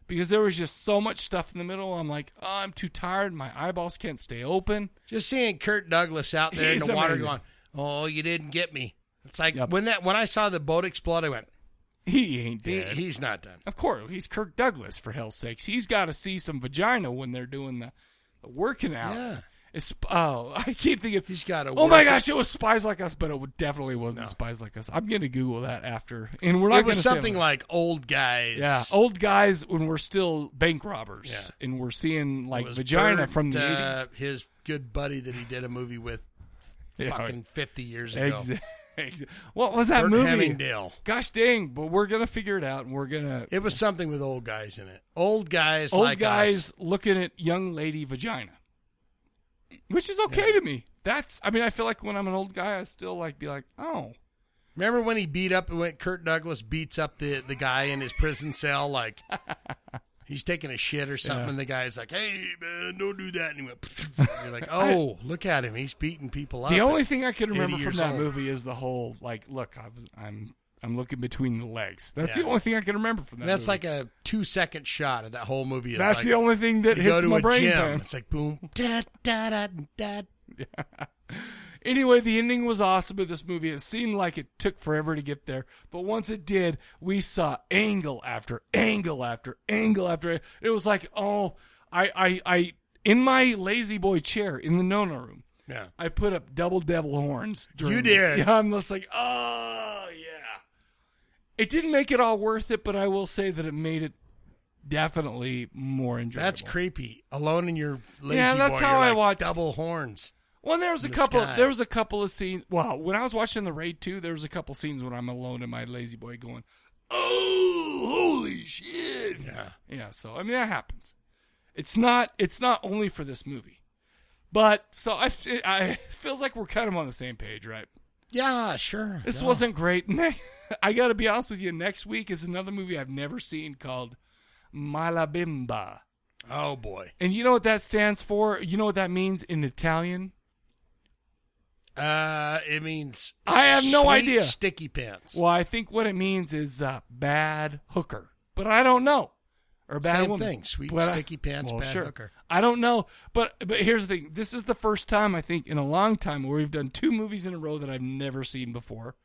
Speaker 1: because there was just so much stuff in the middle. I'm like, oh, I'm too tired. My eyeballs can't stay open.
Speaker 2: Just seeing Kurt Douglas out there in
Speaker 1: He's
Speaker 2: the water
Speaker 1: amazing.
Speaker 2: going, "Oh, you didn't get me." It's like when that when I saw the boat explode, I went,
Speaker 1: "He ain't dead.
Speaker 2: he's not done."
Speaker 1: Of course, he's Kirk Douglas for hell's sakes. He's got to see some vagina when they're doing the, the working out.
Speaker 2: Yeah.
Speaker 1: It's, oh, I keep thinking he's
Speaker 2: got
Speaker 1: Oh my gosh, it was Spies Like Us, but it would- definitely wasn't Spies Like Us. I'm gonna Google that after, and we're not.
Speaker 2: It was
Speaker 1: gonna say
Speaker 2: something
Speaker 1: what-
Speaker 2: like old guys.
Speaker 1: yeah, old guys when we're still bank robbers, and we're seeing like
Speaker 2: It was
Speaker 1: vagina
Speaker 2: Bert,
Speaker 1: from the
Speaker 2: uh,
Speaker 1: 80s.
Speaker 2: his good buddy that he did a movie with,
Speaker 1: Yeah.
Speaker 2: fucking fifty years ago.
Speaker 1: Exa- exa- What was that
Speaker 2: Burt
Speaker 1: movie?
Speaker 2: Hemmingdale.
Speaker 1: Gosh dang! But we're gonna figure it out, and we're gonna
Speaker 2: It was something with old guys in it. Old guys,
Speaker 1: old
Speaker 2: like
Speaker 1: guys
Speaker 2: us.
Speaker 1: looking at young lady vagina, which is okay to me. That's I mean I feel like when I'm an old guy I still like be like oh
Speaker 2: Remember when he beat up when Kurt Douglas beats up the the guy in his prison cell? Like he's taking a shit or something,
Speaker 11: Yeah.
Speaker 2: and the guy's like, "Hey man, don't do that." And he went, "You're like, oh, look at him, he's beating people up."
Speaker 1: The
Speaker 2: at
Speaker 1: only thing I can
Speaker 2: 80
Speaker 1: remember from
Speaker 2: years
Speaker 1: that
Speaker 2: old.
Speaker 1: movie is the whole like, look, I'm I'm, I'm looking between the legs. That's
Speaker 2: Yeah.
Speaker 1: the only thing I can remember from that.
Speaker 2: That's
Speaker 1: movie.
Speaker 2: like a two second shot of that whole movie. It's
Speaker 1: That's
Speaker 2: like,
Speaker 1: the only thing that
Speaker 2: you
Speaker 1: hits
Speaker 2: go to
Speaker 1: my
Speaker 2: a
Speaker 1: brain
Speaker 2: Gym,
Speaker 1: pan.
Speaker 2: It's like boom, da da da da.
Speaker 1: Anyway, the ending was awesome of this movie. It seemed like it took forever to get there, but once it did, we saw angle after angle after angle after. It was like, oh, I, I, I, in my lazy boy chair in the Nona room,
Speaker 2: Yeah.
Speaker 1: I put up double devil horns. During
Speaker 2: You
Speaker 1: this.
Speaker 2: did.
Speaker 1: Yeah, I'm just like, oh yeah. It didn't make it all worth it, but I will say that it made it definitely more enjoyable.
Speaker 2: That's creepy. Alone in your lazy
Speaker 1: Yeah, that's
Speaker 2: boy,
Speaker 1: how
Speaker 2: you're
Speaker 1: I
Speaker 2: like,
Speaker 1: watched-
Speaker 2: double horns.
Speaker 1: Well, there was a
Speaker 2: in the
Speaker 1: couple.
Speaker 2: sky.
Speaker 1: There was a couple of scenes. Well, when I was watching the raid too, there was a couple scenes when I'm alone in my lazy boy going, "Oh, holy shit!"
Speaker 2: Yeah,
Speaker 1: yeah. So I mean, that happens. It's not. It's not only for this movie, but so I. f- I it feels like we're kind of on the same page, right?
Speaker 2: Yeah, sure.
Speaker 1: This
Speaker 2: Yeah.
Speaker 1: wasn't great. Ne- I got to be honest with you. Next week is another movie I've never seen called Malabimba.
Speaker 2: Oh boy.
Speaker 1: And you know what that stands for? You know what that means in Italian?
Speaker 2: Uh, it means
Speaker 1: I have no
Speaker 2: sweet
Speaker 1: idea.
Speaker 2: Sticky pants.
Speaker 1: Well, I think what it means is uh, bad hooker, but I don't know. Or bad
Speaker 2: Same
Speaker 1: woman.
Speaker 2: thing. Sweet
Speaker 1: But I-
Speaker 2: sticky pants, bad hooker.
Speaker 1: I don't know, but but here's the thing. This is the first time I think in a long time where we've done two movies in a row that I've never seen before.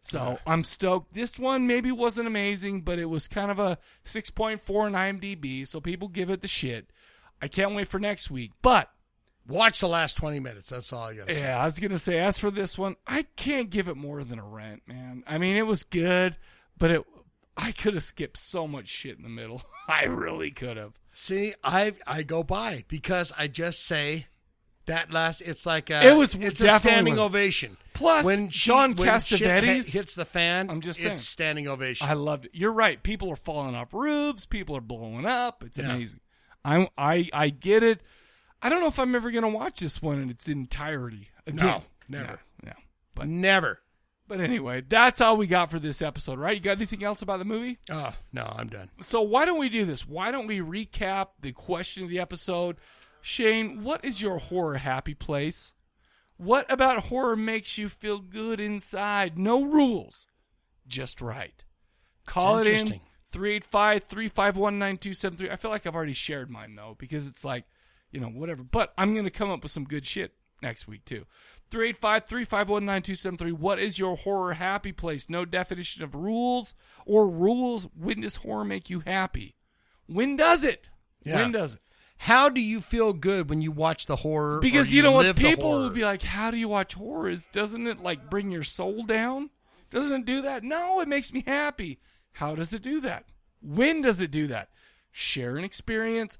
Speaker 1: So
Speaker 2: Uh.
Speaker 1: I'm stoked. This one maybe wasn't amazing, but it was kind of a 6.4 on IMDb, so people give it the shit. I can't wait for next week, but
Speaker 2: watch the last 20 minutes. That's all I got to say.
Speaker 1: yeah, I was gonna say. As for this one, I can't give it more than a rent, man. I mean, it was good, but it I could have skipped so much shit in the middle. I really could have.
Speaker 2: See, I I go by because I just say that last. It's like a,
Speaker 1: It was
Speaker 2: it's a
Speaker 1: definitely
Speaker 2: standing
Speaker 1: worth it.
Speaker 2: ovation.
Speaker 1: Plus,
Speaker 2: when she-
Speaker 1: John
Speaker 2: when shit
Speaker 1: Cassavetes
Speaker 2: hit- hits the fan,
Speaker 1: I'm just
Speaker 2: it's
Speaker 1: saying.
Speaker 2: standing ovation.
Speaker 1: I loved it. You're right. People are falling off roofs. People are blowing up. It's
Speaker 2: Yeah.
Speaker 1: amazing. I'm I I get it. I don't know if I'm ever going to watch this one in its entirety. Again.
Speaker 2: No, never.
Speaker 1: No, no, but
Speaker 2: never.
Speaker 1: But anyway, that's all we got for this episode, right? You got anything else about the movie?
Speaker 2: Oh, no, I'm done.
Speaker 1: So why don't we do this? Why don't we recap the question of the episode? Shane, what is your horror happy place? What about horror makes you feel good inside? No rules, just right. Call it in
Speaker 2: interesting.
Speaker 1: 385 351 9273. I feel like I've already shared mine though, because it's like, you know, whatever. But I'm going to come up with some good shit next week too. 385 351 9273. What is your horror happy place? No definition of rules or rules. When does horror make you happy? When does it? When does it?
Speaker 2: How do you feel good when you watch the horror? or
Speaker 1: Because you know
Speaker 2: live
Speaker 1: what?
Speaker 2: the
Speaker 1: People
Speaker 2: horror?
Speaker 1: will be like, how do you watch horror? Is Doesn't it like bring your soul down? Doesn't it do that? No, it makes me happy. How does it do that? When does it do that? Share an experience.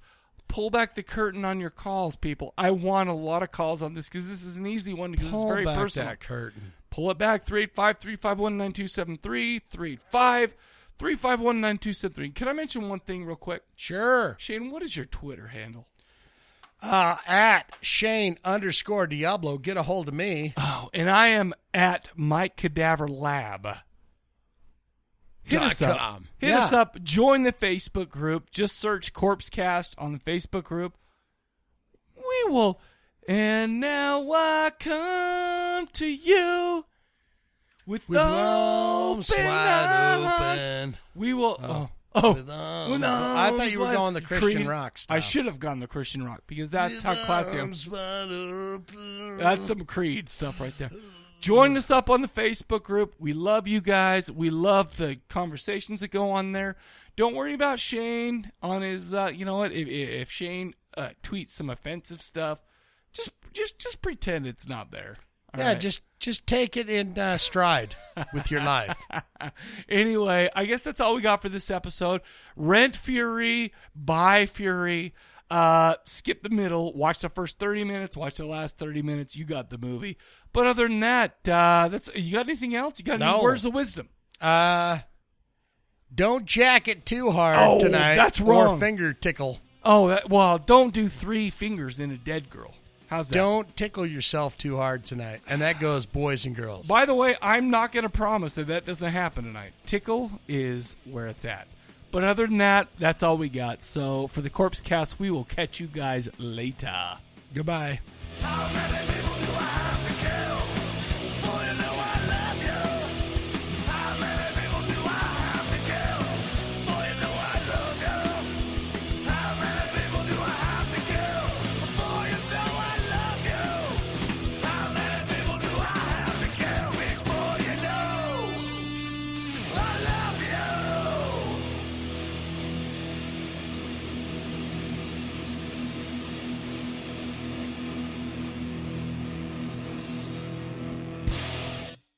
Speaker 1: Pull back the curtain on your calls, people. I want a lot of calls on this because this is an easy one because it's
Speaker 2: Pull
Speaker 1: very
Speaker 2: back
Speaker 1: personal.
Speaker 2: that curtain.
Speaker 1: Pull it back 385 351 9273. 385 351 9273. Can I mention one thing real quick?
Speaker 2: Sure.
Speaker 1: Shane, what is your Twitter handle?
Speaker 2: uh, at Shane underscore Diablo. Get a hold of me.
Speaker 1: Oh, and I am at Mike Cadaver Lab. Hit
Speaker 2: Dot
Speaker 1: us up.
Speaker 2: com.
Speaker 1: Hit
Speaker 2: Yeah.
Speaker 1: us up. Join the Facebook group. Just search Corpsecast on the Facebook group. We will. And now I come to you with,
Speaker 2: With
Speaker 1: arms
Speaker 2: arms wide open.
Speaker 1: We will. Oh. oh,
Speaker 2: With arms-
Speaker 1: with
Speaker 2: I thought you were
Speaker 1: arms
Speaker 2: going the
Speaker 1: wide-
Speaker 2: Christian
Speaker 1: Creed-
Speaker 2: rock
Speaker 1: I
Speaker 2: style.
Speaker 1: should have gone the Christian rock because that's how classy I'm. That's
Speaker 2: That's
Speaker 1: some Creed stuff right there. Join us up on the Facebook group. We love you guys. We love the conversations that go on there. Don't worry about Shane on his. Uh, you know what? If, if Shane uh, tweets some offensive stuff, just just just pretend it's not there. All
Speaker 2: yeah.
Speaker 1: right?
Speaker 2: Just just take it in uh, stride with your life.
Speaker 1: anyway, I guess that's all we got for this episode. Rent Fury, buy Fury. Uh, skip the middle, watch the first 30 minutes, watch the last 30 minutes. You got the movie. But other than that, uh, that's you got anything else? You got
Speaker 2: No.
Speaker 1: any words of wisdom?
Speaker 2: Uh, don't jack it too hard
Speaker 1: Oh,
Speaker 2: tonight.
Speaker 1: that's
Speaker 2: Or
Speaker 1: wrong.
Speaker 2: finger tickle.
Speaker 1: Oh, that, well, don't do three fingers in a dead girl. How's that?
Speaker 2: Don't tickle yourself too hard tonight. And that goes boys and girls.
Speaker 1: By the way, I'm not going to promise that that doesn't happen tonight. Tickle is where it's at. But other than that, that's all we got. So for the Corpse Cats, we will catch you guys later.
Speaker 2: Goodbye.
Speaker 17: How many people do